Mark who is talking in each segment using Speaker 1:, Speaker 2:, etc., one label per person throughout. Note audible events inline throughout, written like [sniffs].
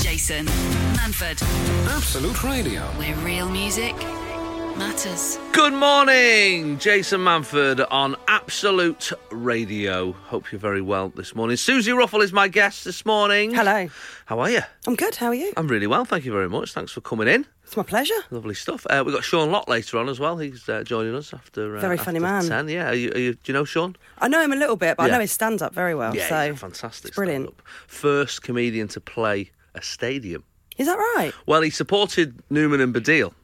Speaker 1: Gleason. Manford,
Speaker 2: Absolute Radio.
Speaker 1: where real music matters.
Speaker 3: Good morning, Jason Manford on Absolute Radio. Hope you're very well this morning. Susie Ruffle is my guest this morning.
Speaker 4: Hello.
Speaker 3: How are you?
Speaker 4: I'm good. How are you?
Speaker 3: I'm really well, thank you very much. Thanks for coming in.
Speaker 4: It's my pleasure.
Speaker 3: Lovely stuff. Uh, we've got Sean Lott later on as well. He's uh, joining us after uh,
Speaker 4: Very funny
Speaker 3: after
Speaker 4: man.
Speaker 3: 10. Yeah, are you, are you, do you know Sean?
Speaker 4: I know him a little bit, but
Speaker 3: Yeah.
Speaker 4: I know his stand up very well.
Speaker 3: yeah,
Speaker 4: Oh, so
Speaker 3: he's a fantastic.
Speaker 4: it's brilliant.
Speaker 3: stand-up. First comedian to play a stadium.
Speaker 4: Is that right?
Speaker 3: Well, he supported Newman and Badil,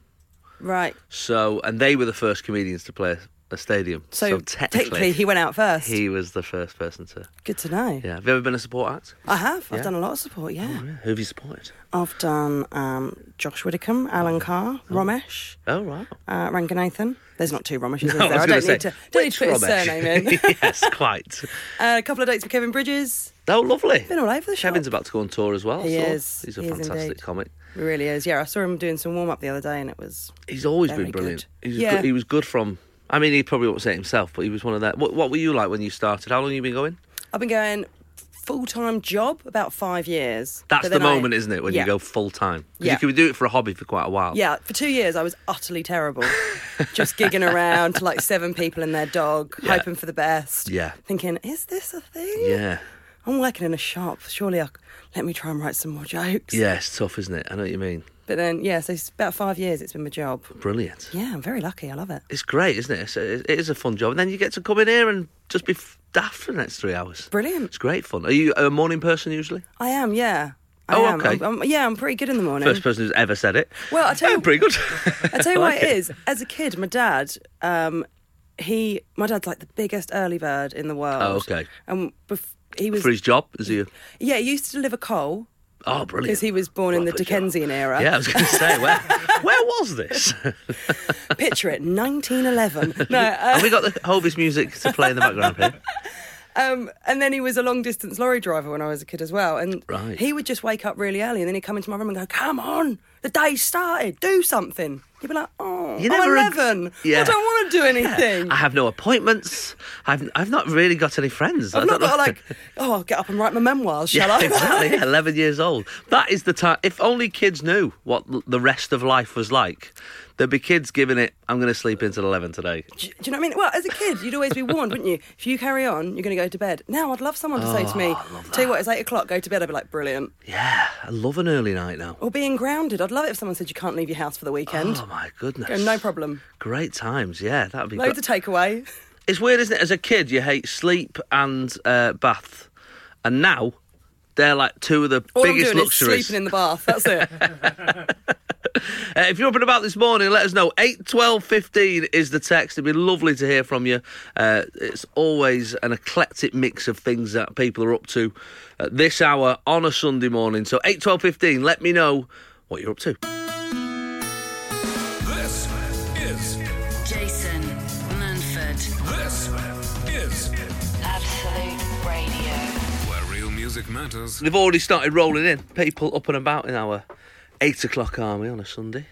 Speaker 4: Right.
Speaker 3: so and they were the first comedians to play a stadium.
Speaker 4: So,
Speaker 3: technically,
Speaker 4: he went out first.
Speaker 3: he was the first person to.
Speaker 4: Good to know.
Speaker 3: Yeah. Have you ever been a support act?
Speaker 4: I have. I've
Speaker 3: Yeah.
Speaker 4: done a lot of support. Yeah.
Speaker 3: Yeah. Who have you supported?
Speaker 4: I've done um, Josh Widdicombe, Alan Carr, Romesh,
Speaker 3: Oh, wow.
Speaker 4: uh, Ranganathan. There's not two Romeshes,
Speaker 3: [laughs]
Speaker 4: is
Speaker 3: I
Speaker 4: there?
Speaker 3: was
Speaker 4: I,
Speaker 3: gonna
Speaker 4: don't
Speaker 3: say,
Speaker 4: need to, don't need
Speaker 3: which
Speaker 4: to put his
Speaker 3: Romesh?
Speaker 4: surname in.
Speaker 3: [laughs] yes, quite.
Speaker 4: uh, a couple of dates with Kevin Bridges.
Speaker 3: Oh, lovely.
Speaker 4: Been all over the shop.
Speaker 3: Kevin's about to go on tour as well. I
Speaker 4: He
Speaker 3: saw.
Speaker 4: is.
Speaker 3: He's a
Speaker 4: He is
Speaker 3: fantastic
Speaker 4: indeed.
Speaker 3: comic.
Speaker 4: He really is. Yeah, I saw him doing some warm up the other day and it was.
Speaker 3: He's always
Speaker 4: Very
Speaker 3: been brilliant.
Speaker 4: good.
Speaker 3: He's
Speaker 4: Yeah.
Speaker 3: good. He was good from. I mean, he probably won't say it himself, but he was one of that. What, what were you like when you started? How long have you been going?
Speaker 4: I've been going full time job about five years.
Speaker 3: That's
Speaker 4: But
Speaker 3: the
Speaker 4: then I-
Speaker 3: moment, isn't it, when
Speaker 4: Yeah.
Speaker 3: you go full time?
Speaker 4: Yeah.
Speaker 3: You could do it for a hobby for quite a while.
Speaker 4: Yeah, for two years I was
Speaker 3: [laughs]
Speaker 4: utterly terrible, just gigging around to like seven people and their dog,
Speaker 3: Yeah.
Speaker 4: hoping for the best.
Speaker 3: Yeah.
Speaker 4: thinking, is this a thing?
Speaker 3: Yeah.
Speaker 4: I'm working in a shop. Surely, I, let me try and write some more jokes.
Speaker 3: Yeah, it's tough, isn't it? I know what you mean.
Speaker 4: But then, yeah, so it's about five years. It's been my job.
Speaker 3: Brilliant.
Speaker 4: Yeah, I'm very lucky. I love it.
Speaker 3: It's great, isn't it? It's a, it is a fun job. And then you get to come in here and just be f- daft for the next three hours.
Speaker 4: Brilliant.
Speaker 3: It's great fun. Are you a morning person usually?
Speaker 4: I am. Yeah. I
Speaker 3: Oh,
Speaker 4: am.
Speaker 3: okay.
Speaker 4: I'm- I'm- yeah, I'm pretty good in the morning.
Speaker 3: First person who's ever said it.
Speaker 4: Well, I tell
Speaker 3: Yeah,
Speaker 4: you-
Speaker 3: pretty good.
Speaker 4: I
Speaker 3: [laughs]
Speaker 4: tell you
Speaker 3: I
Speaker 4: why
Speaker 3: like
Speaker 4: it is. As a kid, my dad, um, he, my dad's like the biggest early bird in the world.
Speaker 3: Oh, okay.
Speaker 4: And bef- he was,
Speaker 3: for his job. Is he? a-
Speaker 4: yeah, he used to deliver coal.
Speaker 3: Oh, brilliant.
Speaker 4: because he was born in
Speaker 3: Right,
Speaker 4: the
Speaker 3: for his job.
Speaker 4: Dickensian era.
Speaker 3: Yeah, I was going to say
Speaker 4: [laughs]
Speaker 3: where. where was this? [laughs]
Speaker 4: Picture it, 1911. No, uh,
Speaker 3: Have we got the Hovis music to play in the background
Speaker 4: [laughs]
Speaker 3: here?
Speaker 4: um, and then he was a long distance lorry driver when I was a kid as well. And
Speaker 3: Right.
Speaker 4: he would just wake up really early and then he'd come into my room and go, "Come on, the day's started. Do something." He'd be like, "Oh,
Speaker 3: You
Speaker 4: I'm
Speaker 3: never ag-
Speaker 4: 11.
Speaker 3: [laughs] Yeah.
Speaker 4: I don't want to do anything."
Speaker 3: I have no appointments. I've I've not really got any friends. I
Speaker 4: I've
Speaker 3: don't
Speaker 4: not got to,
Speaker 3: know.
Speaker 4: like, oh, I'll get up and write my
Speaker 3: [laughs]
Speaker 4: memoirs, shall
Speaker 3: yeah,
Speaker 4: I?
Speaker 3: exactly.
Speaker 4: [laughs]
Speaker 3: yeah, Eleven years old. That is the time. If only kids knew what l- the rest of life was like, there'd be kids giving it. I'm going to sleep until eleven today.
Speaker 4: Do you know what I mean? Well, as a kid, you'd always be warned, wouldn't you? If you carry on, you're going to go to bed. Now, I'd love someone to say
Speaker 3: Oh,
Speaker 4: to me, "Tell you what, it's eight o'clock. Go to bed." I'd be like, "Brilliant."
Speaker 3: Yeah, I love an early night now.
Speaker 4: Or being grounded. I'd love it if someone said you can't leave your house for the weekend.
Speaker 3: Oh my goodness.
Speaker 4: Go, no problem.
Speaker 3: Great times, yeah. That'd be
Speaker 4: Loads
Speaker 3: good. [laughs]
Speaker 4: of takeaway.
Speaker 3: It's weird, isn't it? As a kid, you hate sleep and uh, bath, and now they're like two of the
Speaker 4: All
Speaker 3: biggest
Speaker 4: I'm doing
Speaker 3: luxuries.
Speaker 4: is sleeping in the bath. That's it.
Speaker 3: Uh, if you're up and about this morning, let us know. Eight twelve fifteen is the text. It'd be lovely to hear from you. Uh, it's always an eclectic mix of things that people are up to at this hour on a Sunday morning. So eight twelve fifteen. Let me know what you're up to.
Speaker 2: This is
Speaker 1: Jason Manford,
Speaker 2: this is
Speaker 1: Absolute Radio.
Speaker 2: where real music matters.
Speaker 3: They've already started rolling in. People up and about in our eight o'clock army on a Sunday.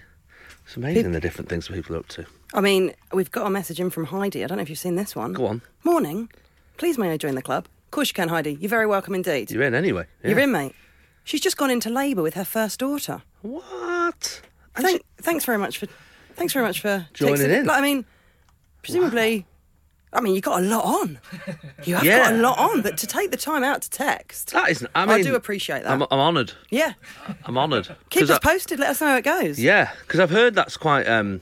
Speaker 3: It's amazing the different things people are up to.
Speaker 4: I mean, we've got a message in from Heidi. I don't know if you've seen this one.
Speaker 3: Go on.
Speaker 4: Morning. Please may I join the club? Of course you can, Heidi. You're very welcome indeed.
Speaker 3: You're in anyway.
Speaker 4: You're
Speaker 3: Yeah.
Speaker 4: in, mate. She's just gone into labour with her first daughter.
Speaker 3: What? And
Speaker 4: Thank, thanks very much for, thanks very much for
Speaker 3: Joining
Speaker 4: texting.
Speaker 3: in.
Speaker 4: Like, I mean, presumably, I mean, you got a lot on. You have
Speaker 3: Yeah. Ah.
Speaker 4: got a lot on, but to take the time out to text,
Speaker 3: she- that isn't. I
Speaker 4: I
Speaker 3: mean,
Speaker 4: do appreciate that.
Speaker 3: I'm, I'm honoured.
Speaker 4: yeah,
Speaker 3: I'm honoured.
Speaker 4: keep
Speaker 3: 'Cause
Speaker 4: us
Speaker 3: I-
Speaker 4: posted. Let us know how it goes.
Speaker 3: Yeah, because I've heard that's quite. um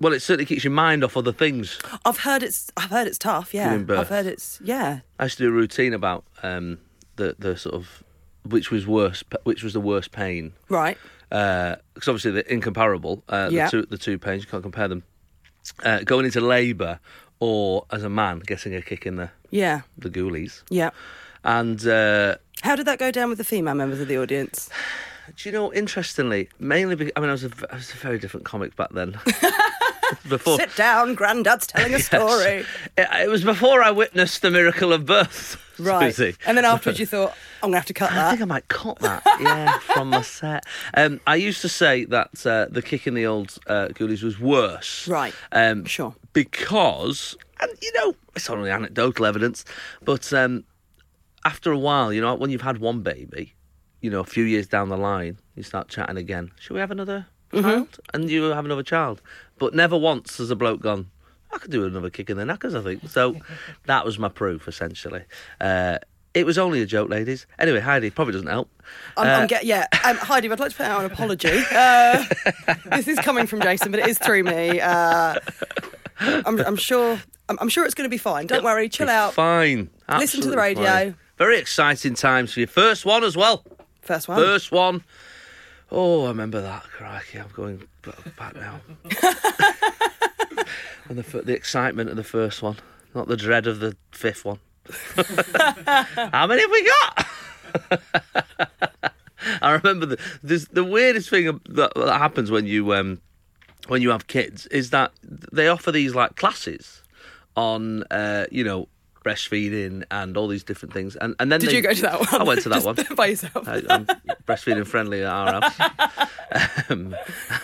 Speaker 3: Well, it certainly keeps your mind off other things.
Speaker 4: I've heard it's I've heard it's tough, yeah.
Speaker 3: Giving birth.
Speaker 4: I've heard it's yeah.
Speaker 3: I used to do a routine about um the the sort of which was worse, which was the worst pain.
Speaker 4: Right.
Speaker 3: because obviously they're incomparable. Uh,
Speaker 4: Yeah.
Speaker 3: the, two, the two pains you can't compare them. Uh, going into labour or as a man getting a kick in the
Speaker 4: Yeah.
Speaker 3: the ghoulies.
Speaker 4: Yeah.
Speaker 3: And uh,
Speaker 4: How did that go down with the female members of the audience?
Speaker 3: do you know? Interestingly, mainly because I mean I was a, v- I was a very different comic back then.
Speaker 4: [laughs]
Speaker 3: before
Speaker 4: Sit down,
Speaker 3: [laughs]
Speaker 4: granddad's telling a story.
Speaker 3: it, it was before I witnessed the miracle of birth. [laughs]
Speaker 4: Right.
Speaker 3: Susie.
Speaker 4: And then afterwards you thought, I'm gonna have
Speaker 3: [laughs]
Speaker 4: to cut
Speaker 3: I think
Speaker 4: that.
Speaker 3: I might cut that, yeah, from my set. Um, I used to say that uh, the kick in the old uh, Ghoulies was worse.
Speaker 4: Right.
Speaker 3: Um,
Speaker 4: Sure.
Speaker 3: Because, and you know, it's only anecdotal evidence, but um, after a while, you know, when you've had one baby, you know, a few years down the line, you start chatting again. Should we have another
Speaker 4: Mm-hmm.
Speaker 3: child? And you have another child. But never once has a bloke gone, I could do another kick in the knackers, I think. So
Speaker 4: [laughs]
Speaker 3: that was my proof, essentially. Uh, it was only a joke, ladies. Anyway, Heidi probably doesn't help.
Speaker 4: I'm,
Speaker 3: Uh,
Speaker 4: I'm get, yeah. Um, Heidi, I'd like to put out an
Speaker 3: [laughs]
Speaker 4: apology. Uh, this is coming from Jason, but it is through me. Uh, I'm, I'm sure. I'm, I'm sure it's going to be fine. Don't worry. Chill
Speaker 3: It's
Speaker 4: out.
Speaker 3: Fine.
Speaker 4: Listen to the
Speaker 3: Absolutely
Speaker 4: radio.
Speaker 3: fine. Very exciting times for your first one as well.
Speaker 4: First one.
Speaker 3: First one. Oh, I remember that. Crikey, I'm going b- back
Speaker 4: [laughs]
Speaker 3: now. and the, fir- the excitement of the first one, not the dread of the fifth
Speaker 4: [laughs]
Speaker 3: one. How many have we got? [laughs] I remember the this, the weirdest thing that, that happens when you um, when you have kids is that they offer these like classes on uh, you know breastfeeding and all these different things. And and then
Speaker 4: Did
Speaker 3: they-
Speaker 4: you go to that one?
Speaker 3: I went to that
Speaker 4: [laughs] Just
Speaker 3: one Uh,
Speaker 4: by yourself.
Speaker 3: I, I'm breastfeeding friendly at our house. Um,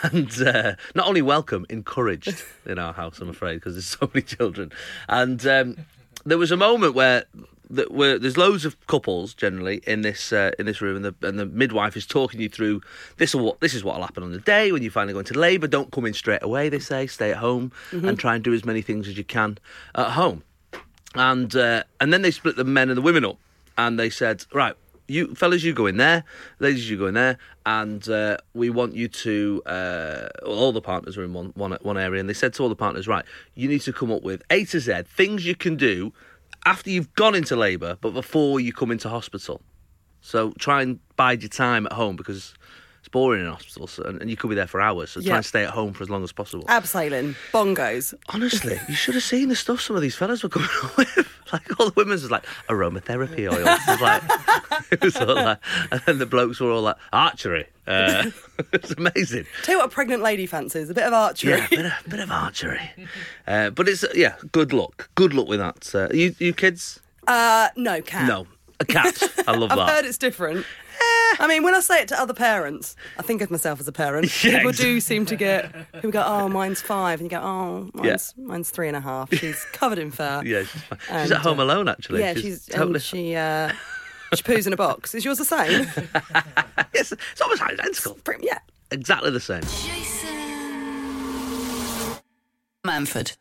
Speaker 3: and uh, not only welcome, encouraged in our house, I'm afraid, because there's so many children. And um, there was a moment where. That where there's loads of couples generally in this uh, in this room, and the and the midwife is talking you through this or what this is what'll happen on the day when you finally go into labour. Don't come in straight away, they say. Stay at home and try and do as many things as you can at home and uh, and then they split the men and the women up, and they said, right, you fellas, you go in there, ladies, you go in there, and uh, we want you to. Uh, well, all the partners were in one, one one area, and they said to all the partners, right, you need to come up with A to Z things you can do after you've gone into labour, but before you come into hospital. So try and bide your time at home because. It's boring in hospitals, and, and you could be there for hours. So
Speaker 4: Yeah.
Speaker 3: try and stay at home for as long as possible.
Speaker 4: Abseiling, bongos.
Speaker 3: Honestly, you should have seen the stuff some of these fellas were coming up with. [laughs] Like all the women's was like aromatherapy oil. It was like, [laughs] it was all like and then the blokes were all like archery. Uh, [laughs] it's amazing.
Speaker 4: Tell you what, a pregnant lady fancies a bit of archery.
Speaker 3: Yeah, bit of, bit of archery. Uh, but it's yeah, good luck. Good luck with that. Uh, you you kids?
Speaker 4: [laughs] Uh, no cat.
Speaker 3: No, a cat. I love
Speaker 4: [laughs] I've
Speaker 3: that. Eh.
Speaker 4: heard it's different. I mean, when I say it to other parents, I think of myself as a parent.
Speaker 3: [laughs] Yeah,
Speaker 4: people do seem to get people go, "Oh, mine's five. and you go, "Oh, mine's mine's three and a half. She's covered in fur."
Speaker 3: Yeah, she's, fine. She's
Speaker 4: And,
Speaker 3: at home
Speaker 4: uh,
Speaker 3: alone actually.
Speaker 4: yeah, she's, and
Speaker 3: totally.
Speaker 4: she uh, she poos in a box. Is yours the same?
Speaker 3: [laughs] It's, it's almost identical.
Speaker 4: Pretty- yeah.
Speaker 3: Exactly the same.
Speaker 1: Jason Manford,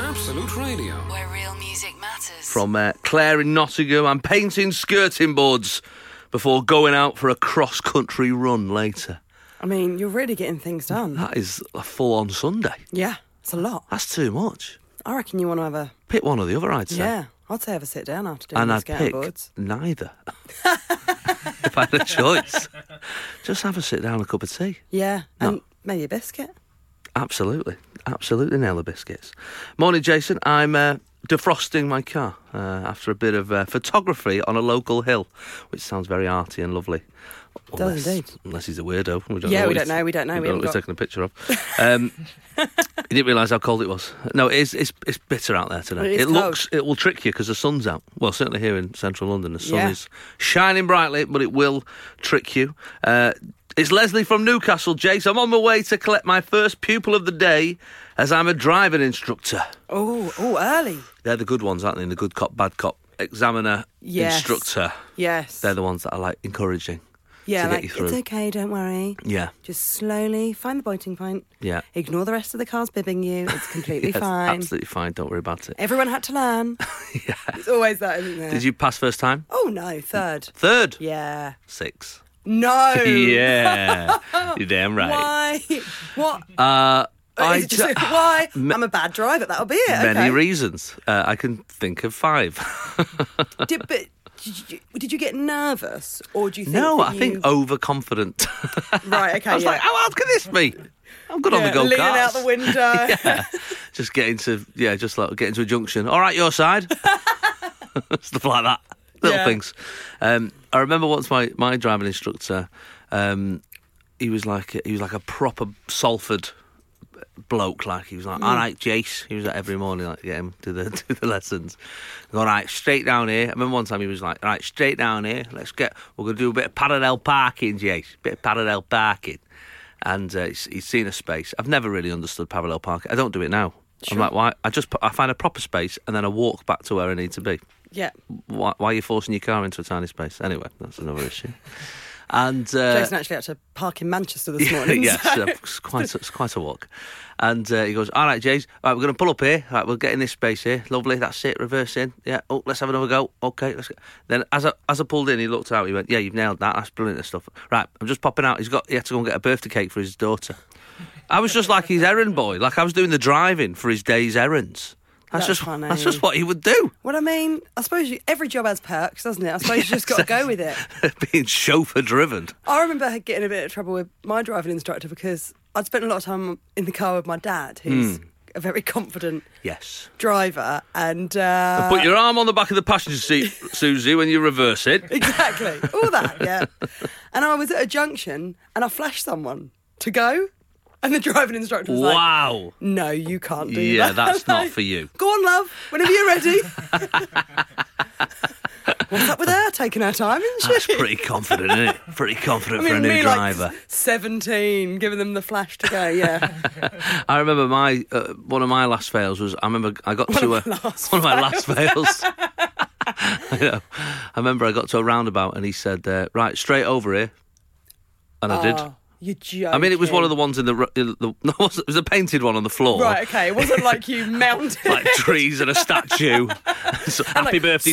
Speaker 2: Absolute Radio.
Speaker 1: where real music matters.
Speaker 3: from uh, Claire in Nottingham. I'm painting skirting boards before going out for a cross country run later.
Speaker 4: I mean, you're really getting things done.
Speaker 3: That is a full on Sunday.
Speaker 4: Yeah, it's a lot.
Speaker 3: That's too much.
Speaker 4: I reckon you want to have a
Speaker 3: Pick one or the other, I'd say.
Speaker 4: yeah. I'd say have a sit down after doing
Speaker 3: And
Speaker 4: these
Speaker 3: I'd
Speaker 4: skateboards.
Speaker 3: pick
Speaker 4: [laughs]
Speaker 3: neither. if I had a choice, just have a sit down, and a cup of tea.
Speaker 4: Yeah,
Speaker 3: No.
Speaker 4: and maybe a biscuit.
Speaker 3: Absolutely, absolutely, Naylor biscuits. Morning, Jason. I'm uh, defrosting my car uh, after a bit of uh, photography on a local hill, which sounds very arty and lovely.
Speaker 4: does indeed.
Speaker 3: Unless he's a weirdo. We don't
Speaker 4: Yeah,
Speaker 3: know
Speaker 4: we
Speaker 3: what
Speaker 4: don't
Speaker 3: he's-
Speaker 4: know, we don't know, we
Speaker 3: what he's
Speaker 4: haven't
Speaker 3: taking a picture of.
Speaker 4: [laughs]
Speaker 3: Um, you didn't realise how cold it was. No, it is, it's it's bitter out there
Speaker 4: It
Speaker 3: today.
Speaker 4: is
Speaker 3: It,
Speaker 4: cold.
Speaker 3: looks it will trick you because the sun's out. Well, certainly here in central London, the sun
Speaker 4: Yeah.
Speaker 3: is shining brightly, but it will trick you. Uh, it's Leslie from Newcastle, Jace. I'm on my way to collect my first pupil of the day as I'm a driving instructor.
Speaker 4: Oh, oh, early.
Speaker 3: They're the good ones, aren't they? The good cop, bad cop, examiner,
Speaker 4: Yes.
Speaker 3: instructor.
Speaker 4: Yes.
Speaker 3: They're the ones that I like encouraging.
Speaker 4: yeah,
Speaker 3: to get
Speaker 4: like
Speaker 3: you through.
Speaker 4: it's okay. Don't worry.
Speaker 3: Yeah.
Speaker 4: Just slowly find the biting point.
Speaker 3: Yeah.
Speaker 4: Ignore the rest of the cars bibbing you.
Speaker 3: [laughs]
Speaker 4: It's completely
Speaker 3: Yes,
Speaker 4: fine.
Speaker 3: Absolutely fine. Don't worry about it. [laughs]
Speaker 4: Everyone had to learn. It's always that, isn't there?
Speaker 3: Did you pass first time?
Speaker 4: Oh no, third.
Speaker 3: Third? [laughs]
Speaker 4: Yeah.
Speaker 3: Six. [laughs]
Speaker 4: No. [laughs]
Speaker 3: Yeah. You're damn right.
Speaker 4: Why? What?
Speaker 3: Uh, [laughs] I
Speaker 4: Is it just,
Speaker 3: ju-
Speaker 4: [laughs]
Speaker 3: [sighs]
Speaker 4: why?
Speaker 3: Ma-
Speaker 4: I'm a bad driver. That'll be it.
Speaker 3: Many
Speaker 4: okay.
Speaker 3: reasons. Uh, I can think of
Speaker 4: [laughs]
Speaker 3: five.
Speaker 4: Did, but did you, did you get nervous, or do you think?
Speaker 3: no,
Speaker 4: that
Speaker 3: I think
Speaker 4: you-
Speaker 3: overconfident. [laughs]
Speaker 4: right. Okay.
Speaker 3: I was
Speaker 4: yeah.
Speaker 3: like, how hard can this be? I'm good on
Speaker 4: yeah,
Speaker 3: the go
Speaker 4: leaning
Speaker 3: karts.
Speaker 4: out the window.
Speaker 3: [laughs]
Speaker 4: [laughs]
Speaker 3: yeah, just get into yeah, just like get into a junction. All right, your side. [laughs] Stuff like that. Little
Speaker 4: Yeah.
Speaker 3: things. Um, I remember once my my driving instructor, um, he was like he was like a proper Salford bloke. Like he was like, all right, Jace. He was like every morning like get him to the [laughs] to the lessons. All right, straight down here. I remember one time he was like, all right, straight down here. Let's get. We're gonna do a bit of parallel parking, Jace. Bit of parallel parking. And uh, he's, he's seen a space. I've never really understood parallel parking. I don't do it now. I'm like, why? I just put, I find a proper space and then I walk back to where I need to be.
Speaker 4: Yeah.
Speaker 3: Why, why are you forcing your car into a tiny space? Anyway, that's
Speaker 4: [laughs]
Speaker 3: another issue. And uh,
Speaker 4: Jason actually had to park in
Speaker 3: [laughs]
Speaker 4: Manchester this morning. [laughs]
Speaker 3: yes,
Speaker 4: so-
Speaker 3: it's quite a, it's quite a walk. And uh, he goes, "All right, James. All right, we're going to pull up here. All right, we'll get in this space here. Lovely. That's it. Reverse in. Yeah. Oh, let's have another go. Okay. Let's go. Then as I as I pulled in, he looked out. He went, "Yeah, you've nailed that. That's brilliant. This stuff. Right. I'm just popping out. He's got. He had to go and get a birthday cake for his daughter. I was just like his errand boy. Like I was doing the driving for his day's errands. That's,
Speaker 4: That's
Speaker 3: just
Speaker 4: funny.
Speaker 3: that's just what he would do. [laughs]
Speaker 4: Well, I mean, I suppose you, every job has perks, doesn't it? I suppose you just got to go with it.
Speaker 3: Being chauffeur driven.
Speaker 4: I remember getting a bit of trouble with my driving instructor because I'd spent a lot of time in the car with my dad, who's
Speaker 3: Hmm.
Speaker 4: a very [laughs] confident
Speaker 3: Yes.
Speaker 4: driver, and uh,
Speaker 3: Put your arm on the back of the passenger seat, Susie, when you reverse
Speaker 4: [laughs]
Speaker 3: it.
Speaker 4: exactly all that, yeah. And I was at a junction, and I flashed someone to go, and the driving instructor was like,
Speaker 3: Wow.
Speaker 4: "No, you can't do
Speaker 3: Yeah,
Speaker 4: that." [laughs]
Speaker 3: that's not
Speaker 4: Like,
Speaker 3: for you.
Speaker 4: Go on, love. Whenever you're ready. What's up with her taking her time? Isn't she?
Speaker 3: That's pretty confident, isn't
Speaker 4: [laughs]
Speaker 3: it? Pretty confident
Speaker 4: I mean,
Speaker 3: Uh, for a new
Speaker 4: me
Speaker 3: driver.
Speaker 4: like 17, giving them the flash to
Speaker 3: [laughs]
Speaker 4: go, yeah.
Speaker 3: I remember my uh, one of my last fails was I remember I got to a,
Speaker 4: of my last
Speaker 3: one of my last fails.
Speaker 4: [laughs]
Speaker 3: [laughs] I, know. I remember I got to a roundabout and he said, uh, "Right, straight over here," and I did.
Speaker 4: Oh, you're joking.
Speaker 3: I mean, it was one of the ones in the, ru- in the [laughs] no, it was it was a painted one on the floor,
Speaker 4: Right, okay. It wasn't like
Speaker 3: [laughs]
Speaker 4: you mounted.
Speaker 3: like trees and a statue. [laughs] So, happy
Speaker 4: [laughs] like,
Speaker 3: birthday,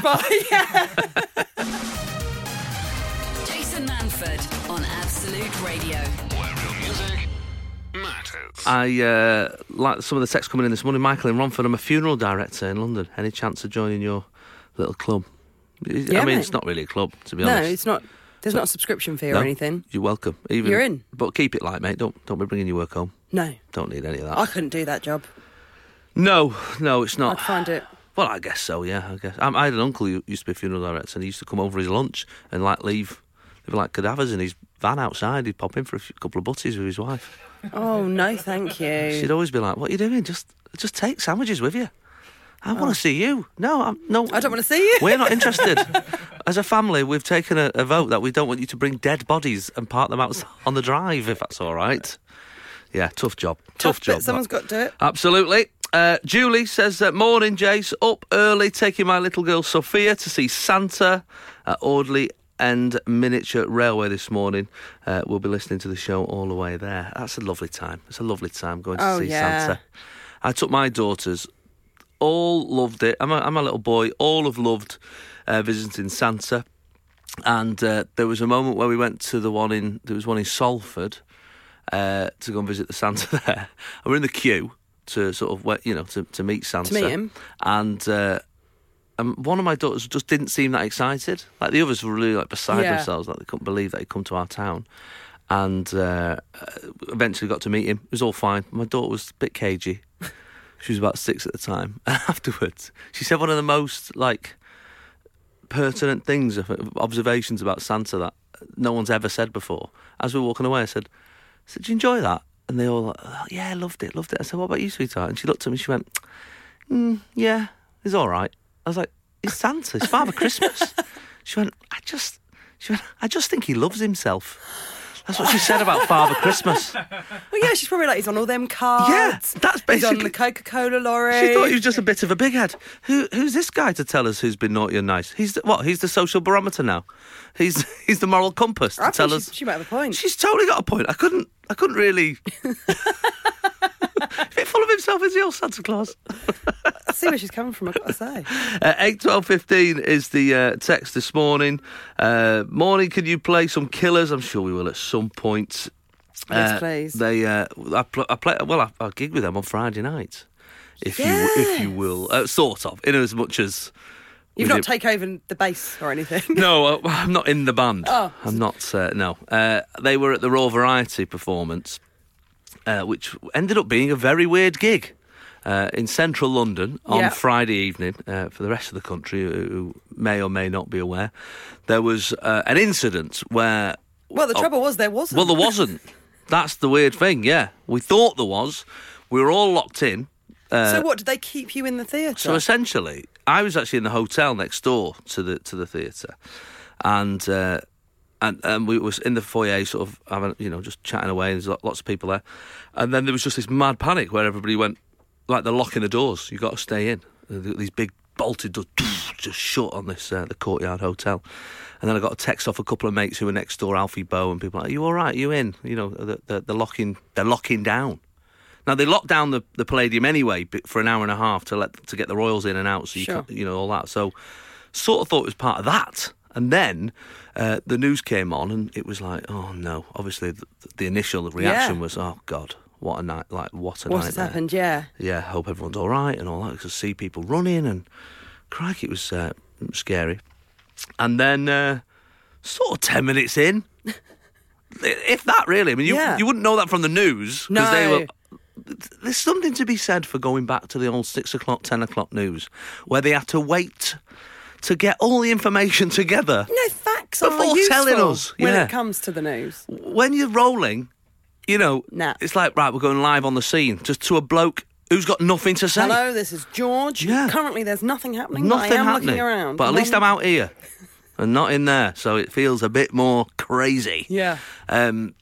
Speaker 3: Sandra!
Speaker 4: by- [laughs] yeah.
Speaker 1: Jason Manford on Absolute Radio.
Speaker 2: Where real music matters.
Speaker 3: I uh, like some of the texts coming in this morning. Michael in Romford, I'm a funeral director in London. Any chance of joining your little club? I
Speaker 4: Yeah,
Speaker 3: mean,
Speaker 4: mate.
Speaker 3: it's not really a club, to be
Speaker 4: No,
Speaker 3: honest.
Speaker 4: it's not. There's not a subscription fee or
Speaker 3: No,
Speaker 4: anything.
Speaker 3: You're welcome. Even
Speaker 4: You're in.
Speaker 3: but keep it light, mate. Don't don't be bringing your work home.
Speaker 4: No.
Speaker 3: Don't need any of that.
Speaker 4: I couldn't do that job.
Speaker 3: no, no, it's not.
Speaker 4: I'd find it.
Speaker 3: Well, I guess so. Yeah, I guess. Um, I, I had an uncle who used to be a funeral director, and he used to come over his lunch and like leave, leave like cadavers in his van outside. He'd pop in for a few, couple of butties with his wife.
Speaker 4: Oh, no, thank
Speaker 3: She'd
Speaker 4: you.
Speaker 3: always be like, "What are you doing? Just just take sandwiches with you." I want to see you. No, I'm, no,
Speaker 4: Oh. I don't want to see you.
Speaker 3: We're not
Speaker 4: [laughs]
Speaker 3: interested. As a family, we've taken a, a vote that we don't want you to bring dead bodies and park them out on the drive, if that's all right. Yeah, tough job. Tough,
Speaker 4: Tough bit,
Speaker 3: job.
Speaker 4: Someone's got to do it.
Speaker 3: Absolutely. Uh, Julie says, uh, Morning, Jace. Up early, taking my little girl Sophia to see Santa at Audley End Miniature Railway this morning. Uh, we'll be listening to the show all the way there. That's a lovely time. It's a lovely time going to
Speaker 4: Oh,
Speaker 3: see
Speaker 4: yeah.
Speaker 3: Santa. I took my daughters. All loved it. I'm a, I'm a little boy. All have loved uh, visiting Santa. And uh, there was a moment where we went to the one in there was one in Salford uh, to go and visit the Santa [laughs] there. And we're in the queue to sort of wait, you know to, to meet Santa.
Speaker 4: meet him.
Speaker 3: And uh, um, one of my daughters just didn't seem that excited. Like the others were really like beside
Speaker 4: Yeah.
Speaker 3: themselves, like they couldn't believe that he'd come to our town. And uh, uh, eventually got to meet him. It was all fine. My daughter was a bit cagey. [laughs] She was about six at the time. [laughs] And afterwards, she said one of the most like pertinent things, observations about Santa that no one's ever said before. As we were walking away, I said, I said, "Did you enjoy that?" And they all, like, "Oh, "Yeah, loved it, loved it." I said, "What about you, sweetheart?" And she looked at me. She went, mm, "Yeah, it's all right." I was like, "It's Santa. It's Father Christmas." she went, "I just," she went, "I just think he loves himself." That's what she said about Father Christmas.
Speaker 4: Well, yeah, she's probably like, he's on all them
Speaker 3: that's
Speaker 4: cards. He's on
Speaker 3: basically-
Speaker 4: the Coca Cola lorry.
Speaker 3: She thought he was just a bit of a big head. Who, who's this guy to tell us who's been naughty and nice? He's the, what? He's the social barometer now. He's he's the moral compass to
Speaker 4: I think
Speaker 3: tell
Speaker 4: she-
Speaker 3: us.
Speaker 4: she might have a point.
Speaker 3: She's totally got a point. I couldn't. I couldn't really.
Speaker 4: [laughs]
Speaker 3: [laughs] a bit full of himself is the old Santa Claus.
Speaker 4: I see where she's coming from, I've got
Speaker 3: [laughs]
Speaker 4: to say.
Speaker 3: Uh, Eight twelve fifteen is the uh, text this morning. Uh, morning, can you play some killers? I'm sure we will at some point.
Speaker 4: Yes,
Speaker 3: Uh,
Speaker 4: please.
Speaker 3: They, uh, I, pl- I play. Well, I, I gig with them on Friday night, if you if you will, uh, sort of, in as much as
Speaker 4: You've
Speaker 3: with
Speaker 4: not
Speaker 3: it-
Speaker 4: taken over the bass or anything.
Speaker 3: [laughs] No, I, I'm not in the band.
Speaker 4: Oh.
Speaker 3: I'm not. Uh, no, uh, they were at the Raw Variety performance, uh, which ended up being a very weird gig. Uh, in central London on
Speaker 4: Yeah.
Speaker 3: Friday evening, uh, for the rest of the country who- who may or may not be aware, there was uh, an incident where
Speaker 4: Well, the trouble was there wasn't.
Speaker 3: Oh. well, there wasn't. That's the weird thing. Yeah, we thought there was. We were all locked in.
Speaker 4: [laughs] so what did they keep you in the theatre?
Speaker 3: uh, So essentially, I was actually in the hotel next door to the to the theatre, and uh, and and we was in the foyer, sort of having you know just chatting away. And there's lo- lots of people there, and then there was just this mad panic where everybody went like they're locking the doors. [sniffs] You got to stay in. And th- These big bolted doors. just shut on this uh, the Courtyard Hotel. And then I got a text off a couple of mates who were next door, Alfie Bow, and people like, "Are you all right? Are you in?" You know, they're, they're, they're locking they're locking down. Now they locked down the, the Palladium anyway but for an hour and a half to let to get the Royals in and out, so you
Speaker 4: Sure.
Speaker 3: can't, you know all that. So sort of thought it was part of that. And then uh, the news came on, and it was like, oh no! Obviously, the, the initial reaction was, oh god, what a night! Like what a
Speaker 4: What
Speaker 3: nightmare!
Speaker 4: has happened? Yeah.
Speaker 3: yeah, hope everyone's all right and all that. 'cause I see people running and crikey, it was uh, scary. And then, uh, sort of 10 minutes in, if that really, I mean, you,
Speaker 4: Yeah.
Speaker 3: you wouldn't know that from the news. 'cause
Speaker 4: No.
Speaker 3: They were, there's something to be said for going back to the old six o'clock, 10 o'clock news where they had to wait to get all the information [laughs] together.
Speaker 4: No facts are
Speaker 3: Before
Speaker 4: useful
Speaker 3: telling us,
Speaker 4: when
Speaker 3: yeah.
Speaker 4: it comes to the news.
Speaker 3: when you're rolling, you know,
Speaker 4: Nah.
Speaker 3: it's like, right, we're going live on the scene just to a bloke who's got nothing to say.
Speaker 4: Hello, this is George.
Speaker 3: Yeah.
Speaker 4: Currently, there's nothing happening.
Speaker 3: Nothing
Speaker 4: but I am
Speaker 3: happening.
Speaker 4: looking around.
Speaker 3: But at least
Speaker 4: Mum-
Speaker 3: I'm out here and not in there, so it feels a bit more crazy.
Speaker 4: Yeah.
Speaker 3: Um,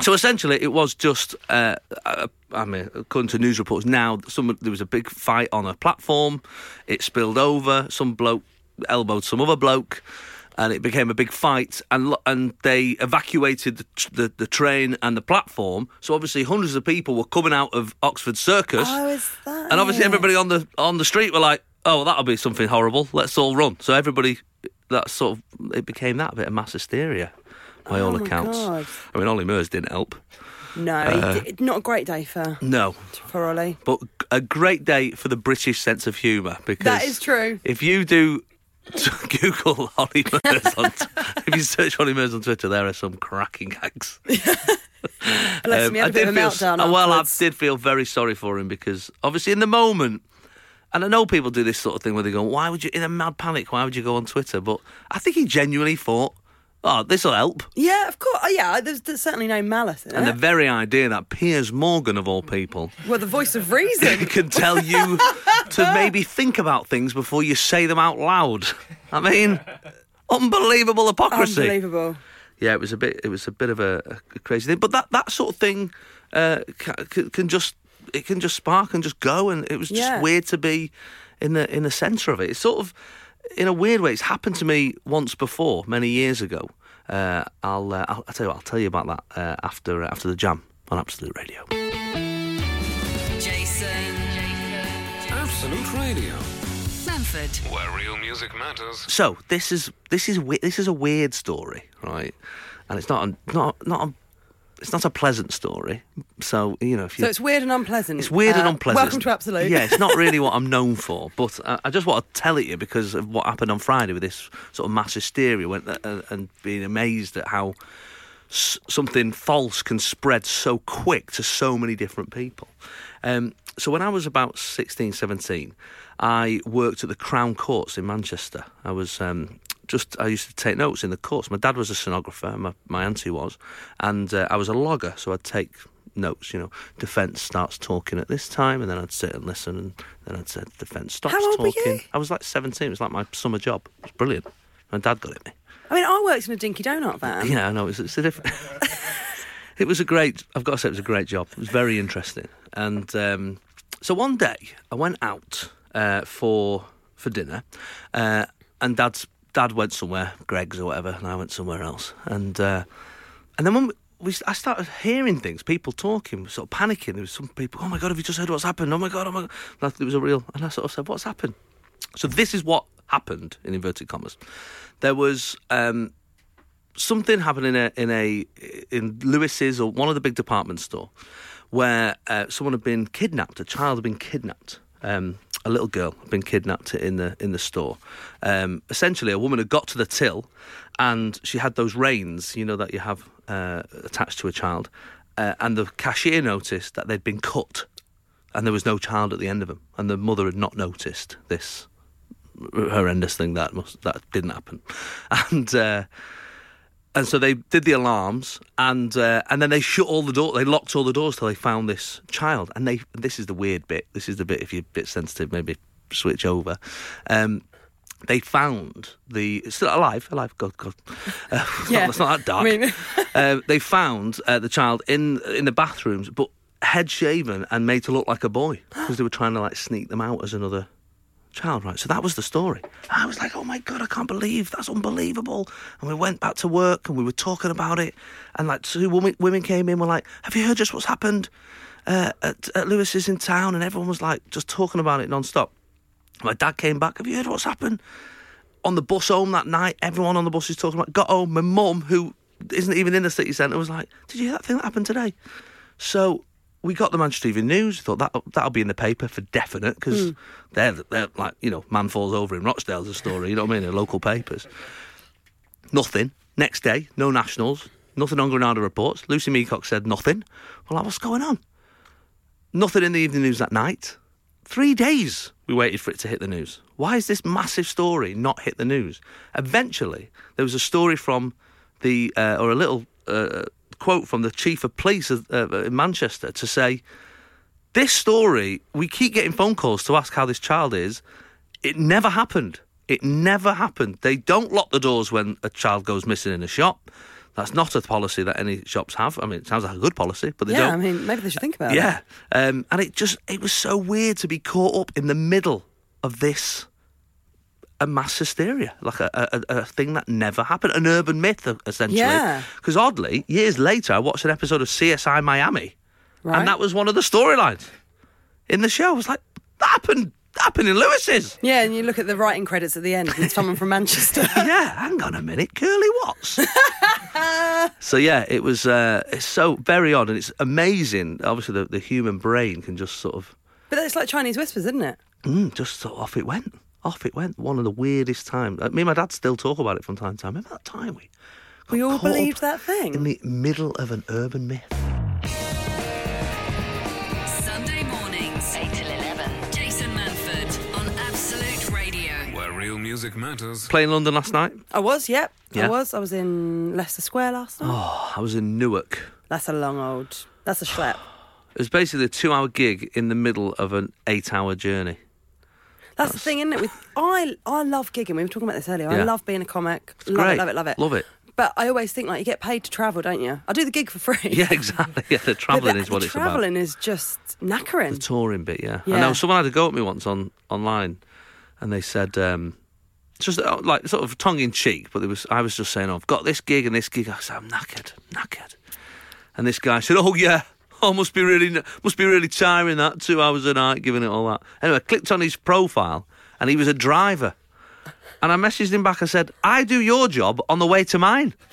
Speaker 3: so essentially, it was just, uh, uh, I mean, according to news reports now, some, there was a big fight on a platform. It spilled over. Some bloke elbowed some other bloke, and it became a big fight. And lo- and they evacuated the, tr- the, the train and the platform. So obviously, hundreds of people were coming out of Oxford Circus.
Speaker 4: Oh, is that
Speaker 3: And obviously,
Speaker 4: it?
Speaker 3: everybody on the on the street were like, "Oh, well, that'll be something horrible. Let's all run." So everybody, that sort of, it became that bit of mass hysteria, by all
Speaker 4: Oh my
Speaker 3: accounts.
Speaker 4: God.
Speaker 3: I mean, Ollie Murs didn't help.
Speaker 4: No,
Speaker 3: Uh.
Speaker 4: it- it- not a great day for
Speaker 3: No,
Speaker 4: for Ollie.
Speaker 3: but a great day for the British sense of humour because
Speaker 4: That is true.
Speaker 3: If you do [laughs] Google Ollie Murs, on t- if you search Ollie Murs on Twitter, there are some cracking gags.
Speaker 4: Bless
Speaker 3: Um,
Speaker 4: me, I had a bit of a
Speaker 3: feel,
Speaker 4: meltdown.
Speaker 3: uh, Well, I
Speaker 4: afterwards.
Speaker 3: did feel very sorry for him because obviously in the moment, and I know people do this sort of thing where they go, "Why would you?" In a mad panic, why would you go on Twitter? But I think he genuinely thought, "Oh, this will help."
Speaker 4: Yeah, of course. Oh, yeah, there's, there's certainly no malice in
Speaker 3: And the
Speaker 4: it.
Speaker 3: very idea that Piers Morgan of all people
Speaker 4: well, the voice of
Speaker 3: [laughs]
Speaker 4: reason.
Speaker 3: can tell you to maybe think about things before you say them out loud. I mean, unbelievable hypocrisy.
Speaker 4: Unbelievable.
Speaker 3: yeah, it was a bit. It was a bit of a, a crazy thing, but that that sort of thing uh, ca- can, can just it can just spark and just go, and it was just
Speaker 4: Yeah.
Speaker 3: weird to be in the in the centre of it. It's sort of in a weird way. It's happened to me once before, many years ago. Uh, I'll, uh, I'll I'll tell you what, I'll tell you about that uh, after after the jam on Absolute Radio.
Speaker 1: Jason.
Speaker 2: Absolute Radio,
Speaker 1: Manford.
Speaker 2: where real music matters.
Speaker 3: So this is this is we- this is a weird story, right? And it's not a, not not a, it's not a pleasant story. So you know if you
Speaker 4: So it's weird and unpleasant.
Speaker 3: It's weird and
Speaker 4: Uh,
Speaker 3: unpleasant.
Speaker 4: Welcome to Absolute.
Speaker 3: Yeah, it's not really
Speaker 4: [laughs]
Speaker 3: what I'm known for, but I, I just want to tell it you because of what happened on Friday with this sort of mass hysteria when, uh, and being amazed at how s- something false can spread so quick to so many different people. Um, so when I was about 16, 17, I worked at the Crown Courts in Manchester. I was um, just, I used to take notes in the courts. My dad was a stenographer, my, my auntie was, and uh, I was a logger, so I'd take notes, you know, defence starts talking at this time, and then I'd sit and listen, and then I'd say, defence stops
Speaker 4: How old were you?
Speaker 3: talking. I was like 17, it was like my summer job. It was brilliant. My dad got it me.
Speaker 4: I mean, I worked in a dinky donut van.
Speaker 3: Yeah, I know. It's, it's a different. [laughs] it was a great. I've got to say, it was a great job. It was very interesting. And um, so one day, I went out uh, for for dinner, uh, and Dad's Dad went somewhere, Greg's or whatever, and I went somewhere else. And uh, and then when we, we, I started hearing things, people talking, sort of panicking. There was some people. Oh my god, have you just heard what's happened? Oh my god, oh my god. And I- It was a real. And I sort of said, what's happened? So this is what happened in inverted commas. There was um, something happened in a in a in Lewis's or one of the big department store where uh, someone had been kidnapped. A child had been kidnapped. Um, a little girl had been kidnapped in the in the store. Um, essentially, a woman had got to the till, and she had those reins, you know, that you have uh, attached to a child. Uh, and the cashier noticed that they'd been cut, and there was no child at the end of them. And the mother had not noticed this horrendous thing that must that didn't happen. [laughs] And uh, and so they did the alarms and uh, and then they shut all the door they locked all the doors till they found this child and they this is the weird bit this is the bit if you're a bit sensitive maybe switch over um they found the it's still alive alive god
Speaker 4: [laughs]
Speaker 3: god uh, [laughs] it's,
Speaker 4: Yeah.
Speaker 3: not, it's not that dark
Speaker 4: I mean- [laughs]
Speaker 3: uh, they found uh, the child in in the bathrooms but head shaven and made to look like a boy because they were trying to like sneak them out as another child, right? So that was the story. I was like, oh my God, I can't believe that's unbelievable. And we went back to work and we were talking about it. And like two women, women came in, were like, have you heard just what's happened uh, at, at Lewis's in town? And everyone was like, just talking about it non-stop. My dad came back, have you heard what's happened? On the bus home that night, everyone on the bus is talking about it. Got home, my mum, who isn't even in the city centre, was like, did you hear that thing that happened today? So we got the Manchester Evening News. Thought that that'll be in the paper for definite because they're they're like you know man falls over in Rochdale's a story. You know what I mean? The local papers. Nothing. Next day, no nationals. Nothing on Granada reports. Lucy Meacock said nothing. Well, like, what's going on? Nothing in the Evening News that night. Three days we waited for it to hit the news. Why is this massive story not hit the news? Eventually, there was a story from the, uh, or a little uh, quote from the chief of police of, uh, in Manchester to say, This story, we keep getting phone calls to ask how this child is. It never happened. It never happened. They don't lock the doors when a child goes missing in a shop. That's not a policy that any shops have. I mean, it sounds like a good policy, but they
Speaker 4: yeah,
Speaker 3: don't.
Speaker 4: I mean, maybe they should think about it.
Speaker 3: Yeah, um, and it just it was so weird to be caught up in the middle of this a mass hysteria, like a, a, a a thing that never happened, an urban myth e- essentially.
Speaker 4: Yeah.
Speaker 3: Because oddly, years later, I watched an episode of CSI Miami,
Speaker 4: Right.
Speaker 3: and that was one of the storylines in the show. I was like, that happened, that happened in
Speaker 4: [laughs]
Speaker 3: Lewis's.
Speaker 4: Yeah, and you look at the writing credits at the end, and it's someone from
Speaker 3: [laughs]
Speaker 4: Manchester. [laughs]
Speaker 3: yeah, hang on a minute, Curly Watts. so yeah, it was uh, it's so very odd, and it's amazing. Obviously, the, the human brain can just sort of
Speaker 4: But it's like Chinese whispers, isn't it?
Speaker 3: Mm, just sort of off it went. Off it went. One of the weirdest times. Me and my dad still talk about it from time to time. Remember that time we got
Speaker 4: We all
Speaker 3: caught up
Speaker 4: believed that thing.
Speaker 3: in the middle of an urban myth.
Speaker 1: Sunday mornings, 8 till 11. Jason Manford on Absolute Radio.
Speaker 2: Where real music matters.
Speaker 3: Playing London last night.
Speaker 4: I was, yep.
Speaker 3: Yeah.
Speaker 4: I was. I was in Leicester Square last night.
Speaker 3: Oh, I was in Newark.
Speaker 4: That's a long old. That's a schlep.
Speaker 3: It was basically a two-hour gig in the middle of an eight-hour journey. [laughs]
Speaker 4: That's the thing, isn't it? With I, I love gigging. We were talking about this earlier. I
Speaker 3: Yeah.
Speaker 4: love being a comic. love
Speaker 3: great.
Speaker 4: it, love it, love it,
Speaker 3: Love it.
Speaker 4: But I always think like you get paid to travel, don't you? I do the gig for free.
Speaker 3: Yeah, exactly. Yeah, the
Speaker 4: [laughs] But
Speaker 3: travelling
Speaker 4: the-
Speaker 3: is what
Speaker 4: the
Speaker 3: it's about.
Speaker 4: Travelling is just knackering.
Speaker 3: the touring bit, yeah. I
Speaker 4: Yeah.
Speaker 3: know someone had a go at me once on online, and they said um, just uh, like sort of tongue in cheek, but it was I was just saying oh, I've got this gig and this gig. I said I'm knackered, knackered, and this guy said, oh yeah. [laughs] Oh, must be really, must be really tiring that two hours a night, giving it all that. Anyway, I clicked on his profile, and he was a driver, and I messaged him back. I said, "I do your job on the way to mine." [laughs]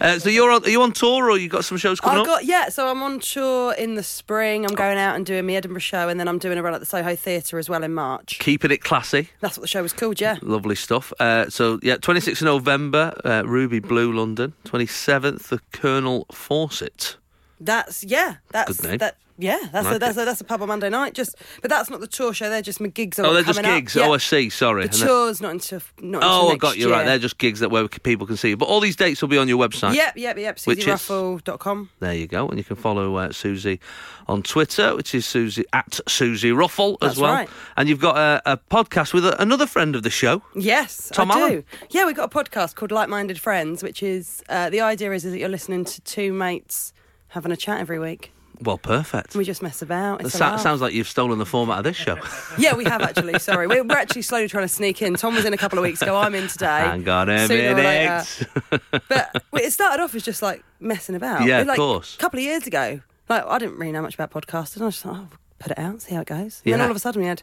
Speaker 3: Uh, so you're on, are you on tour, or you got some shows coming
Speaker 4: I
Speaker 3: up?
Speaker 4: got yeah, so I'm on tour in the spring. I'm going out and doing my Edinburgh show, and then I'm doing a run at the Soho Theatre as well in March.
Speaker 3: Keeping it classy.
Speaker 4: That's what the show was called, yeah.
Speaker 3: Lovely stuff. Uh, so, yeah, 26th of November, uh, Ruby Blue, London. 27th, the Colonel Fawcett.
Speaker 4: That's yeah, that's
Speaker 3: Good name.
Speaker 4: that. Yeah, that's
Speaker 3: Like
Speaker 4: a, that's
Speaker 3: it.
Speaker 4: a, that's a pub on Monday night. Just, but that's not the tour show. They're just my gigs. I've
Speaker 3: Oh,
Speaker 4: got
Speaker 3: they're just
Speaker 4: coming up.
Speaker 3: gigs.
Speaker 4: Yeah.
Speaker 3: Oh, I see. Sorry.
Speaker 4: The
Speaker 3: And then-
Speaker 4: tour's not into not into
Speaker 3: oh, I
Speaker 4: next
Speaker 3: got you right.
Speaker 4: year.
Speaker 3: They're just gigs that where people can see you. But all these dates will be on your website.
Speaker 4: Yep, yep, yep.
Speaker 3: Which is-
Speaker 4: SusieRuffle.com.
Speaker 3: There you go. And you can follow uh, Susie on Twitter, which is Susie at Susie Ruffle as
Speaker 4: That's
Speaker 3: well.
Speaker 4: right.
Speaker 3: And you've got a, a podcast with a, another friend of the show.
Speaker 4: Yes,
Speaker 3: Tom
Speaker 4: I do.
Speaker 3: Allen.
Speaker 4: Yeah, we've got a podcast called Like Minded Friends, which is uh, the idea is, is that you're listening to two mates having a chat every week.
Speaker 3: Well, perfect.
Speaker 4: And we just mess about. It's a
Speaker 3: Sa-
Speaker 4: laugh.
Speaker 3: sounds like you've stolen the format of this
Speaker 4: [laughs]
Speaker 3: show.
Speaker 4: Yeah, we have actually. Sorry, we're, we're actually slowly trying to sneak in. Tom was in a couple of weeks ago. I'm in today.
Speaker 3: Hang on a
Speaker 4: Sooner or later.
Speaker 3: minute. [laughs]
Speaker 4: But well, it started off as just like messing about.
Speaker 3: Yeah, of
Speaker 4: Like,
Speaker 3: course.
Speaker 4: A couple of years ago, like I didn't really know much about podcasting. I was just thought, oh, put it out, see how it goes. And then
Speaker 3: Yeah.
Speaker 4: all of a sudden, we had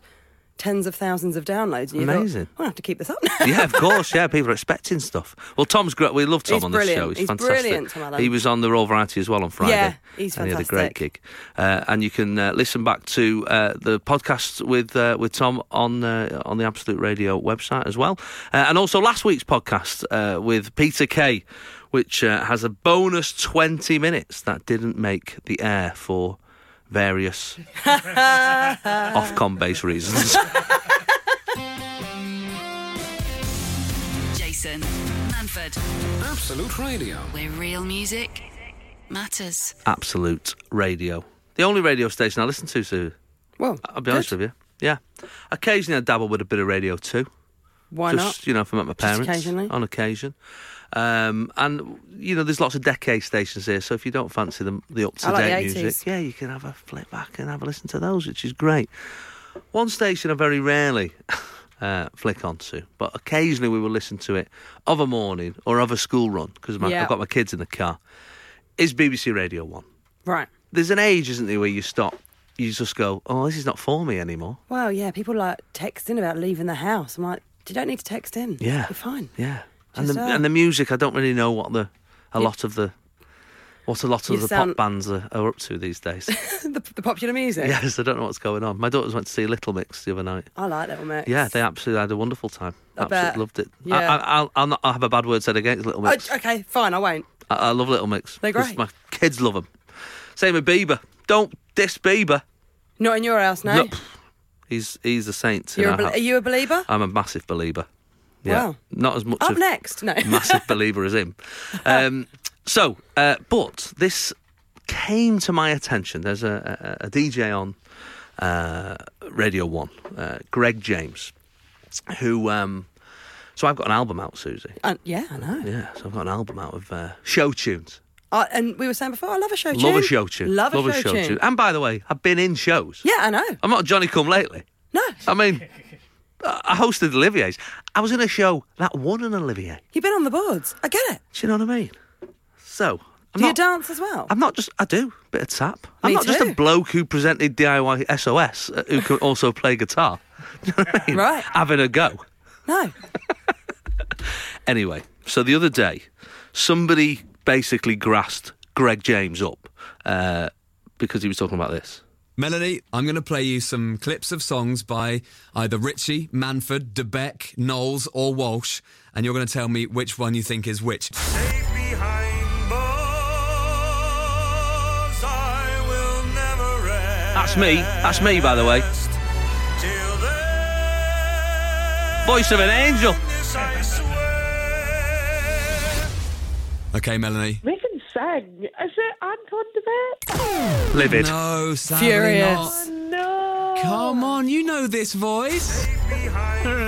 Speaker 4: tons of thousands of downloads. And you
Speaker 3: Amazing.
Speaker 4: Thought, well, I have to keep this up now.
Speaker 3: yeah, of course. Yeah, people are expecting stuff. Well, Tom's great. We love Tom
Speaker 4: He's
Speaker 3: on this show.
Speaker 4: brilliant.
Speaker 3: He's,
Speaker 4: He's
Speaker 3: fantastic.
Speaker 4: brilliant, Tom Allen.
Speaker 3: He was on the Raw Variety as well on Friday.
Speaker 4: Yeah, he's
Speaker 3: And he had a great
Speaker 4: fantastic.
Speaker 3: gig. Uh, and you can uh, listen back to uh, the podcast with uh, with Tom on uh, on the Absolute Radio website as well, uh, and also last week's podcast uh, with Peter Kay, which uh, has a bonus twenty minutes that didn't make the air for
Speaker 4: [laughs]
Speaker 3: various Ofcom based reasons.
Speaker 1: Jason Manford,
Speaker 2: Absolute Radio.
Speaker 1: where real music matters.
Speaker 3: Absolute Radio. The only radio station I listen to, Sue.
Speaker 4: Well,
Speaker 3: I'll be honest with you. Yeah. Occasionally I dabble with a bit of radio too.
Speaker 4: Why
Speaker 3: just, you know, if I'm at my
Speaker 4: Just
Speaker 3: parents.
Speaker 4: occasionally?
Speaker 3: On occasion. Um, and you know, there's lots of decade stations here, so if you don't fancy the, the up to
Speaker 4: I like
Speaker 3: date
Speaker 4: the
Speaker 3: music,
Speaker 4: 80s.
Speaker 3: yeah, you can have a flip back and have a listen to those, which is great. One station I very rarely [laughs] uh, flick onto, but occasionally we will listen to it of a morning or of a school run because
Speaker 4: Yeah.
Speaker 3: I've got my kids in the car. Is BBC Radio One?
Speaker 4: Right.
Speaker 3: There's an age, isn't there, where you stop, you just go, "Oh, this is not for me anymore."
Speaker 4: Well, yeah, people like text in about leaving the house. I'm like, you don't need to text in.
Speaker 3: Yeah,
Speaker 4: You're fine.
Speaker 3: Yeah, and the,
Speaker 4: Just, uh,
Speaker 3: and the music, I don't really know what the a lot of the what a lot
Speaker 4: you
Speaker 3: of the
Speaker 4: sound-
Speaker 3: pop bands are, are up to these
Speaker 4: [laughs]
Speaker 3: days.
Speaker 4: [laughs]
Speaker 3: [laughs]
Speaker 4: the, the popular music.
Speaker 3: yes, I don't know what's going on. My daughters went to see Little Mix the other night.
Speaker 4: I like Little Mix.
Speaker 3: Yeah, they absolutely had a wonderful time.
Speaker 4: I
Speaker 3: absolutely
Speaker 4: bet.
Speaker 3: loved it.
Speaker 4: Yeah.
Speaker 3: I, I, I'll, I'll, not, I'll have a bad word said against Little
Speaker 4: Oh,
Speaker 3: Mix.
Speaker 4: okay, fine. I won't.
Speaker 3: I, I love Little Mix.
Speaker 4: They're
Speaker 3: 'cause
Speaker 4: great.
Speaker 3: My kids love them. Same with Bieber. Don't diss Bieber.
Speaker 4: Not in your house, no.
Speaker 3: No, pff, he's he's a saint. in
Speaker 4: You're a
Speaker 3: our
Speaker 4: bel-
Speaker 3: house.
Speaker 4: are you a believer?
Speaker 3: I'm a massive believer. Yeah,
Speaker 4: Wow.
Speaker 3: not as much.
Speaker 4: Up
Speaker 3: of-
Speaker 4: next,
Speaker 3: [laughs]
Speaker 4: no. [laughs]
Speaker 3: massive believer as him. Um, so, uh, but this came to my attention. There's a, a, a DJ on uh, Radio One, uh, Greg James, who. Um, so I've got an album out, Susie.
Speaker 4: Uh, yeah, I know.
Speaker 3: Yeah, so I've got an album out of uh, show tunes.
Speaker 4: I, and we were saying before, I love a show tune.
Speaker 3: Love a show tune.
Speaker 4: Love, a show, tune.
Speaker 3: And by the way, I've been in shows.
Speaker 4: Yeah, I know.
Speaker 3: I'm not Johnny Come Lately.
Speaker 4: No,
Speaker 3: I
Speaker 4: [laughs]
Speaker 3: mean, I I hosted Olivier's. I was in a show that won an Olivier.
Speaker 4: you've been on the boards. I get it.
Speaker 3: Do you know what I mean? So, I'm
Speaker 4: Do you
Speaker 3: not-
Speaker 4: dance as well?
Speaker 3: I'm not just. I do bit of tap. I'm
Speaker 4: Me
Speaker 3: not just a
Speaker 4: too.
Speaker 3: bloke who presented DIY SOS uh, who
Speaker 4: [laughs]
Speaker 3: can also play guitar. You know what I mean?
Speaker 4: Right.
Speaker 3: Having a go.
Speaker 4: no.
Speaker 3: Anyway, so the other day, somebody basically grassed Greg James up uh, because he was talking about this.
Speaker 5: Melanie, I'm going to play you some clips of songs by either Ritchie, Manford, DeBeck, Knowles, or Walsh, and you're going to tell me which one you think is which.
Speaker 2: Safe behind bars, I will never rest.
Speaker 3: That's me. That's me, by the way.
Speaker 2: Till then,
Speaker 3: Voice of an angel.
Speaker 2: this I swear.
Speaker 5: Okay, Melanie.
Speaker 6: They can sing. Is it Anton de
Speaker 3: Livid.
Speaker 5: No, sadly
Speaker 4: Furious.
Speaker 3: Oh,
Speaker 5: not.
Speaker 6: No.
Speaker 5: Come on, you know this voice.
Speaker 3: I'm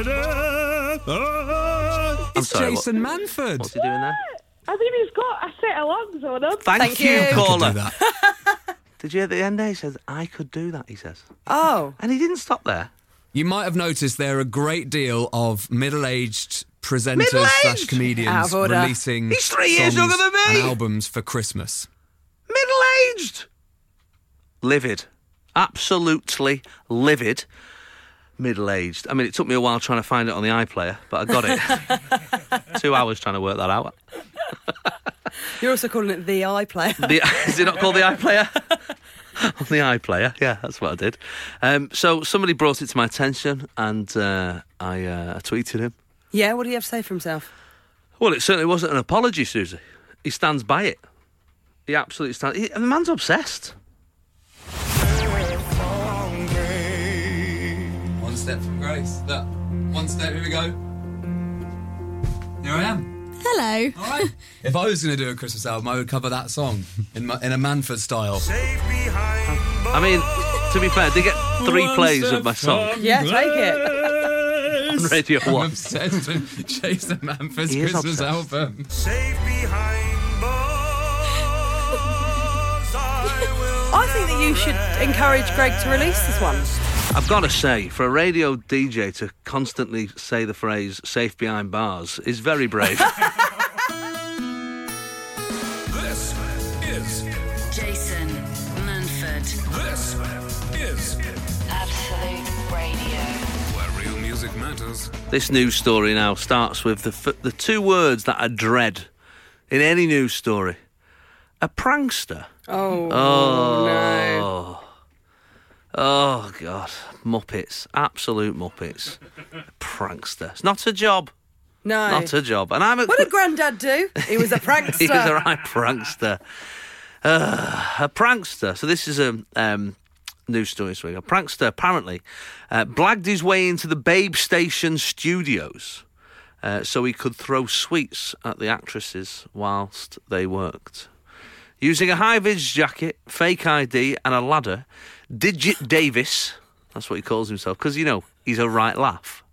Speaker 5: It's
Speaker 3: sorry. what-
Speaker 5: Jason Manford.
Speaker 3: what's he doing there?
Speaker 6: I mean, he's got a set of lungs on him.
Speaker 3: Thank,
Speaker 4: Thank
Speaker 3: you,
Speaker 4: you.
Speaker 5: I could do
Speaker 3: caller.
Speaker 5: that.
Speaker 3: Did you hear at the end there? He says, I could do that, he says.
Speaker 4: Oh,
Speaker 3: And he didn't stop there.
Speaker 5: You might have noticed there are a great deal of middle-aged presenters
Speaker 3: Middle-aged?
Speaker 5: slash
Speaker 4: Out
Speaker 5: comedians
Speaker 4: of order.
Speaker 5: releasing
Speaker 3: He's three years
Speaker 5: songs
Speaker 3: younger than me.
Speaker 5: and albums for Christmas.
Speaker 3: middle aged. Livid. Absolutely livid. Middle aged. I mean, it took me a while trying to find it on the iPlayer, but I got it. Two hours trying to work that out.
Speaker 4: you're also calling it the
Speaker 3: [laughs]
Speaker 4: eye player.
Speaker 3: The, is it not called the iPlayer? [laughs] on the iPlayer, yeah, that's what I did. Um, so somebody brought it to my attention, and uh, I uh, tweeted him.
Speaker 4: yeah, what do you have to say for himself?
Speaker 3: Well, it certainly wasn't an apology, Susie. He stands by it. He absolutely stands. He, the man's obsessed.
Speaker 5: One step from grace. Look, one step. Here we go. Here I am.
Speaker 7: Hello.
Speaker 5: All right. [laughs] if I was going to do a Christmas album, I would cover that song in my, in a Manford [laughs] style.
Speaker 2: Safe behind
Speaker 3: I mean, to be fair, they get three
Speaker 5: One
Speaker 3: plays
Speaker 5: step
Speaker 3: of my song
Speaker 5: from
Speaker 4: Yeah, take it.
Speaker 3: on [laughs] Radio
Speaker 5: I'm
Speaker 3: 1.
Speaker 5: obsessed with Jason Manford's
Speaker 3: He is
Speaker 5: Christmas
Speaker 3: obsessed.
Speaker 5: album.
Speaker 2: Safe behind bars, I will
Speaker 4: I think that you should encourage Greg to release this one.
Speaker 3: I've got to say, for a radio DJ to constantly say the phrase safe behind bars is very brave.
Speaker 8: This is
Speaker 1: Jason Manford,
Speaker 8: this is
Speaker 1: Absolute Radio.
Speaker 8: where real music matters.
Speaker 3: this news story now starts with the, f- the two words that I dread in any news story a prankster.
Speaker 4: Oh, no.
Speaker 3: Oh. Oh, God. Muppets. Absolute Muppets. prankster. It's not a job.
Speaker 4: No.
Speaker 3: Not a job. And I'm a.
Speaker 4: what did Grandad do?
Speaker 3: [laughs]
Speaker 4: He was a prankster.
Speaker 3: He was a right prankster. Ugh, a prankster. So this is a um, news story this week. A prankster apparently uh, blagged his way into the Babe Station studios uh, so he could throw sweets at the actresses whilst they worked. Using a high vis jacket, fake ID, and a ladder, Digit Davis, that's what he calls himself, because you know, he's a right laugh.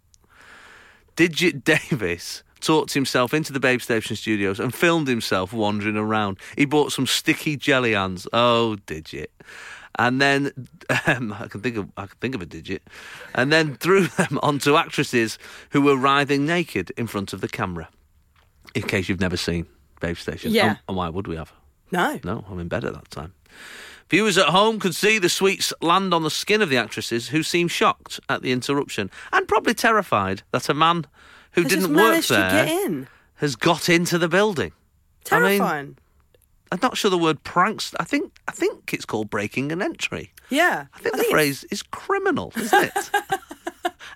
Speaker 3: Digit Davis talked himself into the Babe Station studios and filmed himself wandering around. He bought some sticky jelly hands. Oh, digit. And then um, I can think of I can think of a digit, and then threw them onto actresses who were writhing naked in front of the camera. In case you've never seen Babe Station,
Speaker 4: Yeah.
Speaker 3: And- and why would we have?
Speaker 4: No.
Speaker 3: No, I'm in bed at that time. Viewers at home could see the sweets land on the skin of the actresses, who seemed shocked at the interruption and probably terrified that a man who
Speaker 4: Has
Speaker 3: didn't
Speaker 4: just
Speaker 3: work
Speaker 4: managed
Speaker 3: there
Speaker 4: to get in.
Speaker 3: has got into the building. I mean-
Speaker 4: Terrifying.
Speaker 3: I'm not sure the word pranks. I think I think it's called breaking an entry.
Speaker 4: yeah.
Speaker 3: I think the phrase is criminal, isn't
Speaker 4: [laughs]
Speaker 3: it?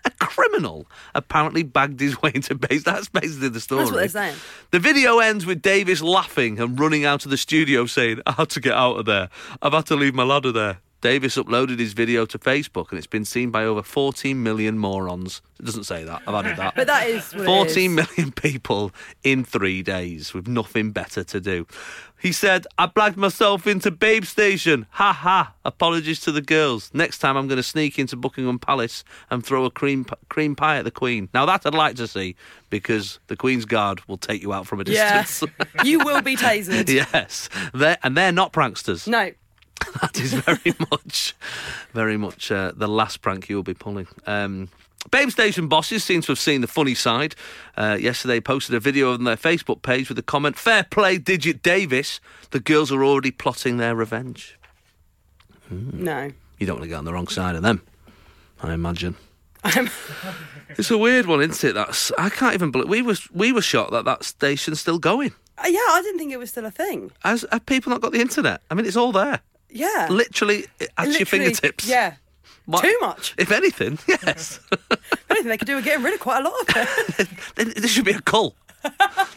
Speaker 3: a criminal apparently bagged his way into base. That's basically the story.
Speaker 4: what they're saying.
Speaker 3: The video ends with Davis laughing and running out of the studio saying, I had to get out of there. I've had to leave my ladder there. Davis uploaded his video to Facebook and it's been seen by over 14 million morons. It doesn't say that. I've added that.
Speaker 4: But that is what it
Speaker 3: 14
Speaker 4: is.
Speaker 3: million people in three days with nothing better to do. He said, I blagged myself into Babe Station. Ha ha. Apologies to the girls. Next time I'm going to sneak into Buckingham Palace and throw a cream, p- cream pie at the Queen. Now, that I'd like to see because the Queen's Guard will take you out from a distance.
Speaker 4: [laughs]
Speaker 3: [laughs]
Speaker 4: Yes. you will be tasered.
Speaker 3: yes. They're, and they're not pranksters.
Speaker 4: No.
Speaker 3: [laughs] That is very much, very much uh, the last prank you'll be pulling. Um, Babe Station bosses seem to have seen the funny side. Uh, yesterday, posted a video on their Facebook page with the comment "Fair play, Digit Davis." The girls are already plotting their revenge.
Speaker 4: No.
Speaker 3: You don't want to get on the wrong side of them, I imagine.
Speaker 4: I'm, uh,
Speaker 3: It's a weird one, isn't it? That's I can't even believe we was we were shocked that that station's still going.
Speaker 4: Uh, yeah, I didn't think it was still a thing.
Speaker 3: Has, have people not got the internet? I mean, it's all there,
Speaker 4: Yeah.
Speaker 3: literally at your
Speaker 4: Literally,
Speaker 3: fingertips.
Speaker 4: Yeah.
Speaker 3: What-
Speaker 4: Too much.
Speaker 3: if anything. [laughs]
Speaker 4: [laughs]
Speaker 3: Yes.
Speaker 4: The only thing they could do is getting rid of quite a lot
Speaker 3: [laughs]
Speaker 4: of it.
Speaker 3: Then This should be a cult.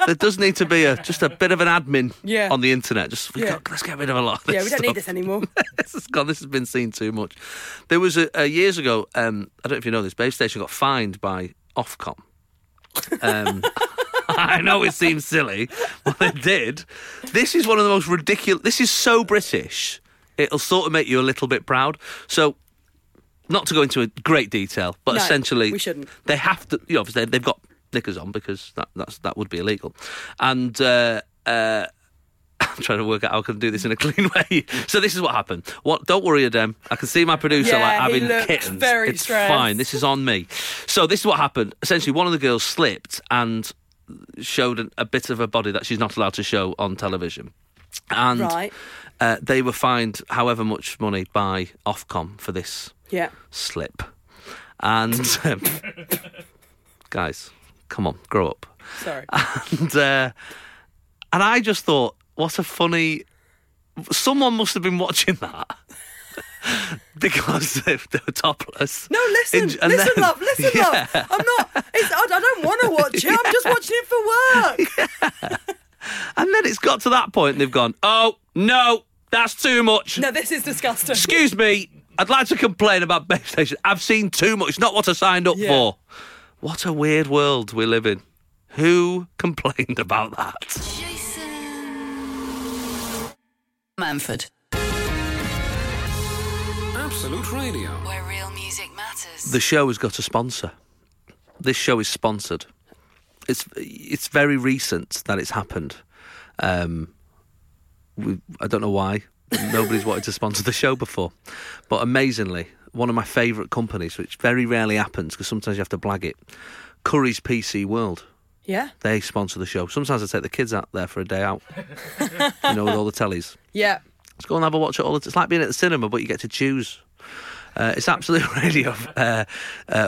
Speaker 3: there does need to be a just a bit of an admin
Speaker 4: Yeah.
Speaker 3: on the internet. Just we
Speaker 4: Yeah.
Speaker 3: got, let's get rid of a lot. Of this
Speaker 4: yeah, we don't need
Speaker 3: stuff. [laughs]
Speaker 4: this anymore.
Speaker 3: this has gone. This has been seen too much. There was a, a years ago. Um, I don't know if you know this. Babe Station got fined by Ofcom. Um, [laughs] I know it seems silly, but they did. This is one of the most ridiculous. This is so British. It'll sort of make you a little bit proud. So. Not to go into a great detail, but
Speaker 4: No,
Speaker 3: essentially,
Speaker 4: we shouldn't.
Speaker 3: They have to. You know, obviously, they've got knickers on because that that's, that would be illegal, and uh, uh, I'm trying to work out how I can do this in a [laughs] clean way. So this is what happened. What? Don't worry, Adem. I can see my producer
Speaker 4: Yeah,
Speaker 3: like
Speaker 4: he
Speaker 3: having
Speaker 4: looks
Speaker 3: kittens.
Speaker 4: very
Speaker 3: it's
Speaker 4: stressed.
Speaker 3: fine. This is on me. So this is what happened. Essentially, one of the girls slipped and showed an, a bit of her body that she's not allowed to show on television. And
Speaker 4: Right.
Speaker 3: uh, they were fined however much money by Ofcom for this
Speaker 4: Yeah.
Speaker 3: slip. And [laughs] um, guys, come on, grow up
Speaker 4: Sorry.
Speaker 3: and uh, and I just thought, what a funny. Someone must have been watching that [laughs] because they they were topless.
Speaker 4: No, listen,
Speaker 3: In- and
Speaker 4: listen,
Speaker 3: then-
Speaker 4: love, listen,
Speaker 3: [laughs] Yeah.
Speaker 4: love. I'm not. It's, I, I don't want to watch it.
Speaker 3: [laughs]
Speaker 4: I'm just watching it for work.
Speaker 3: And then it's got to that point, and they've gone, "Oh no, that's too much."
Speaker 4: No, this is disgusting.
Speaker 3: Excuse me, I'd like to complain about Babe Station. I've seen too much. It's Not what I signed up
Speaker 4: Yeah.
Speaker 3: for. What a weird world we live in. Who complained about that?
Speaker 1: Jason Manford,
Speaker 2: Absolute Radio.
Speaker 1: where real music matters.
Speaker 3: the show has got a sponsor. This show is sponsored. It's it's very recent that it's happened. Um, we, I don't know why nobody's wanted to sponsor the show before, but amazingly, one of my favourite companies, which very rarely happens because sometimes you have to blag it, Curry's PC World.
Speaker 4: Yeah.
Speaker 3: They sponsor the show. Sometimes I take the kids out there for a day out, [laughs] you know, with all the tellies.
Speaker 4: Yeah.
Speaker 3: Let's go and have a watch at all. the It's like being at the cinema, but you get to choose. Uh, it's [laughs] Absolute Radio, uh, uh,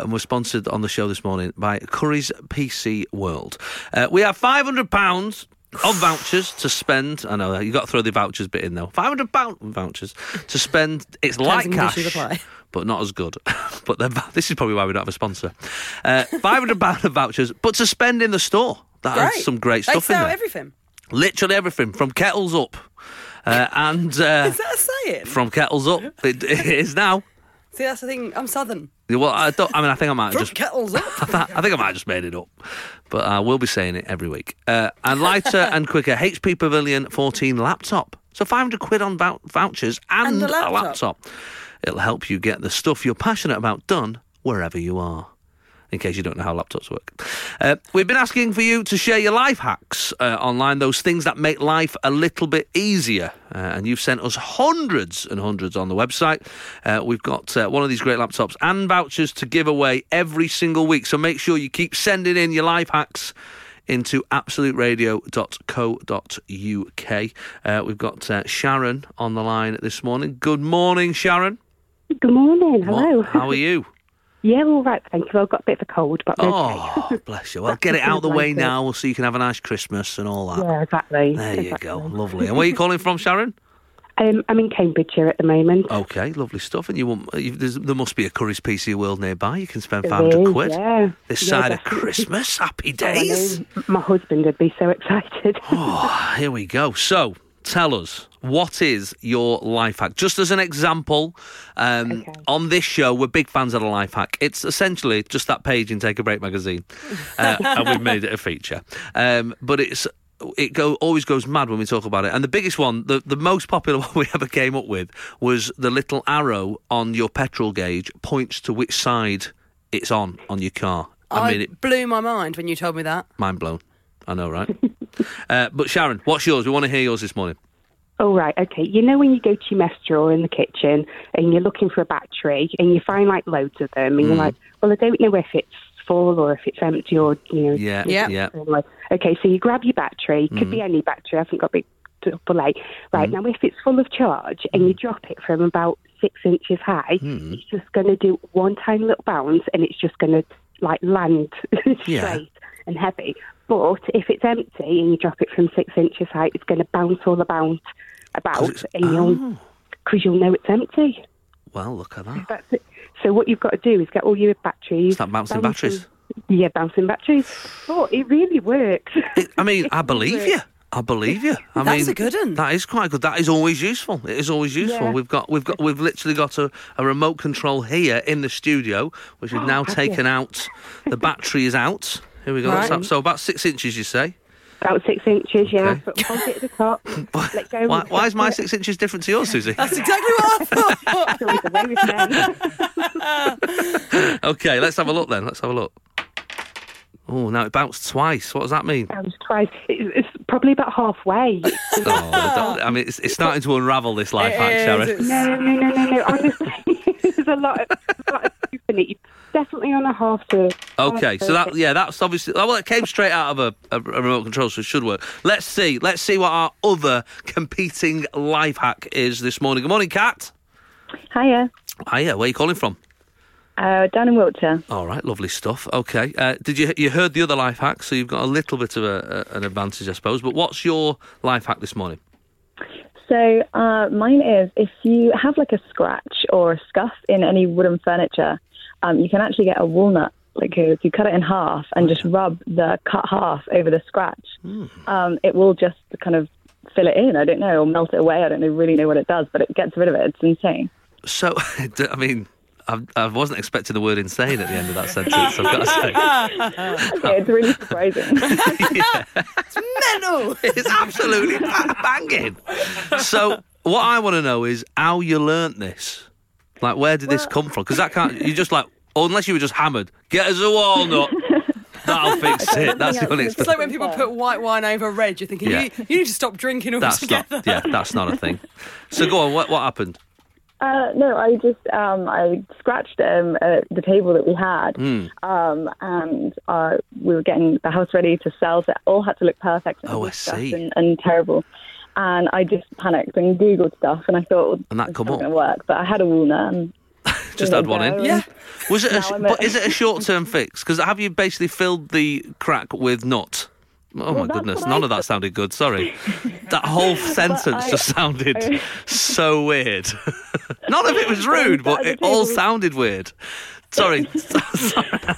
Speaker 3: and we're sponsored on the show this morning by Curry's PC World. Uh, we have five hundred pounds of vouchers to spend. I know you got to throw the vouchers bit in though. Five hundred pound vouchers to spend. It's like
Speaker 4: and conditions
Speaker 3: cash,
Speaker 4: apply.
Speaker 3: but not as good. [laughs] but they're va- this is probably why we don't have a sponsor. Uh, five hundred pound of vouchers, but to spend in the store. That has
Speaker 4: Great.
Speaker 3: some great
Speaker 4: they
Speaker 3: stuff
Speaker 4: sell
Speaker 3: in there.
Speaker 4: everything.
Speaker 3: Literally everything from kettles up, uh, and uh,
Speaker 4: Is that a saying?
Speaker 3: from kettles up. It, it is now.
Speaker 4: See, that's the thing. I'm southern.
Speaker 3: Well, I don't. I mean, I think I might have
Speaker 4: From
Speaker 3: just.
Speaker 4: kettles
Speaker 3: I [laughs]
Speaker 4: up.
Speaker 3: thi- I think I might have just made it up, but I will be saying it every week. Uh, and lighter and quicker HP Pavilion 14 laptop. So 500 quid on vou- vouchers and,
Speaker 4: And the
Speaker 3: a
Speaker 4: laptop.
Speaker 3: laptop. It'll help you get the stuff you're passionate about done wherever you are. in case you don't know how laptops work. Uh, we've been asking for you to share your life hacks uh, online, those things that make life a little bit easier. Uh, and you've sent us hundreds and hundreds on the website. Uh, we've got uh, one of these great laptops and vouchers to give away every single week. So make sure you keep sending in your life hacks into absoluteradio.co.uk. Uh, we've got uh, Sharon on the line this morning. Good morning, Sharon.
Speaker 6: Good morning. Hello. [laughs]
Speaker 3: What- how are you?
Speaker 6: Yeah, all right. Thank you. I've got a bit of a cold, but I'm okay.
Speaker 3: Oh, bless you. Well, get it out of the way now so you can have a nice Christmas and all that.
Speaker 6: Yeah, exactly.
Speaker 3: Oh. There you
Speaker 6: [laughs] exactly.
Speaker 3: go. Lovely. And where are you calling from, Sharon?
Speaker 6: Um, I'm in Cambridgeshire at the moment.
Speaker 3: Okay, lovely stuff. And you want you, there's, there must be a Curry's PC World nearby. You can spend
Speaker 6: There
Speaker 3: five hundred
Speaker 6: is,
Speaker 3: quid
Speaker 6: yeah.
Speaker 3: this
Speaker 6: Yeah, [laughs]
Speaker 3: side of
Speaker 6: definitely.
Speaker 3: Christmas. Happy
Speaker 6: I know
Speaker 3: days.
Speaker 6: my husband would be so [laughs] excited.
Speaker 3: Oh, here we go. So, tell us what is your life hack? Just as an example, um,
Speaker 6: Okay.
Speaker 3: on this show, we're big fans of the life hack. It's essentially just that page in Take a Break magazine, uh, and we've made it a feature. Um, but it's it go always goes mad when we talk about it. And the biggest one, the the most popular [laughs] one we ever came up with, was the little arrow on your petrol gauge points to which side it's on on your car. I,
Speaker 4: I
Speaker 3: mean, it
Speaker 4: blew my mind when you told me that.
Speaker 3: Mind blown. I know, right? [laughs] uh, but Sharon, what's yours? We want to hear yours this morning.
Speaker 6: All right, okay. You know when you go to your mess drawer in the kitchen and you're looking for a battery and you find like loads of them and you're
Speaker 3: Hmm.
Speaker 6: like, well, I don't know if it's full or if it's empty or you know.
Speaker 3: Yeah,
Speaker 4: Yeah.
Speaker 3: yeah.
Speaker 6: And like, okay, so you grab your battery. Could
Speaker 3: Mm.
Speaker 6: be any battery. I haven't got big double A. Right now, if it's full of charge and
Speaker 3: Mm.
Speaker 6: you drop it from about six inches high, it's just going to do one tiny little bounce and it's just going to like land [laughs] straight
Speaker 3: Yeah.
Speaker 6: and heavy. But if it's empty and you drop it from six inches high, it's going to bounce all about about,
Speaker 3: it's- oh.
Speaker 6: and you'll because you'll know it's empty.
Speaker 3: Well, look at that.
Speaker 6: That's it. So what you've got to do is get all your batteries.
Speaker 3: It's that bouncing batteries.
Speaker 6: Yeah, bouncing batteries. But it really works. [laughs]
Speaker 3: It- I mean, I believe you. I believe you. I
Speaker 4: That's
Speaker 3: mean,
Speaker 4: a good un.
Speaker 3: That is quite good. That is always useful. It is always useful.
Speaker 6: Yeah.
Speaker 3: We've got, we've got, we've literally got a, a remote control here in the studio, which
Speaker 4: Oh,
Speaker 3: we've now taken out. The battery is out. Here we go. That's
Speaker 4: Right.
Speaker 3: up. So about six inches, you say?
Speaker 6: About six inches, yeah.
Speaker 3: Okay.
Speaker 6: But hold it at the
Speaker 3: [laughs]
Speaker 6: top. let go.
Speaker 3: Why,
Speaker 6: and
Speaker 3: why is my
Speaker 4: [laughs]
Speaker 6: it.
Speaker 3: six inches different to yours, Susie? [laughs]
Speaker 4: That's exactly what I thought.
Speaker 6: It's always the way with men.
Speaker 3: okay, let's have a look then. Let's have a look. Oh, now it bounced twice. What does that mean?
Speaker 6: Times twice. It- It's probably about
Speaker 3: [laughs]
Speaker 6: halfway.
Speaker 3: Oh, I don't- I mean, it's, it's starting to unravel this life hack,
Speaker 4: It
Speaker 3: Sharon.
Speaker 4: is.
Speaker 6: No, no, no, no, no. Honestly, [laughs] there's a lot of, a lot of truth in it. You're definitely on a half circle.
Speaker 3: Okay, so that yeah, that's obviously oh, well, it came straight out of a, a, a remote control, so it should work. Let's see, let's see what our other competing life hack is this morning. Good morning, Kat.
Speaker 7: Hiya,
Speaker 3: Hiya, where are you calling from?
Speaker 7: uh, down in Wiltshire.
Speaker 3: All right, lovely stuff. Okay, uh, did you you heard the other life hack? So you've got a little bit of a, a, an advantage, I suppose. But what's your life hack this morning?
Speaker 7: So uh, mine is if you have like a scratch or a scuff in any wooden furniture, um, you can actually get a walnut. Like uh, if you cut it in half and just rub the cut half over the scratch, um, it will just kind of fill it in. I don't know, or melt it away. I don't know, really know what it does, but it gets rid of it. It's insane.
Speaker 3: So [laughs] I mean. I, I wasn't expecting the word insane at the end of that sentence. I've got to say,
Speaker 7: Okay, it's really surprising.
Speaker 3: [laughs]
Speaker 4: Mental.
Speaker 3: it's absolutely ba- banging. So, what I want to know is how you learnt this. Like, where did this come from? Because that can't. You just like, or unless you were just hammered. Get us a walnut. That'll fix it. That's the only.
Speaker 7: It's
Speaker 4: It's like when people put white wine over red, you're thinking,
Speaker 3: Yeah.
Speaker 4: you, you need to stop drinking
Speaker 3: That's
Speaker 4: altogether.
Speaker 3: not. Yeah, that's not a thing. So go on. What what happened?
Speaker 7: Uh, no, I just um, I scratched um, at the table that we had,
Speaker 3: Hmm.
Speaker 7: um, and uh, we were getting the house ready to sell. So it all had to look perfect. and
Speaker 3: Oh, I
Speaker 7: disgusting
Speaker 3: see.
Speaker 7: And, and terrible. And I just panicked and googled stuff, and I thought, well,
Speaker 3: And that
Speaker 7: it's
Speaker 3: come
Speaker 7: not
Speaker 3: up?
Speaker 7: going to work. But I had a walnut.
Speaker 3: [laughs]
Speaker 7: And
Speaker 3: Just
Speaker 7: gave it
Speaker 3: add
Speaker 7: a
Speaker 3: one
Speaker 7: go,
Speaker 3: in.
Speaker 4: Yeah.
Speaker 7: and-
Speaker 3: Was it? A,
Speaker 7: Now
Speaker 3: sh-
Speaker 7: I'm
Speaker 3: but
Speaker 7: a-
Speaker 3: is it a short
Speaker 7: [laughs]
Speaker 3: term fix? Because have you basically filled the crack with nut? Oh my
Speaker 7: that's
Speaker 3: goodness,
Speaker 7: what
Speaker 3: none
Speaker 7: I
Speaker 3: of that sounded good.
Speaker 7: [laughs]
Speaker 3: Sorry, that whole sentence
Speaker 7: I-
Speaker 3: just sounded
Speaker 7: I-
Speaker 3: so weird. [laughs] none of it
Speaker 7: [laughs]
Speaker 3: was rude, but
Speaker 7: at the
Speaker 3: it all
Speaker 7: table.
Speaker 3: sounded weird. Sorry,
Speaker 7: [laughs]
Speaker 3: [laughs] sorry,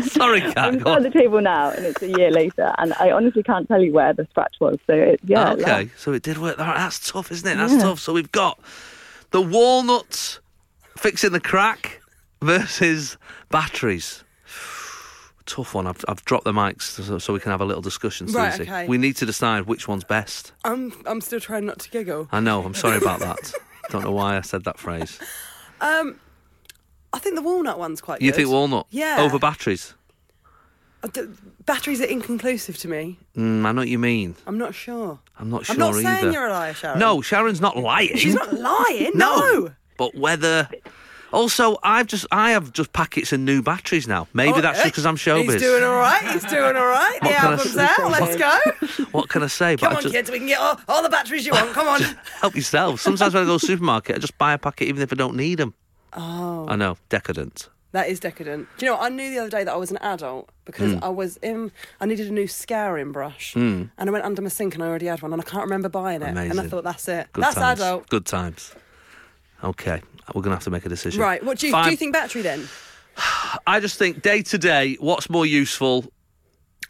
Speaker 3: sorry, Kat.
Speaker 7: I'm
Speaker 3: go on.
Speaker 7: at the table now, and it's a year later, and I honestly can't tell you where the scratch was. So it, yeah, it
Speaker 3: Oh, okay, so it did work. All right, That's tough, isn't it? That's tough. So we've got the walnuts fixing the crack versus batteries. Tough one. I've, I've dropped the mics so, so we can have a little discussion, Susie.
Speaker 4: Right, okay.
Speaker 3: We need to decide which one's best.
Speaker 4: I'm, I'm still trying not to giggle. [laughs]
Speaker 3: I know. I'm sorry about that. Don't know why I said that phrase.
Speaker 4: I think the walnut one's quite
Speaker 3: You
Speaker 4: good.
Speaker 3: think walnut?
Speaker 4: Yeah.
Speaker 3: Over batteries.
Speaker 4: I d- batteries are inconclusive to me.
Speaker 3: Mm, I know what you mean.
Speaker 4: I'm not sure.
Speaker 3: I'm not sure
Speaker 4: I'm not
Speaker 3: either.
Speaker 4: saying you're a liar, Sharon.
Speaker 3: No, Sharon's not lying.
Speaker 4: She's not lying.
Speaker 3: No.
Speaker 4: no.
Speaker 3: But whether. Also, I've just I have just packets of new batteries now. Maybe that's just because I'm showbiz.
Speaker 4: Oh, eh? He's doing all right. He's doing all right.
Speaker 3: [laughs] What
Speaker 4: the
Speaker 3: can I
Speaker 4: album's
Speaker 3: say?
Speaker 4: out. Let's go.
Speaker 3: What can [laughs] I say?
Speaker 4: Come
Speaker 3: I
Speaker 4: on,
Speaker 3: just,
Speaker 4: kids. We can get all, all the batteries you want. Come
Speaker 3: [laughs]
Speaker 4: on.
Speaker 3: help yourself. Sometimes when I go to the supermarket, I just buy a packet even if I don't need them. Oh. I know, decadent.
Speaker 4: That is decadent. Do you know what? I knew the other day that I was an adult because
Speaker 3: Hmm.
Speaker 4: I was in. I needed a new scouring brush, and I went under my sink and I already had one, and I can't remember buying it. And I
Speaker 3: Amazing.
Speaker 4: thought that's it.
Speaker 3: Good
Speaker 4: that's
Speaker 3: times.
Speaker 4: adult.
Speaker 3: Good times. Okay, we're gonna have to make a decision.
Speaker 4: Right. What do you
Speaker 3: Fine.
Speaker 4: do? You think battery then?
Speaker 3: I just think day to day, what's more useful?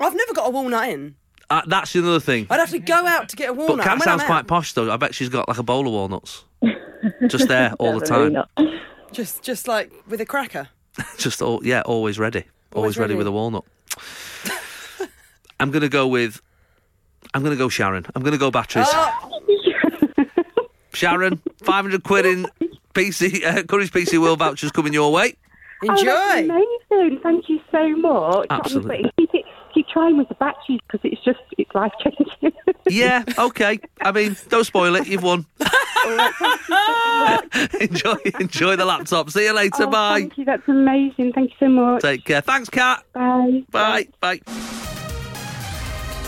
Speaker 4: I've never got a walnut in.
Speaker 3: Uh, that's another thing.
Speaker 4: I'd have to go out to get a
Speaker 3: But
Speaker 4: walnut.
Speaker 3: Cat
Speaker 4: and when
Speaker 3: sounds
Speaker 4: I'm
Speaker 3: quite
Speaker 4: out,
Speaker 3: posh though. I bet she's got like a bowl of
Speaker 7: [laughs]
Speaker 3: walnuts, just there all the
Speaker 7: Definitely
Speaker 3: time.
Speaker 7: not.
Speaker 4: just just like with a cracker.
Speaker 3: Just all, yeah, always ready, always,
Speaker 4: Always
Speaker 3: ready.
Speaker 4: ready.
Speaker 3: with a walnut. I'm gonna go with. I'm gonna go Sharon. I'm gonna go batteries.
Speaker 4: Oh!
Speaker 3: Sharon, 500 quid in PC uh, Curry's PC World vouchers coming your way.
Speaker 4: Enjoy.
Speaker 6: Oh, that's amazing. Thank you so much.
Speaker 3: Absolutely.
Speaker 6: Honestly, Keep, it, keep trying with the batteries because it's just it's life [laughs] changing.
Speaker 3: Yeah, okay. I mean, don't spoil it. You've won. enjoy, enjoy the laptop. See you later. bye.
Speaker 6: Oh, Thank you. That's amazing. Thank you so much.
Speaker 3: Take care. Thanks, Kat.
Speaker 6: Bye.
Speaker 3: Bye. Bye.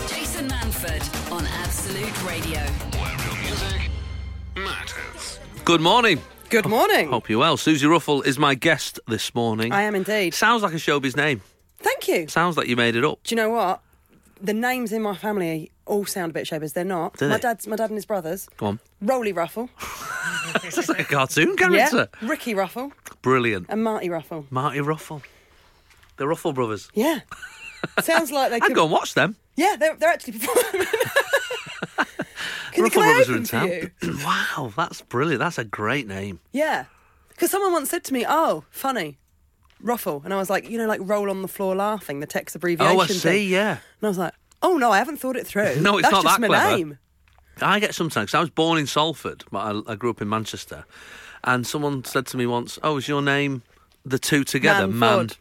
Speaker 1: Jason Manford on Absolute Radio.
Speaker 2: Where real music matters.
Speaker 3: Good morning.
Speaker 4: Good morning.
Speaker 3: Hope you're well. Susie Ruffle is my guest this morning.
Speaker 4: I am indeed.
Speaker 3: Sounds like a showbiz name.
Speaker 4: Thank you.
Speaker 3: Sounds like you made it up.
Speaker 4: Do you know what? The names in my family all sound a bit showbiz. They're not.
Speaker 3: Do
Speaker 4: my
Speaker 3: they?
Speaker 4: dad's my dad and his brothers.
Speaker 3: Go on. [laughs]
Speaker 4: Rolly Ruffle,
Speaker 3: It's just like a cartoon
Speaker 4: [laughs] yeah.
Speaker 3: character.
Speaker 4: Ricky Ruffle,
Speaker 3: Brilliant.
Speaker 4: and Marty Ruffle.
Speaker 3: Marty Ruffle. The Ruffle Brothers. [laughs]
Speaker 4: Yeah. Sounds like they
Speaker 3: I'd
Speaker 4: could.
Speaker 3: go and watch them.
Speaker 4: Yeah, they're, they're actually [laughs] performing. can,
Speaker 3: Ruffle
Speaker 4: can I
Speaker 3: Brothers
Speaker 4: open for
Speaker 3: are in
Speaker 4: you?
Speaker 3: town. [clears throat] wow, that's brilliant. That's a great name.
Speaker 4: Yeah. Because someone once said to me, "Oh, funny." Ruffle, and I was like, you know, like roll on the floor laughing, the text abbreviation.
Speaker 3: oh, I
Speaker 4: thing.
Speaker 3: see, yeah.
Speaker 4: And I was like, oh no, I haven't thought it through.
Speaker 3: No, it's
Speaker 4: That's
Speaker 3: not that
Speaker 4: just my
Speaker 3: clever.
Speaker 4: name.
Speaker 3: I get sometimes. 'cause I was born in Salford, but I, I grew up in Manchester. And someone said to me once, "Oh, is your name the two together, Man,
Speaker 4: Manford."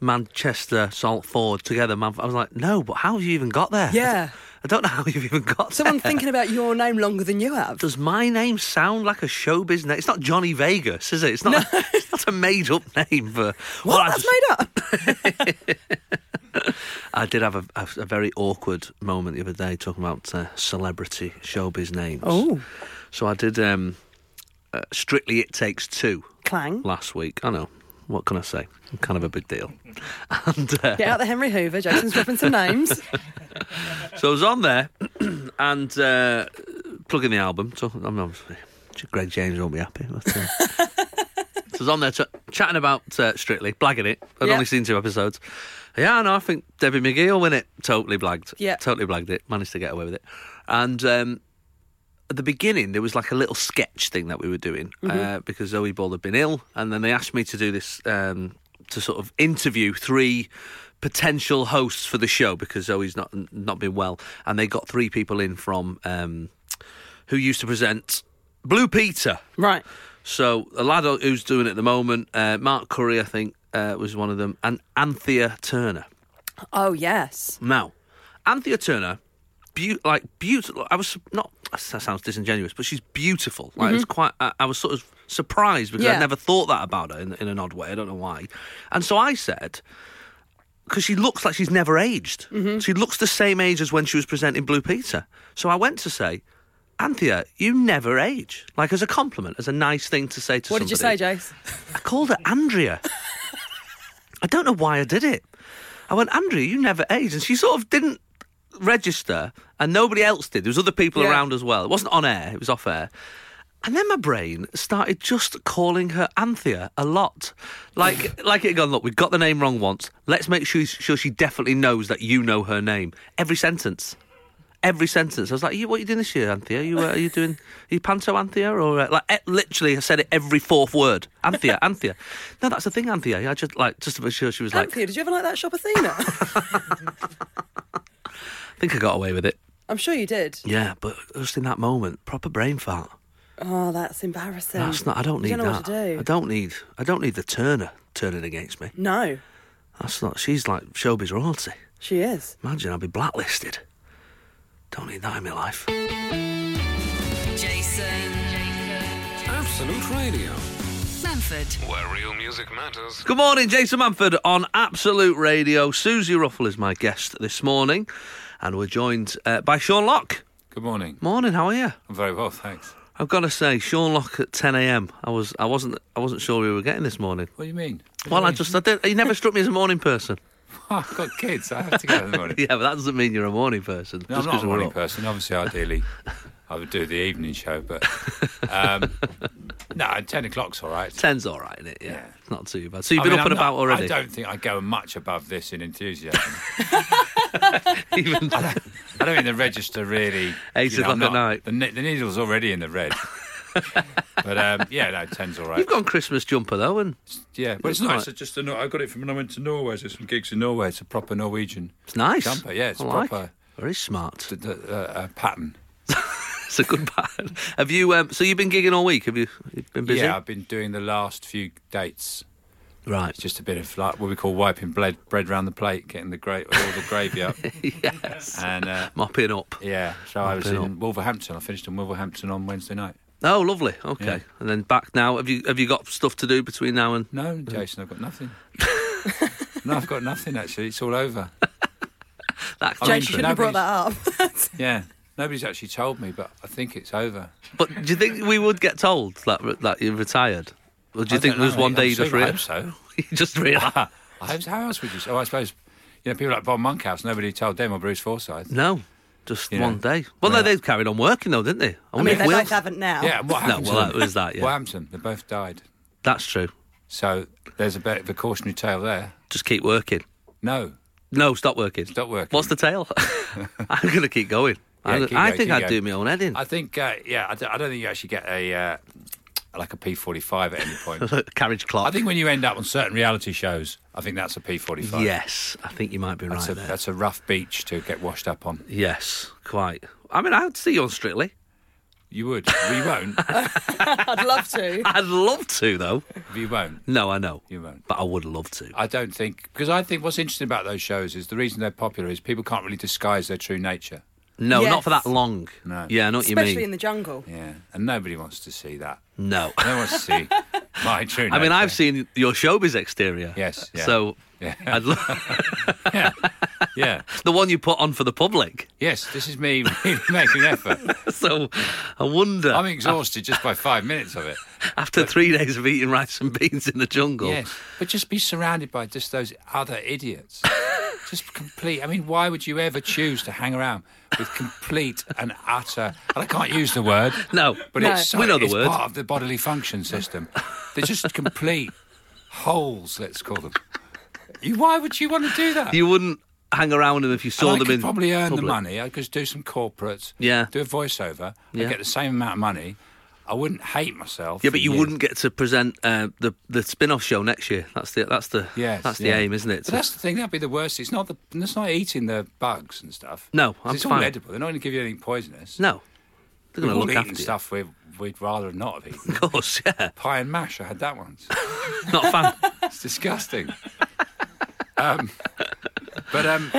Speaker 3: Manchester, Salford together?" Manf-" I was like, "No, but how have you even got there?"
Speaker 4: Yeah.
Speaker 3: I don't, I don't know how you've even got
Speaker 4: Someone
Speaker 3: there.
Speaker 4: thinking about your name longer than you have.
Speaker 3: Does my name sound like a showbiz name? It's not Johnny Vegas, is it? It's not. it's not a made-up [laughs] name for. [laughs]
Speaker 4: What?
Speaker 3: Well, I
Speaker 4: That's
Speaker 3: just-
Speaker 4: made up.
Speaker 3: [laughs] I did have a, a, a very awkward moment the other day talking about uh, celebrity showbiz names.
Speaker 4: Oh.
Speaker 3: So I did um, uh, Strictly It Takes Two
Speaker 4: Clang.
Speaker 3: last week. I know. What can I say? Kind of a big deal. [laughs] And uh,
Speaker 4: Get out the Henry Hoover. Jason's dropping
Speaker 3: [laughs]
Speaker 4: some names.
Speaker 3: so I was on there [clears throat] and uh, plugging the album. So I'm, I'm, Greg James won't be happy. But, uh, so I was on there ch- chatting about uh, Strictly, blagging it. I'd
Speaker 4: Yeah.
Speaker 3: only seen two episodes. Yeah, no, I think Debbie McGee will win it. Totally blagged.
Speaker 4: Yeah.
Speaker 3: Totally blagged it. Managed to get away with it. And um, at the beginning, there was like a little sketch thing that we were doing uh, because Zoe Ball had been ill, and then they asked me to do this um, to sort of interview three potential hosts for the show because Zoe's not not been well, and they got three people in from um, who used to present Blue Peter.
Speaker 4: Right.
Speaker 3: So a lad who's doing it at the moment, uh, Mark Curry, I think, uh, was one of them, and Anthea Turner.
Speaker 4: Oh yes.
Speaker 3: Now, Anthea Turner, beau- like beautiful. I was not. That sounds disingenuous, but she's beautiful. Like it was quite. I, I was sort of surprised because I
Speaker 4: Mm-hmm. Yeah.
Speaker 3: never thought that about her in, in an odd way. I don't know why. And so I said. Because she looks like she's never aged.
Speaker 4: Mm-hmm.
Speaker 3: She looks the same age as when she was presenting Blue Peter. So I went to say, Anthea, you never age. Like as a compliment, as a nice thing to say to
Speaker 4: What
Speaker 3: somebody.
Speaker 4: did you say, Jace?
Speaker 3: I called her Andrea. I don't know why I did it. I went, Andrea, you never age. And she sort of didn't register, and nobody else did. There was other people
Speaker 4: Yeah.
Speaker 3: around as well. It wasn't on air, it was off air. And then my brain started just calling her Anthea a lot. Like like it had gone, look, we got the name wrong once. Let's make sure, sure she definitely knows that you know her name. Every sentence. Every sentence. I was like, you, what are you doing this year, Anthea? You, uh, are you doing, are you panto, Anthea? Or, uh, like, eh, literally, I said it every fourth word.
Speaker 4: [laughs]
Speaker 3: Anthea, Anthea. No, that's the thing, Anthea. I just, like, just to make sure she was like,
Speaker 4: Anthea, did you ever like that shop Athena?
Speaker 3: I think I got away with it.
Speaker 4: [laughs] I'm sure you did.
Speaker 3: Yeah, but just in that moment, proper brain fart.
Speaker 4: Oh, that's embarrassing.
Speaker 3: That's not. I don't need
Speaker 4: you don't know
Speaker 3: that.
Speaker 4: What to do.
Speaker 3: I don't need. I don't need the Turner turning against me.
Speaker 4: No,
Speaker 3: That's not. She's like showbiz royalty.
Speaker 4: she is.
Speaker 3: Imagine I'd be blacklisted. Don't need that in my life.
Speaker 1: Jason.
Speaker 2: Absolute Radio,
Speaker 1: Manford.
Speaker 2: where real music matters.
Speaker 3: Good morning, Jason Manford on Absolute Radio. Susie Ruffle is my guest this morning, and we're joined uh, by Sean Locke.
Speaker 5: Good morning.
Speaker 3: Morning, how are you?
Speaker 5: I'm very well, thanks.
Speaker 3: I've got to say, Sean Locke at 10 a.m. I was, I wasn't, I wasn't sure we were getting this morning.
Speaker 5: What do you mean?
Speaker 3: Well, I just, I did. He never struck me as a morning person.
Speaker 5: Ah, I've got kids. I have to get up in [laughs] the [laughs] morning.
Speaker 3: Yeah, but that doesn't mean you're a morning person.
Speaker 5: No,
Speaker 3: just 'cause
Speaker 5: I'm not a
Speaker 3: we're
Speaker 5: morning
Speaker 3: up.
Speaker 5: person. Obviously, ideally, I would do the evening show, [laughs] but um, no, ten o'clock's all right.
Speaker 3: Ten's all right, isn't it? Yeah,
Speaker 5: Yeah.
Speaker 3: not too bad. So you've
Speaker 5: I
Speaker 3: been
Speaker 5: mean,
Speaker 3: up
Speaker 5: I'm
Speaker 3: and
Speaker 5: not-
Speaker 3: about already.
Speaker 5: I don't think I go much above this in enthusiasm.
Speaker 3: [laughs] Even-
Speaker 5: [laughs] I don't think the register really.
Speaker 3: Eight
Speaker 5: you know, I'm
Speaker 3: o'clock at
Speaker 5: not-
Speaker 3: night.
Speaker 5: The, ne- the needle's already in
Speaker 3: [laughs]
Speaker 5: the red. but um, yeah, no, ten's all right.
Speaker 3: You've got a Christmas jumper though, and
Speaker 5: yeah, but
Speaker 3: It's
Speaker 5: it's nice.
Speaker 3: quite-
Speaker 5: It's just a, I got it from when I went to Norway. So some gigs in Norway. It's a proper Norwegian.
Speaker 3: it's nice.
Speaker 5: Jumper, yeah, it's
Speaker 3: I like
Speaker 5: proper.
Speaker 3: it. Very smart.
Speaker 5: t- t- uh, uh, pattern.
Speaker 3: [laughs] It's a good [laughs] pattern. Have you? Um, so you've been gigging all week. Have you? You've been busy.
Speaker 5: Yeah, I've been doing the last few dates.
Speaker 3: Right.
Speaker 5: It's just a bit of like what we call wiping bread bread round the plate, getting the gra- all the gravy up,
Speaker 3: [laughs] yes.
Speaker 5: and uh,
Speaker 3: Mopping up.
Speaker 5: yeah. So I was
Speaker 3: Mopping
Speaker 5: in Wolverhampton. I finished in Wolverhampton on Wednesday night.
Speaker 3: Oh, lovely. Okay.
Speaker 5: Yeah.
Speaker 3: And then back now. Have you? Have you got stuff to do between now and?
Speaker 5: No,
Speaker 4: Mm.
Speaker 5: Jason, I've got nothing. [laughs] no, I've got nothing actually. It's
Speaker 4: [laughs]
Speaker 5: all over.
Speaker 3: That
Speaker 5: I
Speaker 4: Jake,
Speaker 5: mean,
Speaker 4: you
Speaker 5: but
Speaker 4: shouldn't have brought that up. [laughs]
Speaker 5: Yeah, nobody's actually told me, but I think it's over.
Speaker 3: But do you think we would get told that that you retired? Or do you
Speaker 5: I
Speaker 3: think
Speaker 5: don't
Speaker 3: there's
Speaker 5: know,
Speaker 3: one
Speaker 5: mate.
Speaker 3: day
Speaker 5: I'm
Speaker 3: you just
Speaker 5: sure- I
Speaker 3: real
Speaker 5: hope so.
Speaker 3: [laughs]
Speaker 5: Ah.
Speaker 3: you just realise?
Speaker 5: I hope so. How else would you? Oh, I suppose you know people like Bob Monkhouse. Nobody told them or Bruce Forsyth.
Speaker 3: No, just
Speaker 5: Yeah.
Speaker 3: one day. Well,
Speaker 5: Yeah.
Speaker 3: no, they carried on working though, didn't they?
Speaker 4: I mean,
Speaker 3: wonder
Speaker 4: they
Speaker 3: if Will-
Speaker 4: both haven't now.
Speaker 5: Yeah, what
Speaker 3: No,
Speaker 5: happened to
Speaker 3: well,
Speaker 5: them?
Speaker 3: that was that, yeah.
Speaker 5: What happened to them? They both died.
Speaker 3: That's true.
Speaker 5: So there's a bit of a cautionary tale there.
Speaker 3: Just keep working.
Speaker 5: No.
Speaker 3: No, stop working.
Speaker 5: Stop working.
Speaker 3: What's the tale?
Speaker 5: [laughs]
Speaker 3: I'm going to keep going.
Speaker 5: Yeah,
Speaker 3: I'm-
Speaker 5: keep
Speaker 3: I
Speaker 5: going,
Speaker 3: think
Speaker 5: keep
Speaker 3: I'd
Speaker 5: going.
Speaker 3: do my own head in.
Speaker 5: I think, uh, yeah, I, d- I don't think you actually get a uh, like a P45 at any
Speaker 3: [laughs]
Speaker 5: point.
Speaker 3: Carriage clock.
Speaker 5: I think when you end up on certain reality shows, I think that's a P45.
Speaker 3: Yes, I think you might be right
Speaker 5: That's, a,
Speaker 3: there.
Speaker 5: that's a rough beach to get washed up on.
Speaker 3: Yes, quite. I mean, I'd see you on Strictly.
Speaker 5: You would. We won't.
Speaker 3: [laughs]
Speaker 4: I'd love to.
Speaker 3: I'd love to, though.
Speaker 5: we won't.
Speaker 3: No, I know.
Speaker 5: You won't.
Speaker 3: But I would love to.
Speaker 5: I don't think, because I think what's interesting about those shows is the reason they're popular is people can't really disguise their true nature.
Speaker 3: No,
Speaker 4: Yes.
Speaker 3: not for that long.
Speaker 5: No.
Speaker 3: Yeah, I know what
Speaker 4: Especially
Speaker 3: you mean.
Speaker 4: in the jungle.
Speaker 5: Yeah. And nobody wants to see that. [laughs]
Speaker 3: no.
Speaker 5: No one wants
Speaker 3: [laughs]
Speaker 5: to see my true nature.
Speaker 3: I mean, I've seen your showbiz exterior.
Speaker 5: uh, Yes, yeah.
Speaker 3: So,
Speaker 5: Yeah.
Speaker 3: [laughs] I'd lo-
Speaker 5: Yeah. yeah.
Speaker 3: the one you put on for the public. [laughs]
Speaker 5: Yes, this is me [laughs] really making an effort.
Speaker 3: So, I wonder.
Speaker 5: I'm exhausted just by five minutes of it.
Speaker 3: after three days of eating rice and beans in the jungle.
Speaker 5: Yes, but just be surrounded by just those other
Speaker 3: [laughs]
Speaker 5: idiots. just complete. I mean, why would you ever choose to hang around with complete and utter? And I can't use the word.
Speaker 3: No,
Speaker 5: but
Speaker 3: No.
Speaker 5: it's so-
Speaker 3: we know the
Speaker 5: it's
Speaker 3: word.
Speaker 5: part of the bodily function system. They're just complete holes. Let's call them. You, why would you want to do that?
Speaker 3: You wouldn't hang around them if you saw
Speaker 5: And I
Speaker 3: them
Speaker 5: could
Speaker 3: in.
Speaker 5: probably earn
Speaker 3: public.
Speaker 5: the money. I could do some corporates.
Speaker 3: Yeah.
Speaker 5: Do a voiceover.
Speaker 3: Yeah.
Speaker 5: I get the same amount of money. I wouldn't hate myself.
Speaker 3: Yeah,
Speaker 5: for
Speaker 3: but you
Speaker 5: years.
Speaker 3: wouldn't get to present uh, the the spin off show next year. That's the that's the
Speaker 5: Yes,
Speaker 3: that's the
Speaker 5: yeah.
Speaker 3: aim, isn't it?
Speaker 5: But that's the thing. That'd be the worst. It's not the. It's not eating the bugs and stuff.
Speaker 3: No,
Speaker 5: 'Cause
Speaker 3: I'm
Speaker 5: It's all
Speaker 3: fine.
Speaker 5: edible. They're not going to give you anything poisonous.
Speaker 3: no, they're
Speaker 5: We've
Speaker 3: going to
Speaker 5: all
Speaker 3: look after
Speaker 5: eaten
Speaker 3: you.
Speaker 5: stuff we we'd rather not have eaten.
Speaker 3: Of course, yeah.
Speaker 5: Pie and mash. I had
Speaker 3: [laughs]
Speaker 5: that once.
Speaker 3: Not a fan.
Speaker 5: It's disgusting. um, but um,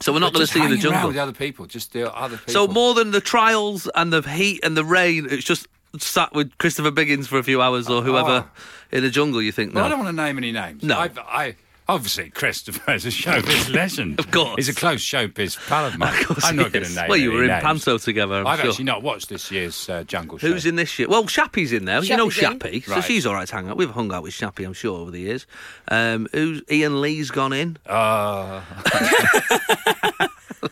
Speaker 3: So we're not going to
Speaker 5: just
Speaker 3: see you in the
Speaker 5: hanging around
Speaker 3: jungle.
Speaker 5: with other people. Just the other people.
Speaker 3: So more than the trials and the heat and the rain, it's just sat with Christopher Biggins for a few hours or whoever in the jungle. You think
Speaker 5: Ah. Well, I
Speaker 3: no?
Speaker 5: don't want to name any names.
Speaker 3: No.
Speaker 5: I've, I obviously Christopher is
Speaker 3: [laughs]
Speaker 5: a showbiz legend.
Speaker 3: Of course.
Speaker 5: he's a close showbiz pal of mine.
Speaker 3: [laughs] course
Speaker 5: I'm
Speaker 3: he
Speaker 5: not going to
Speaker 3: is.
Speaker 5: name.
Speaker 3: Well, you
Speaker 5: any
Speaker 3: were in
Speaker 5: names.
Speaker 3: Panto together, I'm
Speaker 5: I've
Speaker 3: sure.
Speaker 5: actually not watched this year's uh, Jungle Show.
Speaker 3: Who's in this year? Well, Shappy's in there. you know
Speaker 4: Shappy's in.
Speaker 3: Shappy, so
Speaker 5: Right.
Speaker 3: she's all right to hang out. We've hung out with Shappy, I'm sure, over the years. Um, who's Ian Lee's gone in?
Speaker 5: Uh,
Speaker 3: [laughs]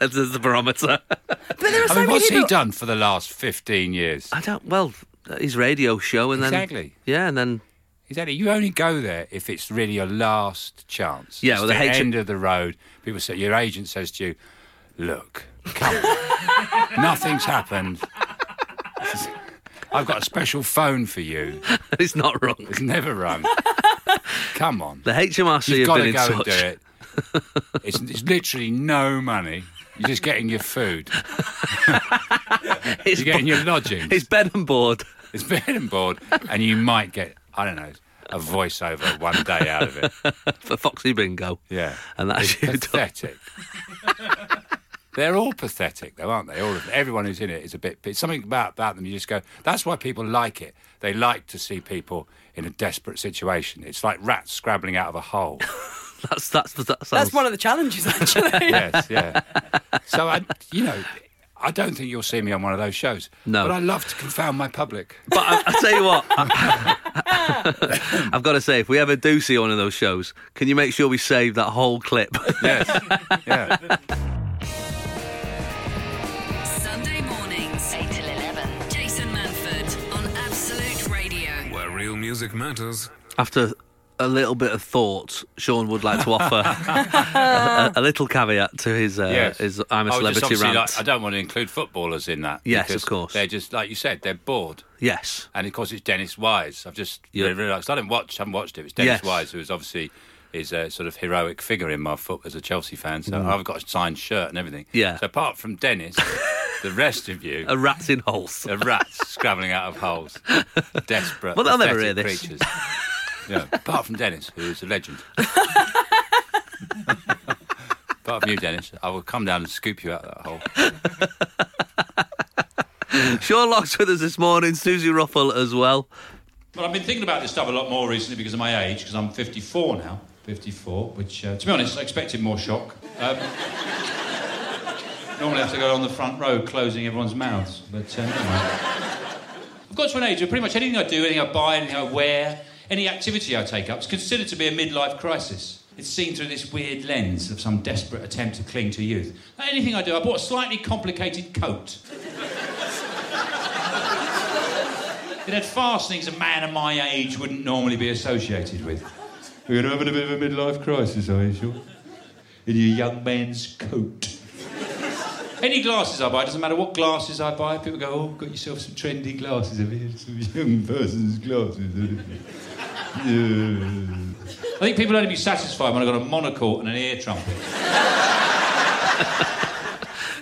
Speaker 3: That's the
Speaker 5: [laughs]
Speaker 3: barometer.
Speaker 4: But there are so
Speaker 5: I mean,
Speaker 4: many
Speaker 5: what's
Speaker 4: people.
Speaker 5: he done for the last 15 years?
Speaker 3: I don't. Well, his radio show, and then
Speaker 5: Exactly.
Speaker 3: yeah, and then [laughs]
Speaker 5: Exactly. You only go there if it's really your last chance.
Speaker 3: Yeah,
Speaker 5: It's
Speaker 3: well,
Speaker 5: the
Speaker 3: the H-
Speaker 5: end of the road. People say your agent says to you, "Look,
Speaker 3: [laughs]
Speaker 5: come, on. nothing's happened. I've got a special phone for you.
Speaker 3: it's not wrong.
Speaker 5: It's never rung. Come on,
Speaker 3: The HMRC
Speaker 5: you've
Speaker 3: have
Speaker 5: got
Speaker 3: been
Speaker 5: to
Speaker 3: in
Speaker 5: go and
Speaker 3: touch.
Speaker 5: do it. It's, it's literally no money. You're just getting your food. You're getting your lodging. It's
Speaker 3: bed and board.
Speaker 5: It's bed and board, and you might get I don't know a voiceover one day out of it.
Speaker 3: for Foxy Bingo.
Speaker 5: Yeah,
Speaker 3: and [laughs] that's
Speaker 5: It's
Speaker 3: you done.
Speaker 5: pathetic. [laughs] They're all pathetic, though, aren't they? All of everyone who's in it is a bit. It's something about, about them. You just go. That's why people like it. They like to see people in a desperate situation. It's like rats scrabbling out of
Speaker 3: [laughs]
Speaker 5: a hole.
Speaker 3: that's that's that
Speaker 4: That's one of
Speaker 3: [laughs]
Speaker 4: the challenges, actually.
Speaker 5: yes, yeah. [laughs] So I, you know, I don't think you'll see me on one of those shows. No, but I love to confound my
Speaker 3: [laughs]
Speaker 5: public.
Speaker 3: But I, I tell you what,
Speaker 4: [laughs]
Speaker 3: I, have got to say, if we ever do see one of those shows, can you make sure we save that whole clip? [laughs]
Speaker 5: Yes. Yeah.
Speaker 1: Sunday mornings, 8 till 11. Jason Manford on Absolute Radio.
Speaker 2: Where real music matters.
Speaker 3: After a little bit of thought, Sean would like to
Speaker 5: [laughs]
Speaker 3: offer a, a little caveat to his uh,
Speaker 5: Yes.
Speaker 3: his I'm a
Speaker 5: I would just
Speaker 3: celebrity
Speaker 5: obviously
Speaker 3: rant.
Speaker 5: like- I don't want to include footballers in that.
Speaker 3: Yes, of
Speaker 5: because
Speaker 3: course.
Speaker 5: They're just like you said. They're bored.
Speaker 3: Yes.
Speaker 5: And of course, it's Dennis Wise. I've just
Speaker 3: Yeah.
Speaker 5: really realised I didn't watch. Haven't watched it. It's Dennis
Speaker 3: Yes.
Speaker 5: Wise, who is obviously is a sort of heroic figure in my foot as a Chelsea fan. So
Speaker 3: Mm.
Speaker 5: I've got a signed shirt and everything.
Speaker 3: Yeah.
Speaker 5: So apart
Speaker 3: [laughs]
Speaker 5: from Dennis, the rest of you
Speaker 3: are rats in holes.
Speaker 5: Are rats scrabbling out of holes. Desperate.
Speaker 3: Well, they'll never hear
Speaker 5: pathetic
Speaker 3: this.
Speaker 5: Creatures. yeah. Apart from Dennis, who is
Speaker 3: [laughs]
Speaker 5: a legend. apart from you, Dennis, I will come down and scoop you out of that hole.
Speaker 3: Sean Locke's with us this morning, Susie Ruffle as well.
Speaker 9: Well, I've been thinking about this stuff a lot more recently because of my age, because I'm 54 now. 54, which, uh, to be honest, I expected more shock. Um, normally I have to go on the front row closing everyone's mouths, but um, anyway. I've got to an age where pretty much anything I do, anything I buy, anything I wear, any activity I take up is considered to be a midlife crisis. It's seen through this weird lens of some desperate attempt to cling to youth. Anything I do, I bought a slightly complicated coat. It had fastenings a man of my age wouldn't normally be associated with. You're going to have a bit of a midlife crisis, are you sure? In your young man's coat. Any glasses I buy, doesn't matter what glasses I buy, people go, oh, got yourself some trendy glasses. Have you some young person's glasses? haven't you?" Yeah. I think people only be satisfied when I've got a monocle and an ear trumpet.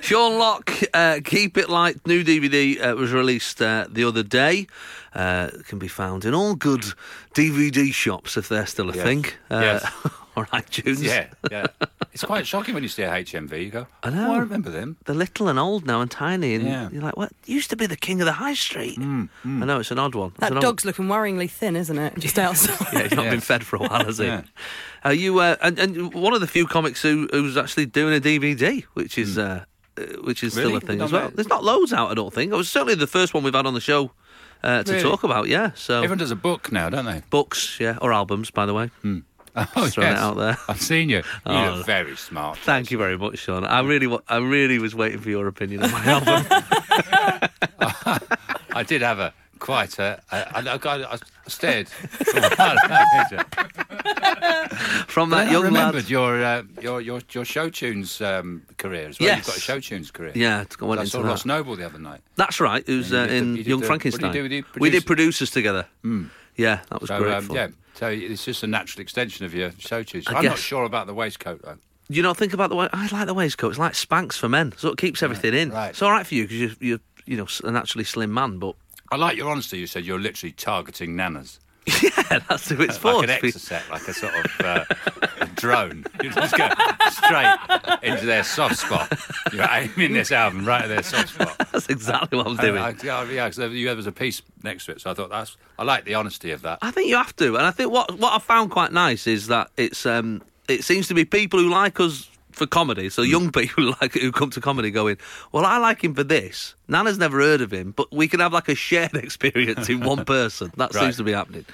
Speaker 3: Sean Locke, uh, Keep It Light, new DVD uh, was released uh, the other day. Uh, it can be found in all good DVD shops if they're still a
Speaker 5: Yes.
Speaker 3: thing. Uh,
Speaker 5: Yes.
Speaker 3: [laughs] Or iTunes. [laughs]
Speaker 5: Yeah, yeah. It's quite shocking when you see a HMV. You go,
Speaker 3: I know.
Speaker 5: Oh, I remember them.
Speaker 3: They're little and old now and tiny, and
Speaker 5: Yeah. Mm,
Speaker 3: you're like, what? Used to be the king of the high street. I know it's an odd one. It's an
Speaker 4: That
Speaker 3: odd-
Speaker 4: dog's looking worryingly thin, isn't it? Just outside.
Speaker 3: [laughs] Yeah, he's not been fed for a while, has he? Are you uh, and, and one of the few comics who, who's actually doing a DVD, which is uh, uh, which is still
Speaker 5: Hmm. Really?
Speaker 3: a thing
Speaker 5: Not
Speaker 3: as well.
Speaker 5: many.
Speaker 3: There's not loads out, I don't think. It was certainly the first one we've had on the show uh, to
Speaker 5: Really?
Speaker 3: talk about. Yeah, so
Speaker 5: Everyone does a book now, don't they?
Speaker 3: Books, yeah, or albums, by the way.
Speaker 5: Oh,
Speaker 3: [laughs] Just throwing
Speaker 5: yes.
Speaker 3: it out
Speaker 5: [laughs]
Speaker 3: there.
Speaker 5: I've seen you. You
Speaker 3: Oh.
Speaker 5: look very smart.
Speaker 3: Thank you very much, Sean. I really, wa- I really was waiting for your opinion on
Speaker 5: [laughs]
Speaker 3: my album.
Speaker 5: I did have a quite a. I, I, I, I stared. for a while at that picture.
Speaker 3: From
Speaker 5: But
Speaker 3: that
Speaker 5: then I
Speaker 3: young
Speaker 5: remembered
Speaker 3: lad.
Speaker 5: your, uh, your your your show tunes um, career as well. You've got a
Speaker 3: Yes.
Speaker 5: show tunes career.
Speaker 3: Yeah, it's got- went
Speaker 5: I
Speaker 3: into
Speaker 5: saw
Speaker 3: that.
Speaker 5: Ross Noble the other night.
Speaker 3: That's right. Who's uh,
Speaker 5: And you did the-
Speaker 3: in
Speaker 5: you did
Speaker 3: Young
Speaker 5: the- what did you
Speaker 3: Frankenstein?
Speaker 5: do with the
Speaker 3: we did
Speaker 5: producers?
Speaker 3: producers together. Yeah, that was
Speaker 5: so,
Speaker 3: great
Speaker 5: um,
Speaker 3: fun.
Speaker 5: yeah, so it's just a natural extension of your show tunes.
Speaker 3: I
Speaker 5: I'm not
Speaker 3: guess.
Speaker 5: sure about the waistcoat though.
Speaker 3: You know, think about the way I like the waistcoat. It's like Spanx for men, so it keeps everything in.
Speaker 5: right.
Speaker 3: It's all right for you because you're, you're, you know, s- a naturally slim man, but [laughs]
Speaker 5: I like your honesty. You said you're literally targeting nanas.
Speaker 3: yeah, that's who it's for.
Speaker 5: [laughs] like an exocet, like a sort of uh, [laughs] a drone. You just go straight into their soft spot. You're aiming this album right at their soft spot.
Speaker 3: [laughs] That's exactly what I'm
Speaker 5: I-
Speaker 3: doing.
Speaker 5: I, Uh, yeah, yeah, 'cause there there was a piece next to it, so I thought that's. I like the honesty of that.
Speaker 3: I think you have to, and I think what what I found quite nice is that it's um it seems to be people who like us for comedy,
Speaker 5: Mm.
Speaker 3: so young [laughs] people who like who come to comedy going, well, I like him for this. Nana's never heard of him, but we can have like a shared [laughs] experience in
Speaker 5: [laughs]
Speaker 3: one person. That
Speaker 5: Right.
Speaker 3: seems to be happening.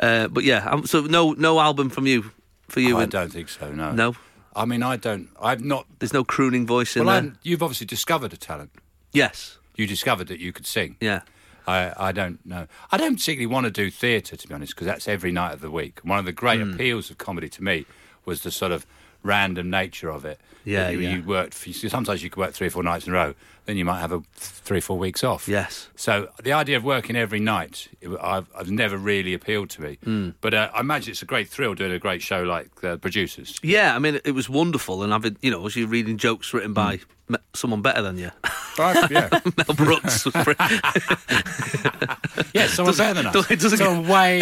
Speaker 3: Uh, but yeah, um, so no no album from you for you.
Speaker 5: Oh, I
Speaker 3: and-
Speaker 5: don't think so. No.
Speaker 3: No?
Speaker 5: I mean, I don't. I've not.
Speaker 3: There's no crooning voice in
Speaker 5: Well,
Speaker 3: there.
Speaker 5: I'm, you've obviously discovered a talent.
Speaker 3: Yes.
Speaker 5: You discovered that you could sing.
Speaker 3: Yeah.
Speaker 5: I, I don't know. I don't particularly want to do
Speaker 3: Hmm.
Speaker 5: theatre, to be honest, because that's every night of the week. One of the great appeals of comedy to me was the sort of random nature of it.
Speaker 3: Yeah,
Speaker 5: That you,
Speaker 3: yeah.
Speaker 5: you worked. For, sometimes you could work three or four nights in a row. Then you might have a three or four weeks off.
Speaker 3: Yes.
Speaker 5: So the idea of working every night, it- I've, I've never really appealed to me.
Speaker 3: Mm.
Speaker 5: But uh, I imagine it's a great thrill doing a great show like uh, producers.
Speaker 3: Yeah, I mean, it was wonderful, and having you know, as you're reading jokes written
Speaker 5: Mm.
Speaker 3: by me- someone better than you, [laughs]
Speaker 5: [laughs] yeah,
Speaker 3: Mel Brooks. [laughs]
Speaker 5: yeah, someone better than us.
Speaker 3: It doesn't [laughs]
Speaker 5: Someone way,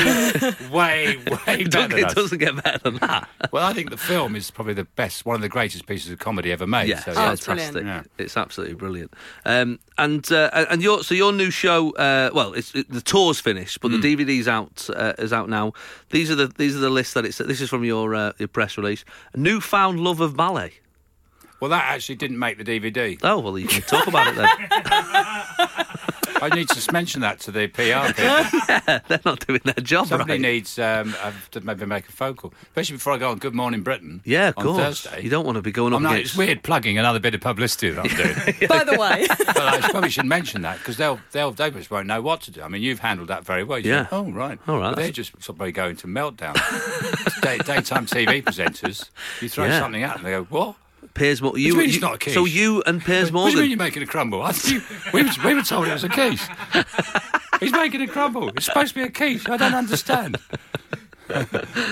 Speaker 5: way, way
Speaker 3: It
Speaker 5: better
Speaker 3: doesn't-
Speaker 5: than
Speaker 3: it
Speaker 5: us.
Speaker 3: doesn't get better than that.
Speaker 5: Well, I think the film is probably the best, one of the greatest pieces of comedy ever made.
Speaker 3: Yeah,
Speaker 5: [laughs] so,
Speaker 3: Oh, it's fantastic.
Speaker 5: Yeah.
Speaker 3: It's absolutely brilliant. Um, and uh, and your so your new show, uh, well, it's it, the tour's finished,
Speaker 5: Mm.
Speaker 3: but the DVD's out uh, is out now. These are the these are the list that it's. This is from your uh, your press release. Newfound love of ballet.
Speaker 5: Well, that actually didn't make the DVD.
Speaker 3: Oh well, you can talk about
Speaker 5: [laughs]
Speaker 3: it then.
Speaker 5: I need to mention that to
Speaker 3: [laughs]
Speaker 5: the PR people.
Speaker 3: they're not doing their job
Speaker 5: Somebody
Speaker 3: right.
Speaker 5: needs um, I've to maybe make a phone call, especially before I go on Good Morning Britain.
Speaker 3: Yeah, of
Speaker 5: on
Speaker 3: course.
Speaker 5: Thursday.
Speaker 3: You don't want to be going up
Speaker 5: I'm not,
Speaker 3: against.
Speaker 5: it's weird plugging another bit of publicity that I'm doing.
Speaker 4: By
Speaker 3: [laughs]
Speaker 4: the way,
Speaker 5: but I probably should mention that because they'll, they'll, they just won't know what to do. I mean, you've handled that very well. You
Speaker 3: Yeah.
Speaker 5: said, oh, right.
Speaker 3: All right,
Speaker 5: But they're
Speaker 3: that's-
Speaker 5: just probably going to meltdown. Day, daytime TV presenters, you throw
Speaker 3: Yeah.
Speaker 5: something at them, they go, what?
Speaker 3: Piers Morgan.
Speaker 5: do you mean it's not a quiche?
Speaker 3: So you and Piers
Speaker 5: [laughs] What do you mean
Speaker 3: Morgan.
Speaker 5: you're making a crumble? I thought you, we, was, we were told it was
Speaker 3: [laughs]
Speaker 5: a quiche. He's making a crumble. It's supposed to be a quiche. I don't understand.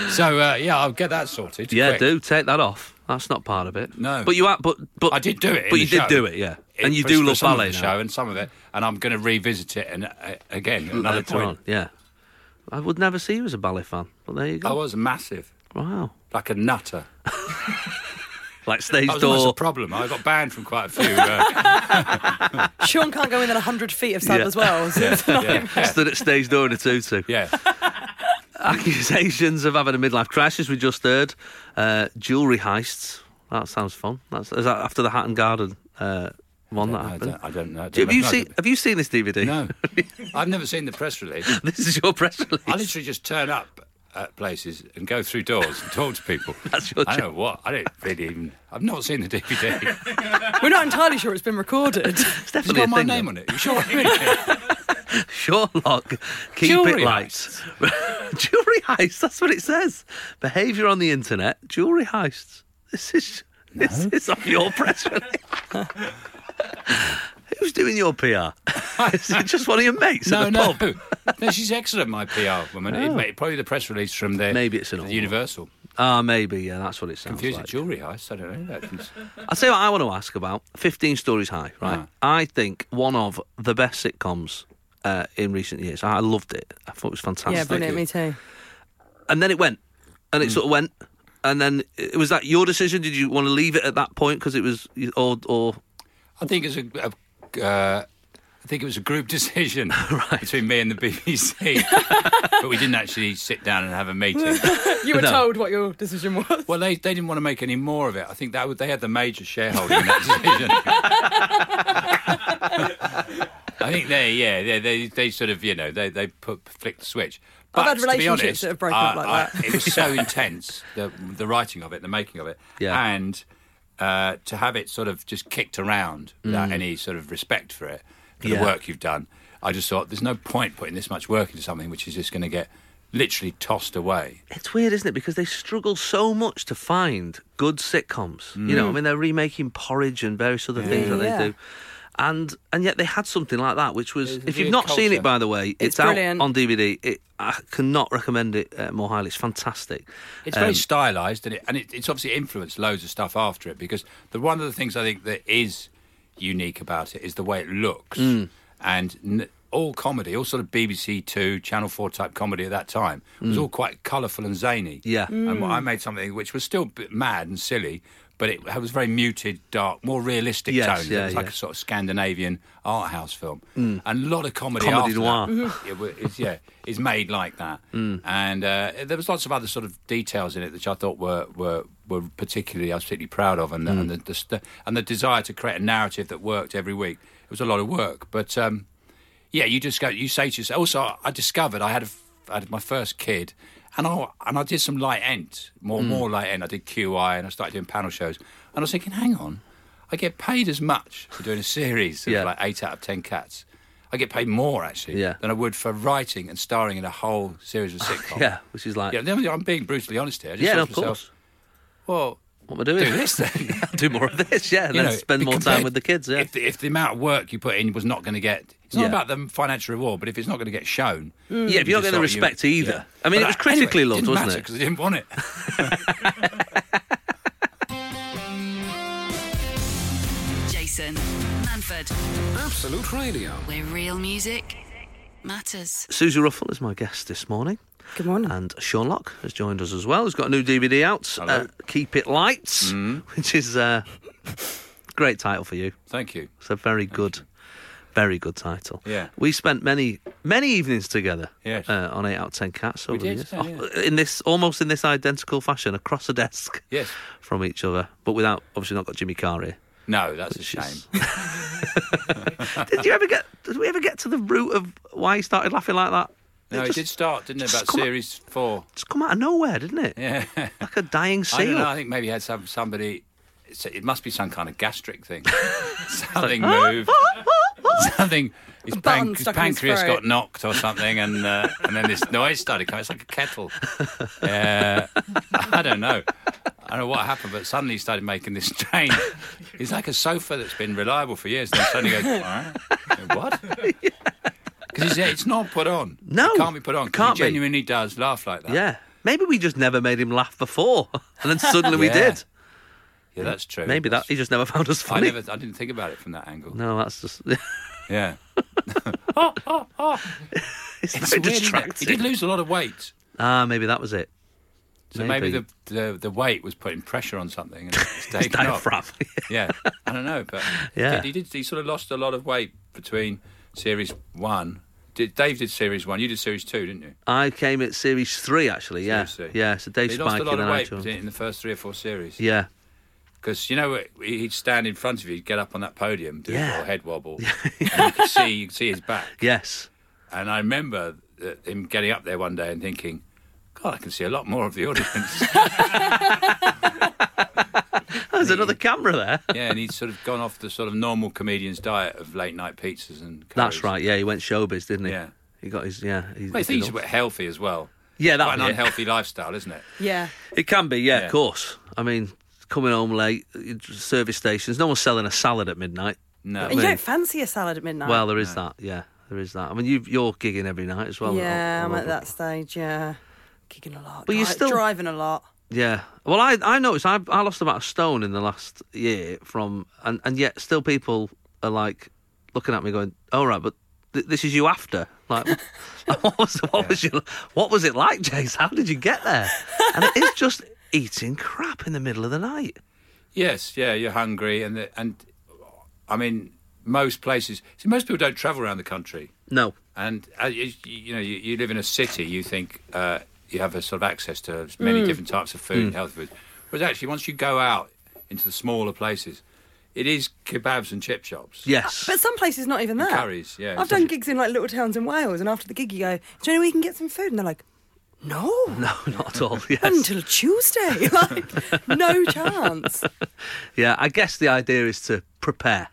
Speaker 5: so uh, yeah, I'll get that sorted.
Speaker 3: Yeah,
Speaker 5: quick.
Speaker 3: do take that off. That's not part of it.
Speaker 5: No.
Speaker 3: but you are. But but
Speaker 5: I did do it. in
Speaker 3: But
Speaker 5: the
Speaker 3: you did
Speaker 5: show.
Speaker 3: do it, yeah.
Speaker 5: It-
Speaker 3: and you
Speaker 5: for-
Speaker 3: do
Speaker 5: for
Speaker 3: love
Speaker 5: some of
Speaker 3: ballet
Speaker 5: the
Speaker 3: now.
Speaker 5: show and some of it, and I'm going to revisit it and uh, again at another
Speaker 3: Later
Speaker 5: point.
Speaker 3: on, Yeah, I would never see you as a ballet fan, but there you go.
Speaker 5: I was massive,
Speaker 3: Wow,
Speaker 5: like a nutter.
Speaker 3: like stage
Speaker 5: that was almost
Speaker 3: door.
Speaker 5: a problem. I got banned from quite a few.
Speaker 3: [laughs]
Speaker 5: Uh,
Speaker 4: Sean can't go within hundred feet of Sam
Speaker 3: Yeah.
Speaker 4: as well. So it's not
Speaker 5: yeah,
Speaker 3: [laughs]
Speaker 5: yeah.
Speaker 3: Stood at stage door in a tutu.
Speaker 5: Yeah.
Speaker 3: Accusations of having a midlife crisis. We just heard uh, jewelry heists. That sounds fun. That's is that after the Hatton Garden uh, one that
Speaker 5: I
Speaker 3: happened.
Speaker 5: don't, I don't know. I
Speaker 3: Do you- have
Speaker 5: don't
Speaker 3: you
Speaker 5: know.
Speaker 3: seen? Have you seen this DVD?
Speaker 5: No, I've never seen the press
Speaker 3: [laughs]
Speaker 5: release.
Speaker 3: this is your press release.
Speaker 5: I literally just turn up at places and go through doors and talk to people.
Speaker 3: [laughs] That's your
Speaker 5: I
Speaker 3: job.
Speaker 5: don't know what. I don't really even. I've not seen
Speaker 3: [laughs]
Speaker 5: the DVD.
Speaker 4: We're not entirely sure it's been recorded.
Speaker 3: It's
Speaker 5: It's
Speaker 3: definitely
Speaker 5: got
Speaker 3: a
Speaker 5: my
Speaker 3: thing,
Speaker 5: name
Speaker 3: though.
Speaker 5: on it. You sure? [laughs] I mean?
Speaker 3: Sherlock, keep
Speaker 5: Jewelry
Speaker 3: it light. [laughs] jewelry heists, that's what it says. Behaviour on the internet, jewelry heists. This is this is on your press release. Who's doing your PR? is it just one of your mates
Speaker 5: No,
Speaker 3: at the
Speaker 5: no.
Speaker 3: pub?
Speaker 5: No, she's excellent, my PR woman. It
Speaker 3: Oh.
Speaker 5: may- probably the press release from the
Speaker 3: Maybe it's an old one.
Speaker 5: Universal.
Speaker 3: Ah, maybe, yeah, that's what it sounds
Speaker 5: Confused
Speaker 3: like.
Speaker 5: with jewellery heist. I don't know. That is-
Speaker 3: I'll tell you what I want to ask about 15 Stories High, right?
Speaker 5: Ah.
Speaker 3: I think one of the best sitcoms uh, in recent years. I loved it. I thought it was fantastic.
Speaker 4: yeah, brilliant. Me too.
Speaker 3: and then it went, and it sort of went, and then it was that your decision. Did you want to leave it at that point because it was, or, or
Speaker 5: I think it's a. a uh, I think it was a group [laughs] decision between me and the BBC, but we didn't actually sit down and have a meeting.
Speaker 4: You were
Speaker 5: No.
Speaker 4: told [laughs] what your decision was.
Speaker 5: Well, they, they didn't want to make any more of it. I think that would, they had the major shareholder in that decision.
Speaker 4: [laughs]
Speaker 5: I think they, yeah, they, they, they sort of, you know, they, they put flicked the switch. But
Speaker 4: I've had
Speaker 5: to be
Speaker 4: relationships
Speaker 5: honest,
Speaker 4: that have broken up
Speaker 5: I-
Speaker 4: like
Speaker 5: I-
Speaker 4: that.
Speaker 5: It
Speaker 4: [laughs]
Speaker 5: was so intense, the, the writing of it, the making of it.
Speaker 3: Yeah.
Speaker 5: And uh, to have it sort of just kicked around without any sort of respect for it, for
Speaker 3: Mm. Yeah.
Speaker 5: the work you've done, I just thought there's no point putting this much work into something which is just going to get literally tossed away.
Speaker 3: it's weird, isn't it? Because they struggle so much to find good sitcoms. You know, I mean, they're remaking Porridge and various other things that they
Speaker 4: Yeah.
Speaker 3: do. And and yet they had something like that, which was
Speaker 5: There's a
Speaker 3: if you've
Speaker 5: weird
Speaker 3: not seen
Speaker 5: culture.
Speaker 3: it, by the way, it's,
Speaker 4: It's
Speaker 3: out
Speaker 4: brilliant.
Speaker 3: on DVD. It, I cannot recommend it uh, more highly. It's fantastic.
Speaker 5: It's very
Speaker 3: Um,
Speaker 5: stylised, and, it, and it, it's obviously influenced loads of stuff after it. Because the one of the things I think that is unique about it is the way it looks,
Speaker 3: Mm.
Speaker 5: and n- all comedy, all sort of BBC Two, Channel Four type comedy at that time was all quite colourful and zany.
Speaker 3: Mm. Yeah.
Speaker 5: and I made something which was still a bit mad and silly. But it was very muted, dark, more realistic
Speaker 3: Yes,
Speaker 5: tones.
Speaker 3: yeah,
Speaker 5: it was like
Speaker 3: yeah.
Speaker 5: a sort of Scandinavian art house film, and a lot of comedy.
Speaker 3: Hmm. Comedy
Speaker 5: after
Speaker 3: noir. Hmm.
Speaker 5: That it wa- it's, [laughs] yeah, it's made like that. And uh, there was lots of other sort of details in it which I thought were were, were particularly I was particularly proud of,
Speaker 3: Hmm.
Speaker 5: and the, and the, the st- and the desire to create a narrative that worked every week. It was a lot of work, but um, yeah, you just go. You say to yourself. Also, I discovered I had a f I had my first kid, and I and I did some light end, more
Speaker 3: Hmm.
Speaker 5: more light end. I did QI, and I started doing panel shows, and I was thinking, hang on. I get paid as much for doing a series of
Speaker 3: Yeah.
Speaker 5: like eight out of ten cats. I get paid more actually
Speaker 3: Yeah.
Speaker 5: than I would for writing and starring in a whole series of sitcoms.
Speaker 3: [laughs] yeah, which is like
Speaker 5: Yeah, no, I'm being brutally honest here. I just
Speaker 3: yeah,
Speaker 5: thought
Speaker 3: no,
Speaker 5: to
Speaker 3: of
Speaker 5: myself,
Speaker 3: course.
Speaker 5: Well,
Speaker 3: What am I doing?
Speaker 5: Do this then.
Speaker 3: [laughs] do more of this, yeah. And
Speaker 5: [laughs] You
Speaker 3: then
Speaker 5: know,
Speaker 3: spend more
Speaker 5: compared-
Speaker 3: time with the kids, yeah.
Speaker 5: If the, if the amount of work you put in was not going to get, it's not
Speaker 3: Yeah.
Speaker 5: about the financial reward, but if it's not going to get shown,
Speaker 3: Mm. Yeah, if you're not gonna respect either. I mean, it was critically loved, wasn't it?
Speaker 5: Because I didn't
Speaker 3: [laughs]
Speaker 5: want it.
Speaker 1: Jason Manford.
Speaker 2: Absolute Radio.
Speaker 1: Where real music matters.
Speaker 3: Susie Ruffle is my guest this morning.
Speaker 4: Good morning.
Speaker 3: And Sean Locke has joined us as well. He's got a new DVD out, uh, Keep It Lights,
Speaker 5: Mm.
Speaker 3: [laughs] which is a great title for you.
Speaker 5: Thank you.
Speaker 3: It's a very good, very good title.
Speaker 5: Yeah.
Speaker 3: We spent many, many evenings together
Speaker 5: Yes.
Speaker 3: uh, on 8 out of 10 cats over the
Speaker 5: did,
Speaker 3: years.
Speaker 5: yeah, yeah.
Speaker 3: Oh, In this, almost in this identical fashion, across a desk
Speaker 5: Yes.
Speaker 3: from each other, but without, obviously not got Jimmy Carr here.
Speaker 5: No, that's a
Speaker 3: Which
Speaker 5: shame.
Speaker 3: is- Did you ever get? Did we ever get to the root of why he started laughing like that?
Speaker 5: No, it,
Speaker 3: just,
Speaker 5: did start, didn't it?
Speaker 3: just
Speaker 5: About
Speaker 3: come up-
Speaker 5: series four.
Speaker 3: just come out of nowhere, didn't it?
Speaker 5: Yeah.
Speaker 3: Like a dying
Speaker 5: [laughs] I don't
Speaker 3: seal.
Speaker 5: know. I think maybe he had some somebody. it's- It must be some kind of
Speaker 3: [laughs]
Speaker 5: gastric thing.
Speaker 3: It's
Speaker 5: something
Speaker 3: like,
Speaker 5: moved. [laughs] something. His,
Speaker 4: button
Speaker 5: panc- his
Speaker 4: stuck in his
Speaker 5: pancreas
Speaker 4: throat.
Speaker 5: got knocked or something, and uh, and then this noise started coming. It's like a kettle. Uh, I don't know. I don't know what happened, but suddenly he started making this strange. It's like a sofa that's been reliable for years, and then suddenly goes, "All
Speaker 3: [laughs]
Speaker 5: right, what? Because it's not put on.
Speaker 3: No,
Speaker 5: it can't be put on. 'cause
Speaker 3: can't
Speaker 5: he
Speaker 3: be.
Speaker 5: genuinely does laugh like that.
Speaker 3: Yeah. Maybe we just never made him laugh before, [laughs] and then suddenly we
Speaker 5: Yeah.
Speaker 3: did.
Speaker 5: yeah, that's true.
Speaker 3: Maybe that he just never found us
Speaker 5: I
Speaker 3: funny.
Speaker 5: never, I didn't think about it from that
Speaker 3: [laughs]
Speaker 5: angle.
Speaker 3: No, that's just. [laughs]
Speaker 5: Yeah.
Speaker 3: it's
Speaker 5: It's
Speaker 3: very
Speaker 5: weird, isn't it? He
Speaker 3: distracting.
Speaker 5: did lose a lot of weight.
Speaker 3: Ah, maybe that was it.
Speaker 5: So maybe, the, the the weight was putting pressure on something
Speaker 3: [laughs]
Speaker 5: and it's
Speaker 3: His
Speaker 5: taken off.
Speaker 3: diaphragm.
Speaker 5: Yeah, I don't know,
Speaker 3: [laughs]
Speaker 5: but
Speaker 3: Yeah.
Speaker 5: he, did, he did. He sort of lost a lot of weight between series one. Did, Dave did series one. You did series two, didn't you?
Speaker 3: [laughs] I came at series three actually. Yeah,
Speaker 5: Series two.
Speaker 3: yeah. So Dave
Speaker 5: he
Speaker 3: Spike
Speaker 5: lost a lot
Speaker 3: and
Speaker 5: of
Speaker 3: I
Speaker 5: weight
Speaker 3: joined.
Speaker 5: in the first three or four series.
Speaker 3: Yeah,
Speaker 5: Because you know he- he'd stand in front of you, he'd get up on that podium,
Speaker 3: [laughs]
Speaker 5: do
Speaker 3: Yeah.
Speaker 5: a little head wobble, and you could see you could see his back.
Speaker 3: yes.
Speaker 5: And I remember uh, him getting up there one day and thinking, God, I can see a lot more of the
Speaker 3: [laughs]
Speaker 5: audience.
Speaker 3: Oh, There's another camera there.
Speaker 5: [laughs] yeah, and he'd sort of gone off the sort of normal comedian's diet of late night pizzas and. curries.
Speaker 3: That's right. Yeah, he went showbiz, didn't he?
Speaker 5: Yeah.
Speaker 3: He got his yeah. He,
Speaker 5: Well, I think he's a bit healthy as well.
Speaker 3: Yeah,
Speaker 5: Quite
Speaker 3: that
Speaker 5: an unhealthy lifestyle, isn't it?
Speaker 4: Yeah.
Speaker 3: It can be, yeah,
Speaker 5: Yeah.
Speaker 3: of course. I mean, coming home late, uh, service stations, no one's selling a salad at midnight.
Speaker 5: No.
Speaker 4: you
Speaker 3: mean-
Speaker 4: don't fancy a salad at midnight.
Speaker 3: well, there is that, yeah, there is that. I mean, you've, you're gigging every night as well.
Speaker 4: yeah,
Speaker 3: Oh,
Speaker 4: I'm
Speaker 3: oh,
Speaker 4: at
Speaker 3: oh.
Speaker 4: that stage. Yeah, kicking a lot.
Speaker 3: But you're
Speaker 4: Dri-
Speaker 3: still-
Speaker 4: driving a lot.
Speaker 3: Yeah. Well, I, I noticed I, I lost about a stone in the last year from, and, and yet still people are like looking at me going, all right, but th- this is you after. Like, [laughs] what, was, what, was you, what was it like, Jace? How did you get there? And it is
Speaker 4: [laughs]
Speaker 3: just eating crap in the middle of the night.
Speaker 5: Yes, yeah, you're hungry, and the, and I mean, most places. See, most people don't travel around the country,
Speaker 3: No.
Speaker 5: and uh, you, you know, you, you live in a city. You think uh, you have a sort of access to many
Speaker 3: Mm.
Speaker 5: different types of food, and healthy food. Whereas actually, once you go out into the smaller places, it is kebabs and chip shops.
Speaker 3: Yes.
Speaker 4: But some places not even that.
Speaker 5: curries, yeah,
Speaker 4: I've done gigs in like little towns in Wales, and after the gig, you go, "Is there any way you can get some food?" And they're like, "No,
Speaker 3: [laughs] No, not at all. Yes.
Speaker 4: until Tuesday." [laughs]
Speaker 3: [laughs]
Speaker 4: like, no chance.
Speaker 3: Yeah, I guess the idea is to prepare.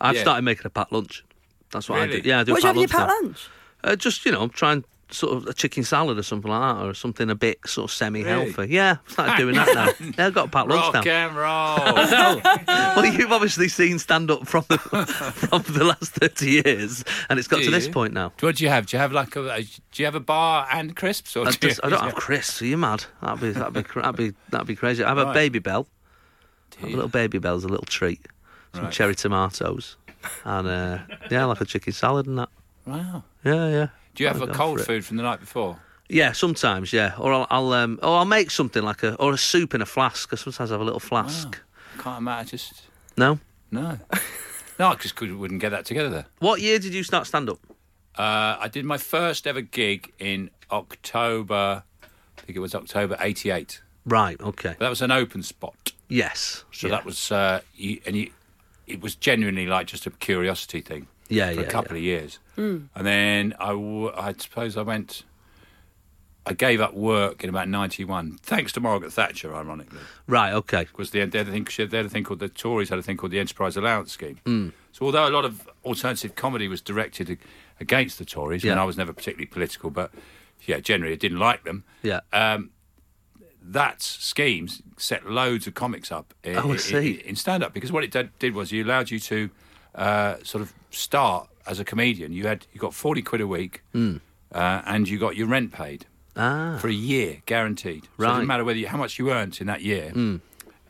Speaker 3: I've
Speaker 5: Yeah.
Speaker 3: started making a packed lunch. That's what I
Speaker 5: Really?
Speaker 3: do. Yeah, I do
Speaker 4: What
Speaker 3: a
Speaker 4: do you have in your
Speaker 3: packed
Speaker 4: packed
Speaker 3: lunch. now.
Speaker 4: lunch?
Speaker 3: Uh, just you know, try and sort of a chicken salad or something like that, or something a bit sort of semi-healthy.
Speaker 5: Really?
Speaker 3: Yeah, I've started doing that
Speaker 5: [laughs]
Speaker 3: now. Yeah, I've got a packed lunch
Speaker 5: Rock
Speaker 3: now.
Speaker 5: and roll.
Speaker 3: [laughs] Well, you've obviously seen stand up from the [laughs] from the last thirty years, and it's got
Speaker 5: Do
Speaker 3: to this
Speaker 5: you?
Speaker 3: point now.
Speaker 5: What do you have? Do you have like a? a- Do you have a bar and crisps? Or
Speaker 3: I,
Speaker 5: do you-
Speaker 3: just, I don't have crisps. Are you mad? That'd be that'd be cra- that'd be that'd be crazy. I have a
Speaker 5: Right.
Speaker 3: baby bell. I have
Speaker 5: Dear.
Speaker 3: a little baby bell as a little treat. Some
Speaker 5: Right.
Speaker 3: cherry tomatoes, and uh, yeah, like a chicken salad and that.
Speaker 5: Wow.
Speaker 3: Yeah, yeah.
Speaker 5: Do you have
Speaker 3: I'd
Speaker 5: a
Speaker 3: go
Speaker 5: cold
Speaker 3: for it.
Speaker 5: food from the night before?
Speaker 3: Yeah, sometimes, yeah. Or I'll, I'll um, or I'll make something like a or a soup in a flask. I sometimes have a little flask.
Speaker 5: Can't imagine. I Just
Speaker 3: No. [laughs]
Speaker 5: no. No, I just could, wouldn't get that together. There.
Speaker 3: What year did you start stand up?
Speaker 5: Uh, I did my first ever gig in October. I think it was October '88.
Speaker 3: Right. Okay.
Speaker 5: That was an open spot,
Speaker 3: Yes.
Speaker 5: so
Speaker 3: yeah.
Speaker 5: that was uh, you, and you, it was genuinely like just a curiosity thing.
Speaker 3: Yeah,
Speaker 5: for
Speaker 3: yeah,
Speaker 5: a couple of years, and then I, w- I suppose I went. I gave up work in about '91, thanks to Margaret Thatcher, ironically.
Speaker 3: right. Okay.
Speaker 5: because they, they, had a thing, she had- they had a thing called the Tories had a thing called the Enterprise Allowance Scheme.
Speaker 3: Hmm.
Speaker 5: Mm. So although a lot of alternative comedy was directed ag- against the Tories,
Speaker 3: Yeah.
Speaker 5: Uh, and I was never particularly political, but yeah, generally I didn't like them.
Speaker 3: Yeah.
Speaker 5: Um, that scheme set loads of comics up in,
Speaker 3: Oh, I
Speaker 5: in-
Speaker 3: see.
Speaker 5: in stand up because what it did, did was you allowed you to uh, sort of start as a comedian. You had you got forty quid a week
Speaker 3: Mm.
Speaker 5: uh, and you got your rent paid
Speaker 3: Ah.
Speaker 5: for a year, guaranteed. So it
Speaker 3: Right.
Speaker 5: didn't matter whether you, how much you earned in that year.
Speaker 3: Mm.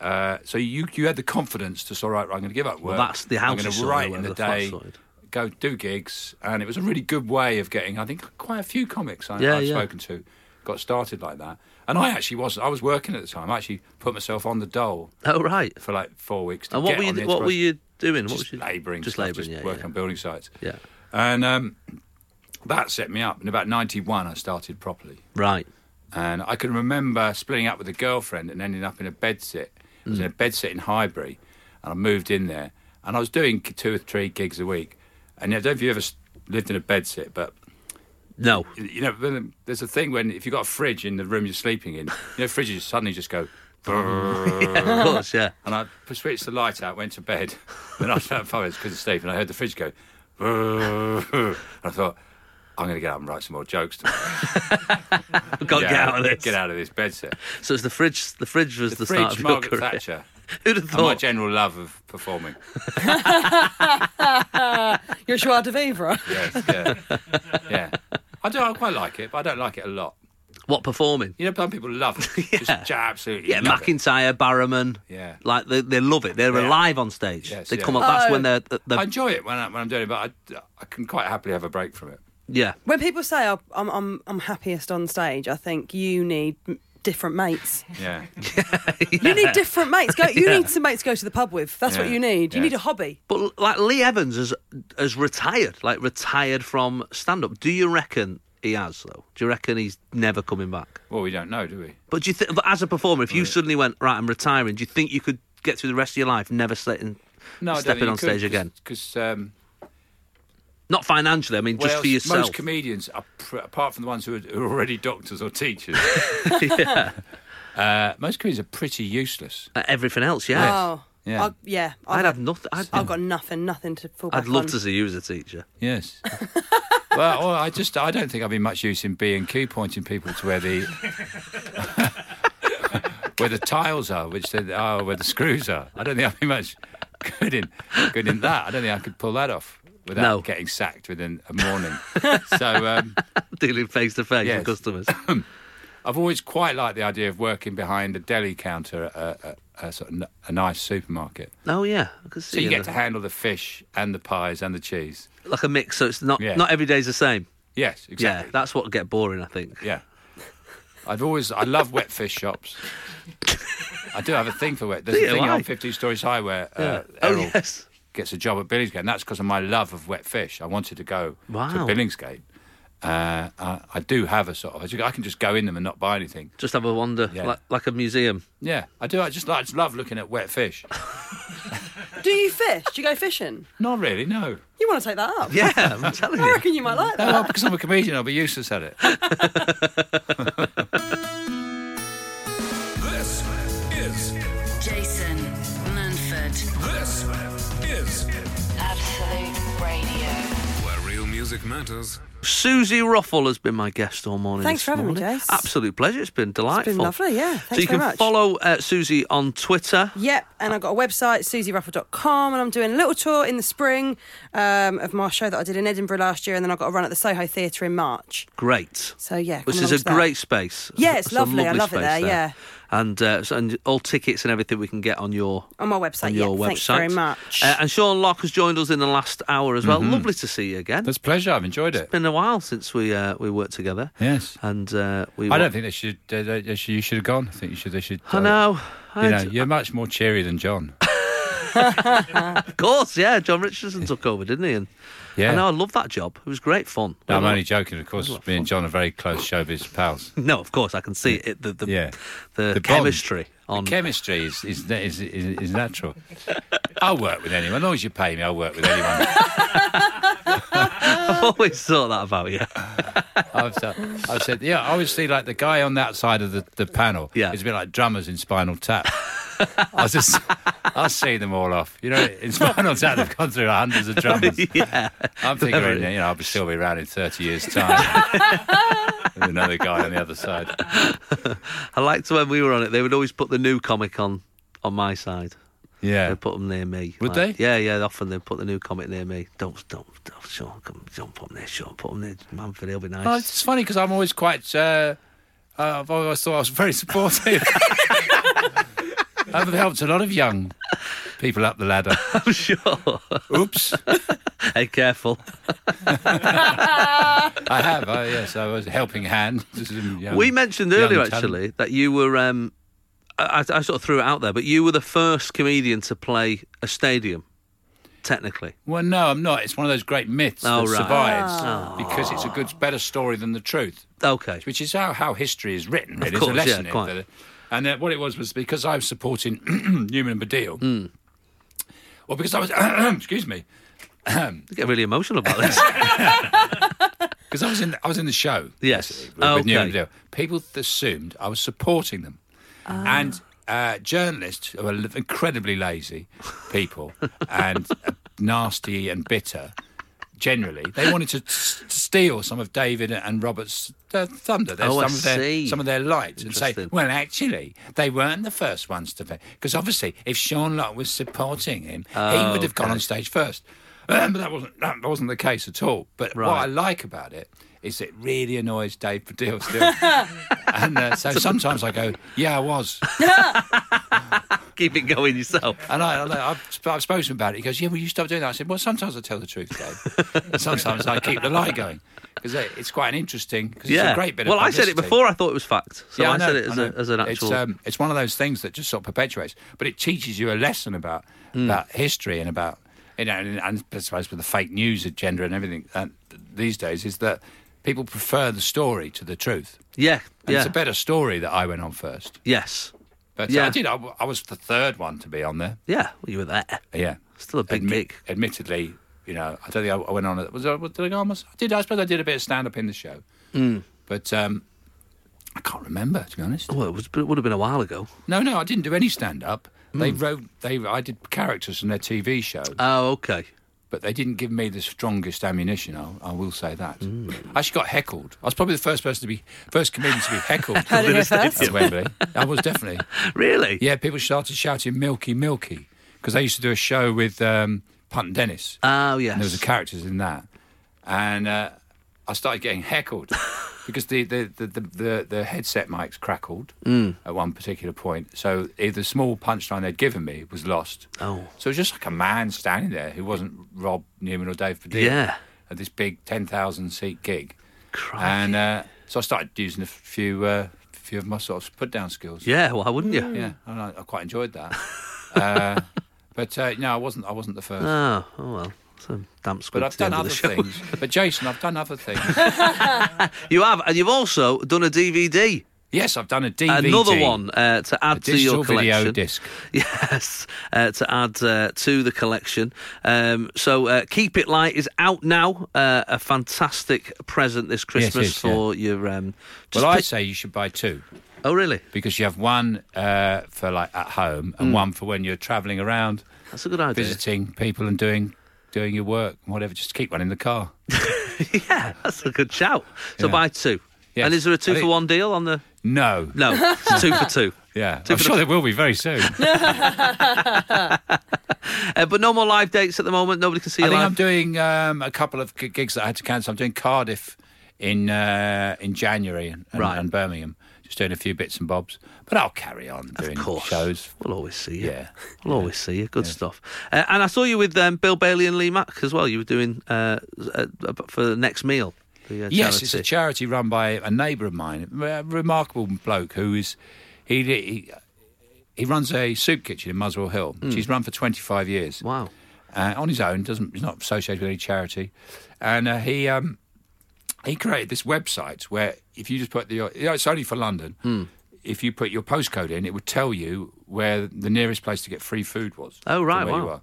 Speaker 5: Uh, so you you had the confidence to say, all right, I'm going to give up
Speaker 3: Well,
Speaker 5: work.
Speaker 3: that's the
Speaker 5: I'm
Speaker 3: house
Speaker 5: going
Speaker 3: side
Speaker 5: to
Speaker 3: or
Speaker 5: write in
Speaker 3: whatever, the
Speaker 5: the
Speaker 3: flat
Speaker 5: day,
Speaker 3: side.
Speaker 5: go do gigs, and it was a really good way of getting. I think quite a few comics I,
Speaker 3: Yeah,
Speaker 5: I've
Speaker 3: yeah.
Speaker 5: spoken to got started like that. And I actually was I was working at the time. I actually put myself on the dole.
Speaker 3: Oh right.
Speaker 5: For like four weeks. To
Speaker 3: And what
Speaker 5: get
Speaker 3: were you
Speaker 5: on the
Speaker 3: what were
Speaker 5: Enterprise.
Speaker 3: you doing? What was
Speaker 5: Just
Speaker 3: you
Speaker 5: labouring,
Speaker 3: Just
Speaker 5: stuff,
Speaker 3: labouring, yeah.
Speaker 5: just working
Speaker 3: yeah.
Speaker 5: on building sites.
Speaker 3: Yeah.
Speaker 5: And um, that set me up. In about 91, I started properly.
Speaker 3: Right.
Speaker 5: And I can remember splitting up with a girlfriend and ending up in a bedsit. I
Speaker 3: Mm.
Speaker 5: was in a bedsit in Highbury, and I moved in there. And I was doing two or three gigs a week. And I don't know if you ever s- lived in a bedsit, but [laughs]
Speaker 3: no,
Speaker 5: you know, when- there's a thing when if you've got a fridge in the room you're sleeping in, you know, fridges suddenly just
Speaker 3: [laughs]
Speaker 5: go.
Speaker 3: Yeah, of course, [laughs] yeah.
Speaker 5: And I switched the light out, went to bed. [laughs] Then after about five minutes, because of Steve, and I heard the fridge go. [laughs] and I thought, I'm going to get up and write some more jokes. Tomorrow.
Speaker 3: [laughs] Gotta get out of this.
Speaker 5: [laughs] Get out of this bed set.
Speaker 3: So it's the fridge the fridge was the,
Speaker 5: fridge,
Speaker 3: start of your
Speaker 5: Margaret
Speaker 3: career.
Speaker 5: Thatcher.
Speaker 3: [laughs] Who'd have
Speaker 5: And my
Speaker 3: thought?
Speaker 5: general love of performing.
Speaker 4: You're Joie de Vivre.
Speaker 5: Yes,
Speaker 3: [laughs]
Speaker 5: yeah. yeah. I do. I quite like it, but I don't like it a lot.
Speaker 3: What performing?
Speaker 5: You know, some people love
Speaker 3: [laughs]
Speaker 5: it. Just absolutely.
Speaker 3: Yeah,
Speaker 5: love it.
Speaker 3: McIntyre, Barrowman.
Speaker 5: Yeah.
Speaker 3: Like they, they love it. They're
Speaker 5: Yeah.
Speaker 3: alive on stage.
Speaker 5: Yes,
Speaker 3: they
Speaker 5: yeah.
Speaker 3: come up. That's
Speaker 4: Oh.
Speaker 3: when they're. they're
Speaker 5: I enjoy it when, I, when I'm doing it, but I, I can quite happily have a break from it.
Speaker 3: yeah.
Speaker 4: When people say "Oh, I'm, I'm, I'm happiest on stage, I think you need m-
Speaker 3: [laughs]
Speaker 4: different mates.
Speaker 5: Yeah.
Speaker 4: You need different mates. Go, you
Speaker 3: Yeah.
Speaker 4: need some mates to go to the pub with. That's what
Speaker 3: Yeah.
Speaker 4: you need. You need a
Speaker 3: Yes.
Speaker 4: hobby.
Speaker 3: But like Lee Evans has has retired, like retired from stand up. Do you reckon he has though? Do you reckon he's never coming back?
Speaker 5: Well, we don't know, do we?
Speaker 3: But do you think, but as a performer, if you suddenly went right, I'm retiring, do you think you could get through the rest of your life never setting,
Speaker 5: No, I
Speaker 3: stepping on
Speaker 5: don't think you
Speaker 3: stage
Speaker 5: could,
Speaker 3: again?
Speaker 5: Because um,
Speaker 3: Not financially, I mean, just
Speaker 5: well,
Speaker 3: for yourself.
Speaker 5: most comedians, are pr- apart from the ones who are, who are already doctors
Speaker 3: [laughs]
Speaker 5: or teachers,
Speaker 4: [laughs]
Speaker 3: yeah.
Speaker 5: uh, most comedians are pretty useless.
Speaker 3: At Uh, everything else, yeah.
Speaker 4: Oh,
Speaker 5: Yeah.
Speaker 4: I, yeah.
Speaker 3: I'd have nothing. I'd,
Speaker 4: I've, I've got nothing, nothing to fall back
Speaker 3: I'd love
Speaker 4: on.
Speaker 3: to see you as a teacher. [laughs]
Speaker 5: Yes. [laughs] well, well, I just I don't think I've been much use in B and Q pointing people to where the [laughs] where the tiles are, which they are where the screws are. I don't think I've been much good in good in that. I don't think I could pull that off without
Speaker 3: No.
Speaker 5: getting sacked within a morning. so um,
Speaker 3: dealing face to face with
Speaker 5: Yes. [laughs]
Speaker 3: customers.
Speaker 5: I've always quite liked the idea of working behind a deli counter at a, a, a, sort of n- a nice supermarket.
Speaker 3: oh yeah, I could see
Speaker 5: So you
Speaker 3: you
Speaker 5: get to
Speaker 3: there.
Speaker 5: handle the fish and the pies and the cheese.
Speaker 3: like a mix. So it's not
Speaker 5: Yeah.
Speaker 3: not every day's the same.
Speaker 5: Yes, exactly.
Speaker 3: Yeah, that's what would get boring. I think.
Speaker 5: Yeah. I've always I love wet fish shops. I do have a thing for wet. There's
Speaker 3: Do
Speaker 5: a
Speaker 3: you?
Speaker 5: thing
Speaker 3: Why?
Speaker 5: on 15 Stories High where uh,
Speaker 3: Yeah. Oh,
Speaker 5: Errol
Speaker 3: yes.
Speaker 5: gets a job at Billingsgate, and that's because of my love of wet fish. I wanted to go
Speaker 3: Wow.
Speaker 5: to Billingsgate. Uh, I, I do have a sort of. I ju- I can just go in them and not buy anything.
Speaker 3: Just have a wander,
Speaker 5: Yeah.
Speaker 3: like, like a museum.
Speaker 5: Yeah, I do. I just, like- I just love looking at wet fish.
Speaker 4: Do you fish? Do you go fishing?
Speaker 5: Not really, no.
Speaker 4: You want to take that up?
Speaker 3: [laughs] Yeah, I'm telling
Speaker 4: I
Speaker 3: you.
Speaker 4: reckon you might like
Speaker 5: No,
Speaker 4: that.
Speaker 3: [laughs]
Speaker 5: well, because I'm a comedian, I'll be useless at it.
Speaker 2: This is
Speaker 1: Jason Manford.
Speaker 2: this is
Speaker 1: Absolute Radio.
Speaker 2: where real music matters.
Speaker 3: Susie Ruffle has been my guest all morning.
Speaker 4: Thanks
Speaker 3: this
Speaker 4: for having me,
Speaker 3: morning.
Speaker 4: Jase.
Speaker 3: Absolute pleasure. It's been delightful.
Speaker 4: lovely, yeah.
Speaker 3: so
Speaker 4: Thanks
Speaker 3: you can
Speaker 4: very much.
Speaker 3: follow uh, Susie on Twitter.
Speaker 4: Yep, and I've got a website, susieruffle.com, and I'm doing a little tour in the spring um, of my show that I did in Edinburgh last year, and then I've got a run at the Soho Theatre in March.
Speaker 3: Great.
Speaker 4: So, yeah.
Speaker 3: Which
Speaker 4: come
Speaker 3: is
Speaker 4: along
Speaker 3: a
Speaker 4: to that.
Speaker 3: great space.
Speaker 4: Yeah, it's
Speaker 3: a
Speaker 4: lovely. I love it
Speaker 3: space
Speaker 4: there, yeah.
Speaker 3: And uh, so- and all tickets and everything we can get on your
Speaker 4: On my website,
Speaker 3: on
Speaker 4: yeah.
Speaker 3: your website.
Speaker 4: Thanks very much.
Speaker 3: Uh, and Sean Locke has joined us in the last hour as well. Lovely to see you again.
Speaker 5: Mm-hmm. That's a pleasure. I've enjoyed it.
Speaker 3: It's been a while since we uh, we worked together.
Speaker 5: Yes.
Speaker 3: And uh, we.
Speaker 5: I
Speaker 3: wa-
Speaker 5: don't think they should. Uh, they, they should you should have gone. I think you should. They should.
Speaker 3: I know.
Speaker 5: You
Speaker 3: I
Speaker 5: know,
Speaker 3: d-
Speaker 5: you're much more cheery than
Speaker 3: [laughs]
Speaker 5: John.
Speaker 3: Of course, yeah. John Richardson took over, didn't he? And
Speaker 5: Yeah.
Speaker 3: I know. I love that job. It was great fun.
Speaker 5: No, I'm
Speaker 3: Well, [laughs]
Speaker 5: only joking. Of course, me and John are very close showbiz pals.
Speaker 3: No, of course I can see it. The the,
Speaker 5: Yeah.
Speaker 3: the,
Speaker 5: The bond.
Speaker 3: chemistry on. [laughs]
Speaker 5: Chemistry is is, is, is, is natural. I'll work with anyone. As long as you pay me, I'll work with anyone.
Speaker 3: [laughs] I've always thought that about you. [laughs]
Speaker 5: I've, said, I've said, yeah, obviously, like the guy on that side of the, the panel
Speaker 3: Yeah. [laughs]
Speaker 5: is a bit like drummers in Spinal Tap. I was just, I I'll see them all off. You know, in Spinal Tap, they've gone through hundreds of drummers.
Speaker 3: [laughs] yeah.
Speaker 5: I'm
Speaker 3: Very.
Speaker 5: figuring, you know, I'll be still be around in 30
Speaker 3: [laughs]
Speaker 5: years' time. With another guy on the other side.
Speaker 3: I liked when we were on it. They would always put the new comic on on my side.
Speaker 5: Yeah.
Speaker 3: They put them near me.
Speaker 5: Would
Speaker 3: they? Yeah, yeah. Often they put the new comic near me. Don't, don't, don't, Sean, come, don't put them there. Sean, put them there. Manford, he'll be nice.
Speaker 5: Oh, it's funny because I'm always quite. Uh, uh, I've always thought I was very supportive. [laughs] I've helped a lot of young people up the ladder.
Speaker 3: [laughs] I'm sure. [laughs]
Speaker 5: Oops.
Speaker 3: hey, careful.
Speaker 5: I have. I, yes, I was a helping hand. [laughs] to some young-
Speaker 3: we mentioned
Speaker 5: Um, young
Speaker 3: earlier
Speaker 5: talent.
Speaker 3: actually that you were. Um, I, I I sort of threw it out there, but you were the first comedian to play a stadium, technically.
Speaker 5: Well, no, I'm not. It's one of those great myths
Speaker 3: Oh,
Speaker 5: that
Speaker 3: right. Ah.
Speaker 5: survives because it's a good, better story than the truth.
Speaker 3: Okay.
Speaker 5: Which is how, how history is written. Really.
Speaker 3: course,
Speaker 5: it's a lesson
Speaker 3: yeah,
Speaker 5: in
Speaker 3: quite.
Speaker 5: that- And uh, what it was was because I was supporting [clears throat] Newman and Badil.
Speaker 3: Hmm.
Speaker 5: Well, because I was, [clears throat] excuse me,
Speaker 3: You get really emotional about
Speaker 5: [laughs]
Speaker 3: this. [laughs]
Speaker 5: because I was in, I was in the show.
Speaker 3: yes.
Speaker 5: with Newman and
Speaker 3: okay.
Speaker 5: Badil. People assumed I was supporting them, and uh, journalists who are l- incredibly lazy
Speaker 3: [laughs]
Speaker 5: people and uh, nasty and bitter. Generally, they wanted to s- steal some of David and Robert's uh, thunder, their,
Speaker 3: Oh, I
Speaker 5: some of their
Speaker 3: see.
Speaker 5: some of their light, and say,
Speaker 3: Interesting.
Speaker 5: "Well, actually, they weren't the first ones to." Because obviously, if Sean Locke was supporting him, he
Speaker 3: Oh,
Speaker 5: would have gone
Speaker 3: okay.
Speaker 5: on stage first. [clears throat] Um, but that wasn't that wasn't the case at all. But what
Speaker 3: Right.
Speaker 5: I like about it is it really annoys Dave Padil still. [laughs] and uh, so sometimes I go, yeah, I was.
Speaker 3: Keep it going yourself.
Speaker 5: And I, I, I've, sp- I've spoken to him about it. He goes, yeah, well, you stop doing that. I said, well, sometimes I tell the truth, Dave. And sometimes I keep the lie going. Because it's quite an interesting, because
Speaker 3: yeah.
Speaker 5: it's a great bit
Speaker 3: well,
Speaker 5: of
Speaker 3: I said it
Speaker 5: publicity.
Speaker 3: before. I thought it was fact, so
Speaker 5: Yeah,
Speaker 3: I,
Speaker 5: know,
Speaker 3: said it as,
Speaker 5: know.
Speaker 3: a, as an
Speaker 5: It's,
Speaker 3: actual.
Speaker 5: um, it's one of those things that just sort of perpetuates, but it teaches you a lesson about
Speaker 3: Hmm.
Speaker 5: about history and about you know, and, and I suppose with the fake news agenda and everything uh, these days is that people prefer the story to the truth.
Speaker 3: yeah,
Speaker 5: And
Speaker 3: yeah,
Speaker 5: It's a better story that I went on first,
Speaker 3: yes,
Speaker 5: but
Speaker 3: Yeah.
Speaker 5: I did. I, w- I was the third one to be on there.
Speaker 3: yeah. Well, you were there.
Speaker 5: Yeah,
Speaker 3: Still a big
Speaker 5: Admi-
Speaker 3: gig.
Speaker 5: Admittedly, you know, I don't think I, I went on. it- Was I, did I go on? myself? I did. I suppose I did a bit of stand up in the show,
Speaker 3: Hmm.
Speaker 5: but um, I can't remember to be honest.
Speaker 3: Well, Oh, it was, but it would have been a while ago.
Speaker 5: No, no, I didn't do any stand up. They wrote, they I did characters in their TV show,
Speaker 3: Oh, okay.
Speaker 5: but they didn't give me the strongest ammunition. I, I will say that. I actually got heckled. I was probably the first person to be, first comedian to be heckled
Speaker 4: Heard it here first.
Speaker 5: at Wembley. I was definitely.
Speaker 3: Really?
Speaker 5: Yeah, people started shouting "Milky, Milky" because they used to do a show with um, Punt and Dennis.
Speaker 3: Oh, yes.
Speaker 5: And there was the characters in that, and uh, I started
Speaker 3: [laughs]
Speaker 5: getting heckled because the the, the, the, the the headset mics crackled
Speaker 3: Mm.
Speaker 5: at one particular point. So eh, the small punchline they'd given me was lost.
Speaker 3: Oh.
Speaker 5: so it was just like a man standing there who wasn't Rob Newman or Dave Padilla
Speaker 3: Yeah.
Speaker 5: at this big ten thousand seat gig,
Speaker 3: Crikey.
Speaker 5: and uh, so I started using a few uh, few of my sort of put down skills.
Speaker 3: yeah. Why wouldn't you?
Speaker 5: Yeah, and I, I quite
Speaker 3: [laughs]
Speaker 5: enjoyed that. uh, but uh, no, I wasn't. I wasn't the first.
Speaker 3: Oh, oh well. It's a damp squib
Speaker 5: but I've
Speaker 3: to the
Speaker 5: done
Speaker 3: end of
Speaker 5: other
Speaker 3: the show.
Speaker 5: things. But Jason, I've done other things.
Speaker 3: [laughs] You have, and you've also done a DVD.
Speaker 5: yes, I've done a DVD.
Speaker 3: Another one uh, to add
Speaker 5: A
Speaker 3: to your
Speaker 5: digital
Speaker 3: collection.
Speaker 5: video disc.
Speaker 3: [laughs] Yes, uh, to add uh, to the collection. Um, so, uh, Keep It Light is out now. Uh, a fantastic present this
Speaker 5: Yes, it is,
Speaker 3: Christmas for your. Um,
Speaker 5: Well,
Speaker 3: just
Speaker 5: I
Speaker 3: pick-
Speaker 5: say you should buy two
Speaker 3: Oh, really?
Speaker 5: because you have one uh, for like at home
Speaker 3: Hmm.
Speaker 5: and one for when you're travelling around,
Speaker 3: That's a good idea.
Speaker 5: visiting people and doing doing your work and whatever. Just keep one in the car.
Speaker 3: [laughs] yeah, that's a good shout. So,
Speaker 5: Yeah.
Speaker 3: buy two.
Speaker 5: Yes.
Speaker 3: And is there a two
Speaker 5: I
Speaker 3: for
Speaker 5: think-
Speaker 3: one deal on the?
Speaker 5: No.
Speaker 3: No, it's two for
Speaker 5: [laughs]
Speaker 3: two.
Speaker 5: Yeah,
Speaker 3: Two
Speaker 5: I'm
Speaker 3: for
Speaker 5: sure
Speaker 3: the-
Speaker 5: there will be very
Speaker 3: [laughs]
Speaker 5: soon.
Speaker 3: Uh, but no more live dates at the moment. Nobody can see
Speaker 5: I
Speaker 3: you
Speaker 5: think I'm
Speaker 3: live.
Speaker 5: doing um, a couple of g- gigs that I had to cancel. I'm doing Cardiff in uh, in January and, and,
Speaker 3: Right.
Speaker 5: and Birmingham. Just doing a few bits and bobs, but I'll carry on doing
Speaker 3: Of course.
Speaker 5: shows.
Speaker 3: We'll always see you.
Speaker 5: Yeah.
Speaker 3: We'll always see you. Good stuff. Uh, and I saw you with um, Bill Bailey and Lee Mack as well. You were doing uh, uh, for the next meal. The, uh,
Speaker 5: Yes, it's a
Speaker 3: charity.
Speaker 5: charity run by a neighbour of mine, a remarkable bloke who is he he, he runs a soup kitchen in Muswell Hill. She's run for 25 years.
Speaker 3: Wow.
Speaker 5: uh, on his own. Doesn't he's not associated with any charity, and uh, he um, he created this website where if you just put the you know, it's only for London. If you put your postcode in, it would tell you where the nearest place to get free food was.
Speaker 3: Oh,
Speaker 5: to
Speaker 3: right,
Speaker 5: where you
Speaker 3: wow.
Speaker 5: are.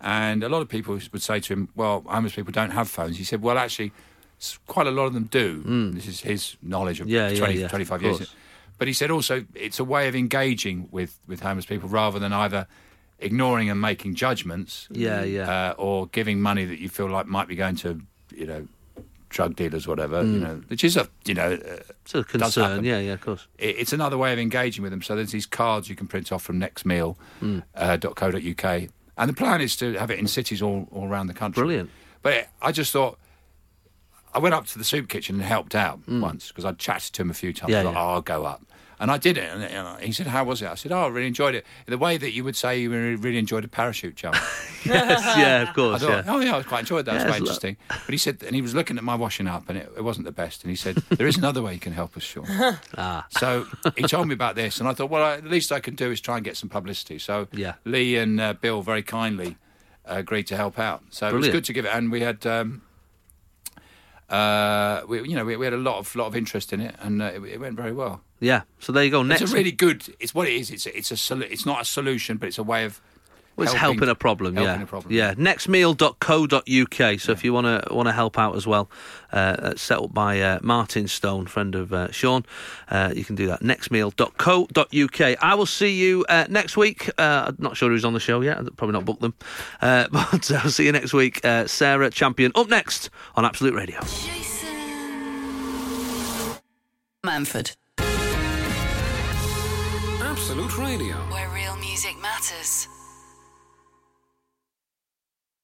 Speaker 5: And a lot of people would say to him, "Well, homeless people don't have phones." He said, "Well, actually, s- quite a lot of them do." This is his knowledge of
Speaker 3: Mm. Yeah, yeah,
Speaker 5: 20,
Speaker 3: yeah, of
Speaker 5: 25 years.
Speaker 3: course.
Speaker 5: But he said also it's a way of engaging with, with homeless people rather than either ignoring and making judgments.
Speaker 3: Yeah, yeah.
Speaker 5: Uh, or giving money that you feel like might be going to, you know, drug dealers, whatever. You
Speaker 3: Mm.
Speaker 5: know, which is a, you know, uh,
Speaker 3: It's a
Speaker 5: does happen.
Speaker 3: concern. Yeah, yeah, of course.
Speaker 5: It- It's another way of engaging with them. So there's these cards you can print off from Next Meal
Speaker 3: Hmm.
Speaker 5: Mm. uh, .co.uk. And the plan is to have it in cities all, all around the country. Brilliant. But it, I just thought, I went up to the soup kitchen and helped out once because I'd chatted to him a few
Speaker 3: Hmm.
Speaker 5: times.
Speaker 3: Yeah,
Speaker 5: I was like,
Speaker 3: yeah.
Speaker 5: "Oh, I'll go up. And I did it. And, and I- he said, How was it? I said, Oh, I really enjoyed it. In the way that you would say you really, really enjoyed a parachute jump.
Speaker 3: Yes, yeah,
Speaker 5: [laughs]
Speaker 3: of course,
Speaker 5: I thought,
Speaker 3: yeah.
Speaker 5: Oh, yeah, I quite enjoyed that.
Speaker 3: Yeah,
Speaker 5: it was quite
Speaker 3: it's lo-
Speaker 5: interesting. But he said, and he was looking at my washing up and it, it wasn't the best. And he said, There is another way you can help us, Sean.
Speaker 3: [laughs] Ah.
Speaker 5: So he told me about this, and I thought, well, I, the least I can do is try and get some publicity. So
Speaker 3: Yeah.
Speaker 5: Lee and uh, Bill very kindly uh, agreed to help out. So it was
Speaker 3: Brilliant.
Speaker 5: good to give it, and we had. Um, uh, we, you know, we, we had a lot of lot of interest in it, and uh, it, it went very well.
Speaker 3: Yeah. So there you go. Next.
Speaker 5: it's a really good. It's what it is. It's a, it's a solu- it's not a solution, but it's a way of.
Speaker 3: Well, it's helping, a problem,
Speaker 5: helping
Speaker 3: yeah.
Speaker 5: a problem.
Speaker 3: Yeah, nextmeal.co.uk. So if you want to want to help out as well, uh, that's set up by uh, Martin Stone, friend of uh, Sean, uh, you can do that. Nextmeal.co.uk. I will see you uh, next week. Uh, I'm not sure who's on the show yet. I've probably not booked them, uh, [laughs] but I'll see you next week. Uh, Sarah Champion up next on Absolute Radio.
Speaker 1: Manford.
Speaker 2: Absolute Radio.
Speaker 1: Where real music matters.